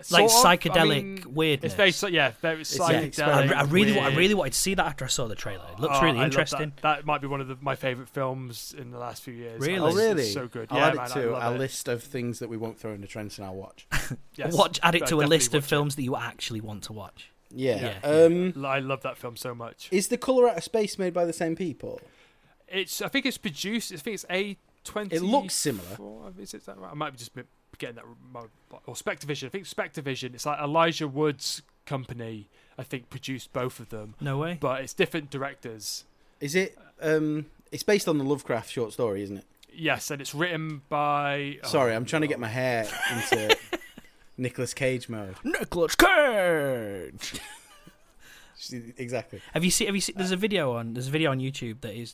Speaker 3: sort of, I
Speaker 1: like psychedelic
Speaker 3: mean,
Speaker 1: weirdness.
Speaker 3: It's very so- yeah, very
Speaker 2: like
Speaker 3: psychedelic.
Speaker 1: I,
Speaker 2: experiment.
Speaker 1: I really wa- I
Speaker 3: weird.
Speaker 1: really wanted to see that after I saw the trailer. It looks
Speaker 3: Oh,
Speaker 1: really
Speaker 3: I love that.
Speaker 1: interesting.
Speaker 3: That. might be one of the, my favorite films in the last few years.
Speaker 1: Really?
Speaker 3: I
Speaker 1: Oh,
Speaker 2: Oh,
Speaker 3: love it.
Speaker 2: really?
Speaker 3: It's so good.
Speaker 2: I'll
Speaker 3: yeah,
Speaker 2: add
Speaker 3: man,
Speaker 2: it to
Speaker 3: I
Speaker 2: a
Speaker 3: love it.
Speaker 2: list of things that we won't throw in the trench and I'll watch.
Speaker 3: Yes.
Speaker 1: Watch add it
Speaker 3: I
Speaker 1: to a list
Speaker 3: definitely
Speaker 1: of films that you actually want to watch.
Speaker 2: Yeah.
Speaker 1: Yeah.
Speaker 2: Um,
Speaker 3: watch it. I love that film so much.
Speaker 2: Is The Colour Out of Space made by the same people?
Speaker 3: It's. I think it's produced. I think it's a twenty.
Speaker 2: It looks similar.
Speaker 3: Is it that right? I might be just be getting that. wrong. Or Spectavision. I think Spectavision. It's like Elijah Wood's company. I think produced both of them,
Speaker 1: No way.
Speaker 3: but it's different directors.
Speaker 2: Is it? Um, it's based on the Lovecraft short story, isn't it?
Speaker 3: Yes, and it's written by. oh,
Speaker 2: Sorry, I'm trying to get
Speaker 3: no.
Speaker 2: my hair into Nicolas Cage mode.
Speaker 1: Nicholas Cage.
Speaker 2: Exactly.
Speaker 1: Have you seen? Have you seen? There's a video on. There's a video on YouTube that is.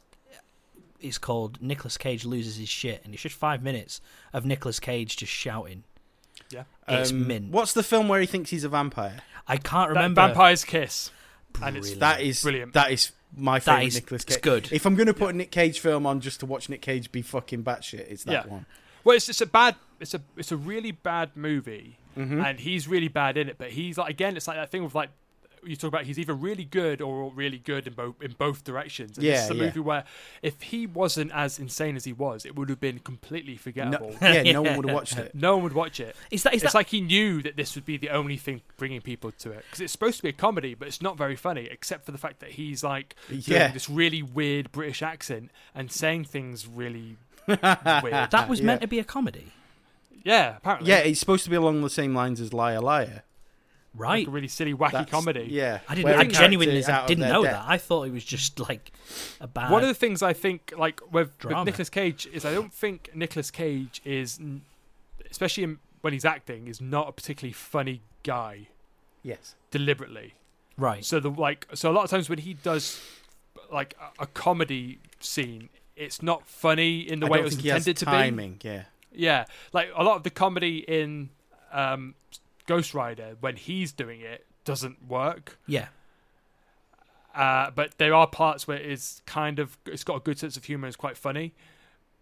Speaker 1: It's called Nicholas Cage loses his shit, and it's just five minutes of Nicholas Cage just shouting.
Speaker 3: Yeah.
Speaker 1: It's mint.
Speaker 2: Um, What's the film where he thinks he's a vampire?
Speaker 1: I can't
Speaker 3: That
Speaker 1: remember.
Speaker 3: Vampire's Kiss. And it's
Speaker 1: Brilliant.
Speaker 2: That is
Speaker 3: Brilliant.
Speaker 2: That is my
Speaker 1: That
Speaker 2: favorite
Speaker 1: is-
Speaker 2: Nicolas
Speaker 1: it's
Speaker 2: Cage.
Speaker 1: good.
Speaker 2: If I'm going to put a Nick Cage film on just to watch Nick Cage be fucking batshit, it's that
Speaker 3: Yeah.
Speaker 2: one.
Speaker 3: Well, it's, it's a bad, it's a it's a really bad movie,
Speaker 2: Mm-hmm.
Speaker 3: and he's really bad in it. But he's like again, it's like that thing with like you talk about. He's either really good or really good in both in both directions. And this
Speaker 2: Yeah,
Speaker 3: is a
Speaker 2: yeah.
Speaker 3: movie where if he wasn't as insane as he was, it would have been completely
Speaker 2: No,
Speaker 3: forgettable. No,
Speaker 2: yeah, no one would have watched it.
Speaker 3: one would watch it.
Speaker 1: Is that? Is
Speaker 3: it's
Speaker 1: that?
Speaker 3: like he knew that this would be the only thing bringing people to it because it's supposed to be a comedy, but it's not very funny except for the fact that he's like doing
Speaker 2: Yeah.
Speaker 3: this really weird British accent and saying things really weird.
Speaker 1: that was meant
Speaker 2: Yeah.
Speaker 1: to be a comedy,
Speaker 3: yeah, apparently.
Speaker 2: Yeah, it's supposed to be along the same lines as Liar Liar.
Speaker 1: right?
Speaker 3: like a really silly, wacky
Speaker 2: That's-
Speaker 3: comedy.
Speaker 2: Yeah,
Speaker 1: I didn't.
Speaker 2: where
Speaker 1: I
Speaker 2: a character
Speaker 1: genuinely
Speaker 2: is out of
Speaker 1: didn't
Speaker 2: their
Speaker 1: know
Speaker 2: depth.
Speaker 1: that. I thought it was just like a bad.
Speaker 3: One of the things I think, like with, with
Speaker 1: Drama.
Speaker 3: Nicolas Cage, is I don't think Nicolas Cage is, n- especially in, when he's acting, is not a particularly funny guy
Speaker 2: Yes.
Speaker 3: deliberately.
Speaker 1: Right.
Speaker 3: So the like so a lot of times when he does like a, a comedy scene, it's not funny in the
Speaker 2: I
Speaker 3: way
Speaker 2: don't
Speaker 3: it was
Speaker 2: think he has
Speaker 3: intended to be.
Speaker 2: timing. Yeah,
Speaker 3: Yeah, like a lot of the comedy in um, Ghost Rider when he's doing it doesn't work.
Speaker 1: Yeah.
Speaker 3: Uh, but there are parts where it's kind of it's got a good sense of humor. It's quite funny.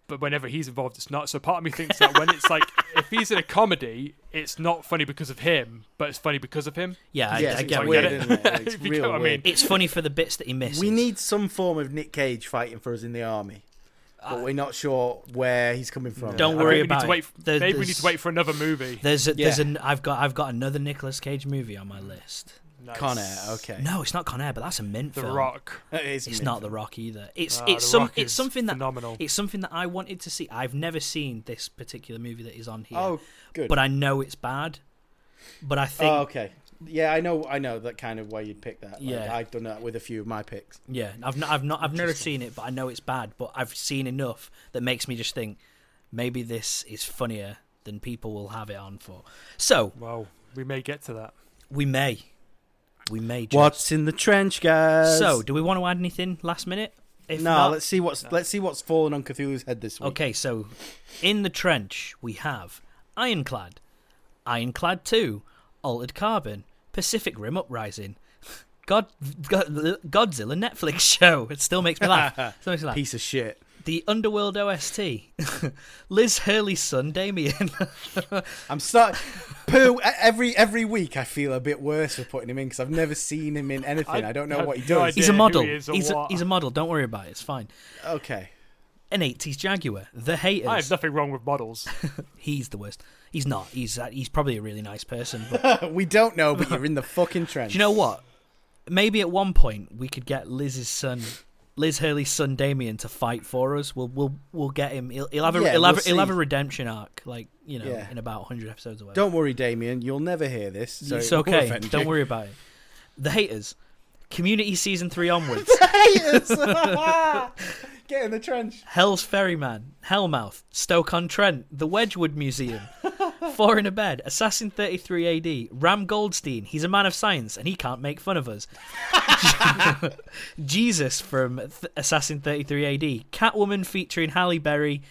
Speaker 3: But whenever he's involved, it's not. So part of me thinks that when it's like if he's in a comedy, it's not funny because of him, but it's funny because of him.
Speaker 1: Yeah. I,
Speaker 2: yeah,
Speaker 1: I
Speaker 2: it's
Speaker 1: get
Speaker 2: weird,
Speaker 1: what you mean.
Speaker 2: isn't it? It's
Speaker 3: If you get
Speaker 2: real
Speaker 3: what I
Speaker 2: weird.
Speaker 3: mean.
Speaker 1: It's funny for the bits that he misses.
Speaker 2: We need some form of Nick Cage fighting for us in the army, but we're not sure where he's coming from.
Speaker 1: Don't worry
Speaker 3: I think we need
Speaker 1: about
Speaker 3: to wait.
Speaker 1: it. There-
Speaker 3: maybe we need
Speaker 1: there's-
Speaker 3: to wait for another movie.
Speaker 1: There's a, there's
Speaker 2: Yeah.
Speaker 1: an I've got I've got another Nicolas Cage movie on my list.
Speaker 3: Nice.
Speaker 2: Con Air, okay.
Speaker 1: No, it's not Con Air, but that's a mint
Speaker 3: The
Speaker 1: film.
Speaker 3: Rock.
Speaker 2: it's,
Speaker 1: It's not The Rock either. It's
Speaker 3: Ah,
Speaker 1: it's
Speaker 3: The
Speaker 1: some
Speaker 3: Rock
Speaker 1: it's
Speaker 3: is
Speaker 1: something that
Speaker 3: phenomenal.
Speaker 1: it's something that I wanted to see. I've never seen this particular movie that is on here,
Speaker 2: Oh, good.
Speaker 1: but I know it's bad. But I think
Speaker 2: oh, okay. Yeah, I know. I know that kind of way you'd pick that. Like,
Speaker 1: Yeah.
Speaker 2: I've done that with a few of my picks.
Speaker 1: yeah, I've not I've not I've never seen it, but I know it's bad. But I've seen enough that makes me just think maybe this is funnier than people will have it on for. So
Speaker 3: Well, we may get to that.
Speaker 1: we may, we may. Just.
Speaker 2: What's in the trench, guys?
Speaker 1: So do we want to add anything last minute? If
Speaker 2: no,
Speaker 1: not,
Speaker 2: let's see what's let's see what's fallen on Cthulhu's head this week.
Speaker 1: Okay, so in the trench we have Ironclad, Ironclad 2, Altered Carbon, Pacific Rim Uprising, God, God Godzilla Netflix show. It still makes me laugh. Still makes me laugh.
Speaker 2: Piece of shit.
Speaker 1: The Underworld OST, Liz Hurley's son Damien.
Speaker 2: I'm start poo every every week. I feel a bit worse for putting him in because I've never seen him in anything. I,
Speaker 3: I
Speaker 2: don't know
Speaker 3: have
Speaker 2: what he
Speaker 3: no
Speaker 2: does.
Speaker 1: he's a
Speaker 3: who
Speaker 1: model.
Speaker 3: he is or
Speaker 1: he's, a,
Speaker 3: what.
Speaker 1: he's a model. Don't worry about it. It's fine.
Speaker 2: Okay,
Speaker 1: An 80s Jaguar, The Haters.
Speaker 3: I have nothing wrong with models.
Speaker 1: he's the worst. He's not. He's uh, he's probably a really nice person, but
Speaker 2: we don't know, but you're in the fucking trench.
Speaker 1: Do you know what? Maybe at one point we could get Liz's son, Liz Hurley's son Damien, to fight for us. We'll we'll we'll get him. He'll, he'll have a
Speaker 2: Yeah,
Speaker 1: he'll,
Speaker 2: we'll
Speaker 1: have, a- he'll have a
Speaker 2: see.
Speaker 1: redemption arc, like you know,
Speaker 2: Yeah.
Speaker 1: in about hundred episodes or whatever.
Speaker 2: Don't worry, Damien. You'll never hear this. So
Speaker 1: it's
Speaker 2: it won't
Speaker 1: okay.
Speaker 2: offend
Speaker 1: Don't
Speaker 2: you.
Speaker 1: worry about it. The haters, Community season three onwards.
Speaker 2: Haters! Get in the trench.
Speaker 1: Hell's Ferryman, Hellmouth, Stoke on Trent, the Wedgwood Museum, Four in a Bed, Assassin 33 AD, Ram Goldstein, he's a man of science and he can't make fun of us. Jesus from Th- Assassin 33 AD, Catwoman featuring Halle Berry,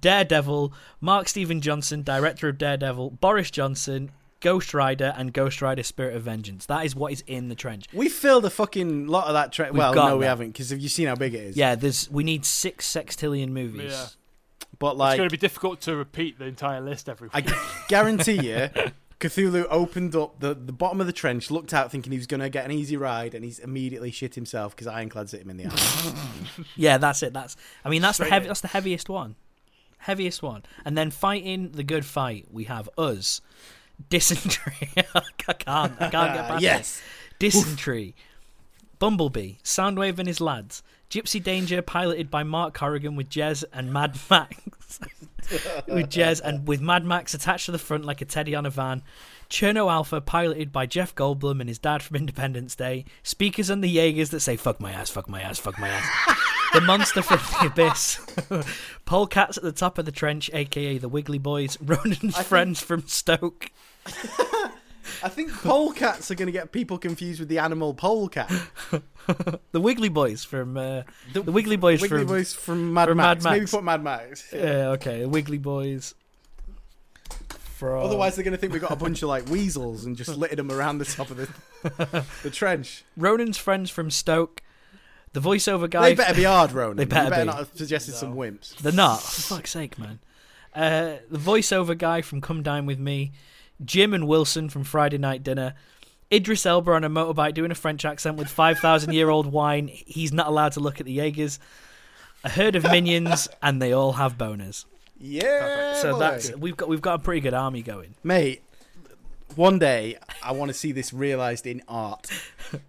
Speaker 1: Daredevil, Mark Steven Johnson, director of Daredevil, Boris Johnson, Ghost Rider, and Ghost Rider Spirit of Vengeance. That is what is in the trench.
Speaker 2: We filled a fucking lot of that trench. Well,
Speaker 1: got
Speaker 2: no, we
Speaker 1: that.
Speaker 2: haven't because have you seen how big it is?
Speaker 1: Yeah, there's we need six sextillion movies.
Speaker 3: Yeah.
Speaker 2: But
Speaker 3: it's
Speaker 2: like,
Speaker 3: going to be difficult to repeat the entire list every
Speaker 2: I
Speaker 3: week.
Speaker 2: gu- guarantee you, Cthulhu opened up the, the bottom of the trench, looked out thinking he was going to get an easy ride, and he's immediately shit himself because Ironclad's hit him in the eye.
Speaker 1: Yeah, that's it. That's I mean that's the
Speaker 3: Straight
Speaker 1: heavy,
Speaker 3: in.
Speaker 1: that's the heaviest one. Heaviest one. And then fighting the good fight, we have us. Dysentery. I can't. I can't get
Speaker 2: Ah,
Speaker 1: past it.
Speaker 2: yes.
Speaker 1: Dysentery. Bumblebee, Soundwave and his lads. Gypsy Danger piloted by Mark Corrigan with Jez and Mad Max. with Jez and with Mad Max attached to the front like a teddy on a van. Cherno Alpha piloted by Jeff Goldblum and his dad from Independence Day. Speakers and the Jaegers that say fuck my ass, fuck my ass, fuck my ass. The monster from the abyss. Polecats at the top of the trench, aka the Wiggly Boys. Ronan's friends from Stoke.
Speaker 2: I think polecats are going to get people confused with the animal polecat.
Speaker 1: The Wiggly Boys from uh, the, Wiggly Boys
Speaker 2: Wiggly
Speaker 1: from
Speaker 2: voice from Mad,
Speaker 1: from Mad
Speaker 2: Max. Maybe
Speaker 1: Max.
Speaker 2: put Mad Max.
Speaker 1: Yeah, okay, the Wiggly Boys. From
Speaker 2: Otherwise, they're going to think we got a bunch of like weasels and just littered them around the top of the, the trench.
Speaker 1: Ronan's friends from Stoke. The voiceover guy.
Speaker 2: They better be hard, Ronan.
Speaker 1: They better
Speaker 2: you better
Speaker 1: be.
Speaker 2: not have suggested some wimps.
Speaker 1: They're not. For fuck's sake, man. Uh, the voiceover guy from Come Dine With Me, Jim and Wilson from Friday Night Dinner, Idris Elba on a motorbike doing a French accent with 5,000 year old wine. He's not allowed to look at the Jaegers. A herd of minions, and they all have boners.
Speaker 2: Yeah,
Speaker 1: So
Speaker 2: boy.
Speaker 1: that's we've got we've got a pretty good army going.
Speaker 2: mate. One day, I want to see this realized in art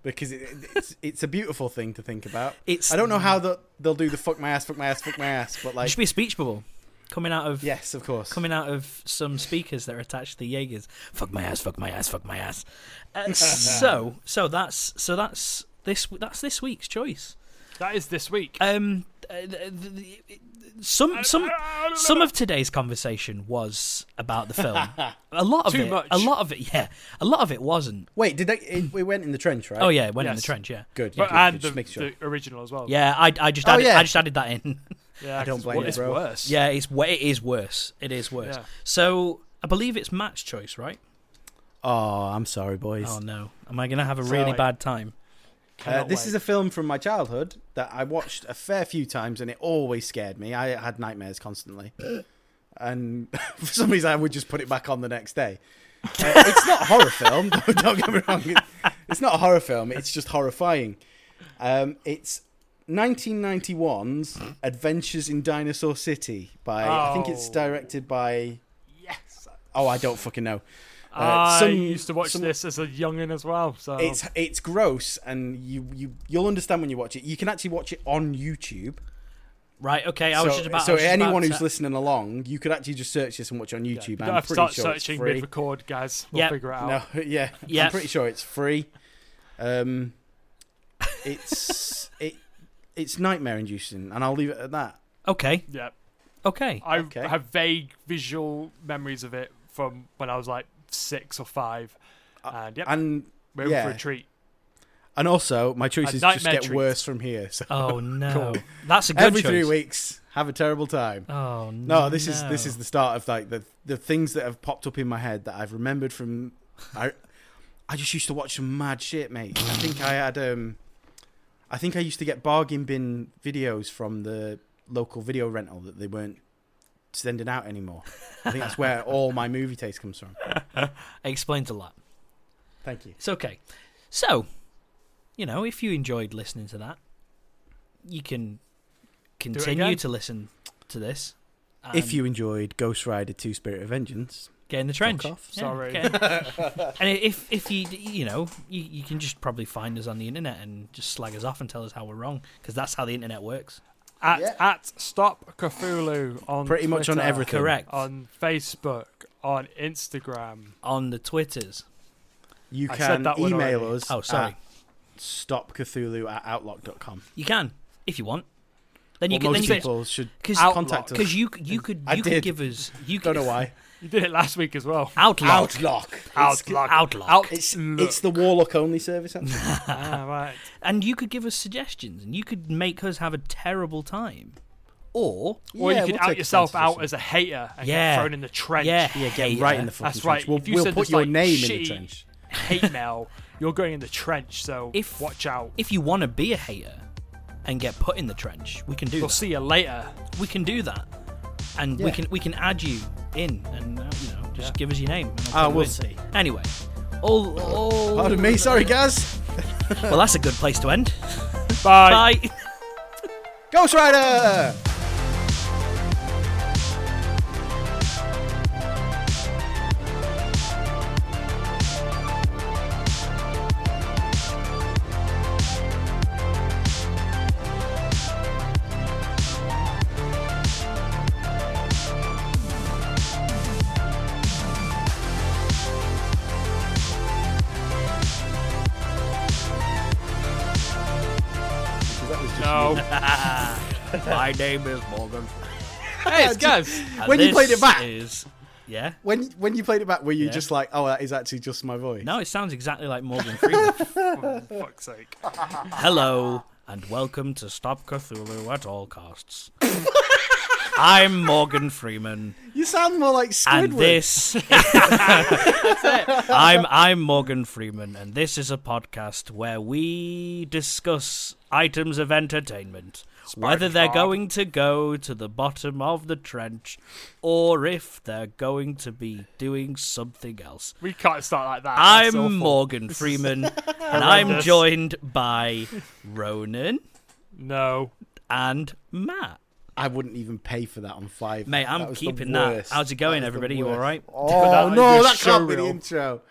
Speaker 2: because it, it's it's a beautiful thing to think about.
Speaker 1: It's
Speaker 2: I don't know how the, they'll do the fuck my ass, fuck my ass, fuck my ass, but
Speaker 1: It
Speaker 2: like,
Speaker 1: should be a speech bubble coming out of
Speaker 2: yes, of course.
Speaker 1: coming out of some speakers that are attached to the Jaegers. Fuck my ass, fuck my ass, fuck my ass. Uh, so, so that's so that's this that's this week's choice.
Speaker 3: That is this week.
Speaker 1: Um, uh, th- th- th- some some some of today's conversation was about the film. a lot of
Speaker 3: Too
Speaker 1: it,
Speaker 3: much.
Speaker 1: a lot of it, yeah, a lot of it wasn't.
Speaker 2: Wait, did they? It, we went in the trench, right?
Speaker 1: Oh yeah, it went in the
Speaker 3: Yes.
Speaker 1: trench. Yeah,
Speaker 2: Good.
Speaker 3: but
Speaker 2: good,
Speaker 3: and
Speaker 2: good,
Speaker 3: the,
Speaker 2: just make sure.
Speaker 3: the original as well.
Speaker 1: yeah. I I just
Speaker 2: Oh,
Speaker 1: added,
Speaker 2: yeah.
Speaker 1: I just added that in.
Speaker 3: yeah.
Speaker 2: I don't
Speaker 3: 'cause
Speaker 2: blame
Speaker 3: what-
Speaker 2: you,
Speaker 3: it's
Speaker 2: bro.
Speaker 3: worse.
Speaker 1: yeah, it's way it is worse. It is worse.
Speaker 3: Yeah.
Speaker 1: So I believe it's match choice, right?
Speaker 2: Oh, I'm sorry, boys.
Speaker 1: Oh no, am I gonna have a really
Speaker 3: Sorry.
Speaker 1: bad time?
Speaker 2: Uh,
Speaker 3: Cannot
Speaker 2: this
Speaker 3: wait.
Speaker 2: is a film from my childhood that I watched a fair few times, and it always scared me. I had nightmares constantly, and for some reason, I would just put it back on the next day. Uh, it's not a horror film. Don't, don't get me wrong. It- It's not a horror film. It's just horrifying. Um, it's 1991's Adventures in Dinosaur City by I think it's
Speaker 3: Oh.
Speaker 2: directed by
Speaker 3: yes.
Speaker 2: oh I don't fucking know. Uh,
Speaker 3: I
Speaker 2: some-
Speaker 3: used to watch
Speaker 2: some-
Speaker 3: this as a youngin as well.
Speaker 1: Oh.
Speaker 3: So
Speaker 2: It's it's gross, and you you you'll understand when you watch it. You can actually watch it on YouTube.
Speaker 1: Right. Okay. I was
Speaker 2: so,
Speaker 1: just about. I
Speaker 2: so
Speaker 1: was just
Speaker 2: anyone
Speaker 1: about to-
Speaker 2: who's listening along, you could actually just search this and watch it on
Speaker 3: you
Speaker 2: YouTube.
Speaker 3: don't
Speaker 2: I'm
Speaker 3: have to
Speaker 2: pretty
Speaker 3: start
Speaker 2: sure
Speaker 3: searching
Speaker 2: it's free.
Speaker 3: mid-record, guys. We'll
Speaker 1: Yep.
Speaker 3: figure it out.
Speaker 2: No, yeah,
Speaker 1: Yeah.
Speaker 2: I'm pretty sure it's free. Um, it's it it's nightmare inducing, and I'll leave it at that.
Speaker 1: Okay.
Speaker 3: Yeah,
Speaker 1: Okay.
Speaker 3: I
Speaker 2: Okay.
Speaker 3: have vague visual memories of it from when I was like six or five, and yep,
Speaker 2: Uh, And
Speaker 3: we're in
Speaker 2: yeah.
Speaker 3: for a treat.
Speaker 2: and also my choices just
Speaker 3: nightmare
Speaker 2: get
Speaker 3: treat.
Speaker 2: worse from here. So
Speaker 1: Oh no,
Speaker 3: Cool.
Speaker 1: that's a good
Speaker 2: every
Speaker 1: choice.
Speaker 2: three weeks, have a terrible time.
Speaker 1: Oh no.
Speaker 2: No, this is this is the start of like the the things that have popped up in my head that I've remembered from. I I just used to watch some mad shit, mate. I think I had um, I think I used to get bargain bin videos from the local video rental that they weren't sending out anymore. I think that's where all my movie taste comes from.
Speaker 1: explains a lot.
Speaker 2: Thank you.
Speaker 1: It's okay. So, you know, if you enjoyed listening to that, you can continue
Speaker 3: again.
Speaker 1: to listen to this. and
Speaker 2: if you enjoyed Ghost Rider Two Spirit of Vengeance,
Speaker 1: get in the trench,
Speaker 2: Fuck off.
Speaker 1: Yeah,
Speaker 3: Sorry.
Speaker 1: get in- and if if you you know you, you can just probably find us on the internet and just slag us off and tell us how we're wrong because that's how the internet works.
Speaker 3: At
Speaker 2: Yeah.
Speaker 3: at stop Cthulhu on
Speaker 2: pretty much on
Speaker 3: Twitter,
Speaker 2: everything.
Speaker 1: Correct
Speaker 3: on Facebook on Instagram.
Speaker 1: on the twitters.
Speaker 2: You
Speaker 3: I
Speaker 2: can
Speaker 3: said that one
Speaker 2: email
Speaker 3: already.
Speaker 2: us.
Speaker 1: Oh, sorry.
Speaker 2: At stopcthulhu at outlook.com.
Speaker 1: You can if you want. Then you
Speaker 2: Well,
Speaker 1: can then
Speaker 2: most
Speaker 1: you can
Speaker 2: people should
Speaker 1: because
Speaker 2: contact us.
Speaker 1: because you you could
Speaker 2: I
Speaker 1: you could
Speaker 2: did.
Speaker 1: give us you
Speaker 2: Don't
Speaker 1: could
Speaker 2: know why.
Speaker 3: You did it last week as well.
Speaker 1: outlook
Speaker 2: Outlook.
Speaker 3: Outlook.
Speaker 1: Outlook.
Speaker 2: It's
Speaker 3: Outlook.
Speaker 2: it's the Warlock only service. actually.
Speaker 3: ah, right.
Speaker 1: and you could give us suggestions and you could make us have a terrible time or
Speaker 3: Or
Speaker 2: Yeah,
Speaker 3: you could
Speaker 2: we'll
Speaker 3: out
Speaker 2: take
Speaker 3: yourself
Speaker 2: offense
Speaker 3: out
Speaker 2: to
Speaker 3: as a hater and
Speaker 1: Yeah.
Speaker 3: get thrown in the trench.
Speaker 1: yeah
Speaker 2: this. yeah, get
Speaker 1: hater.
Speaker 2: right in the fucking
Speaker 3: That's
Speaker 2: trench.
Speaker 3: right.
Speaker 2: We'll,
Speaker 3: if you
Speaker 2: we'll
Speaker 3: send
Speaker 2: put
Speaker 3: us,
Speaker 2: your
Speaker 3: like,
Speaker 2: name in the
Speaker 3: shitty
Speaker 2: trench.
Speaker 3: Hate mail. You're going in the trench, so
Speaker 1: If-
Speaker 3: watch out.
Speaker 1: if you want to be a hater and get put in the trench we can do
Speaker 3: we'll
Speaker 1: that.
Speaker 3: see you later.
Speaker 1: we can do that and we
Speaker 2: Yeah.
Speaker 1: can we can add you in and uh, you know just
Speaker 3: Yeah.
Speaker 1: give us your name and I'll
Speaker 2: Ah,
Speaker 1: put you
Speaker 2: we'll
Speaker 1: in.
Speaker 2: see.
Speaker 1: anyway all, all
Speaker 2: Pardon me, sorry guys.
Speaker 1: well that's a good place to end
Speaker 3: Bye.
Speaker 1: bye
Speaker 2: Ghost Rider.
Speaker 3: No.
Speaker 1: my name is morgan
Speaker 3: hey, it's Gaz.
Speaker 1: And
Speaker 2: When you
Speaker 1: this
Speaker 2: played it back.
Speaker 1: is- yeah
Speaker 2: When when you played it back, were you
Speaker 1: Yeah.
Speaker 2: just like, oh, that is actually just my voice?
Speaker 1: no it sounds exactly like morgan freeman
Speaker 3: For fuck's sake.
Speaker 1: Hello, and welcome to Stop Cthulhu at All Costs. I'm Morgan Freeman,
Speaker 2: You sound more like Squidward.
Speaker 1: and this. I'm I'm Morgan Freeman, and this is a podcast where we discuss items of entertainment, whether they're
Speaker 3: SpongeBob.
Speaker 1: going to go to the bottom of the trench, or if they're going to be doing something else.
Speaker 3: We can't start like that. That's awful.
Speaker 1: I'm Morgan Freeman, and I'm
Speaker 3: horrendous.
Speaker 1: joined by Ronan
Speaker 3: No.
Speaker 1: and Matt.
Speaker 2: I wouldn't even pay for that on five.
Speaker 1: Mate, I'm
Speaker 2: That was the
Speaker 1: keeping that.
Speaker 2: worst.
Speaker 1: How's it going,
Speaker 2: was the
Speaker 1: everybody? You
Speaker 2: worst.
Speaker 1: all right?
Speaker 2: Oh
Speaker 3: that on
Speaker 2: no,
Speaker 3: your
Speaker 2: that can't be the
Speaker 3: showreel.
Speaker 2: intro.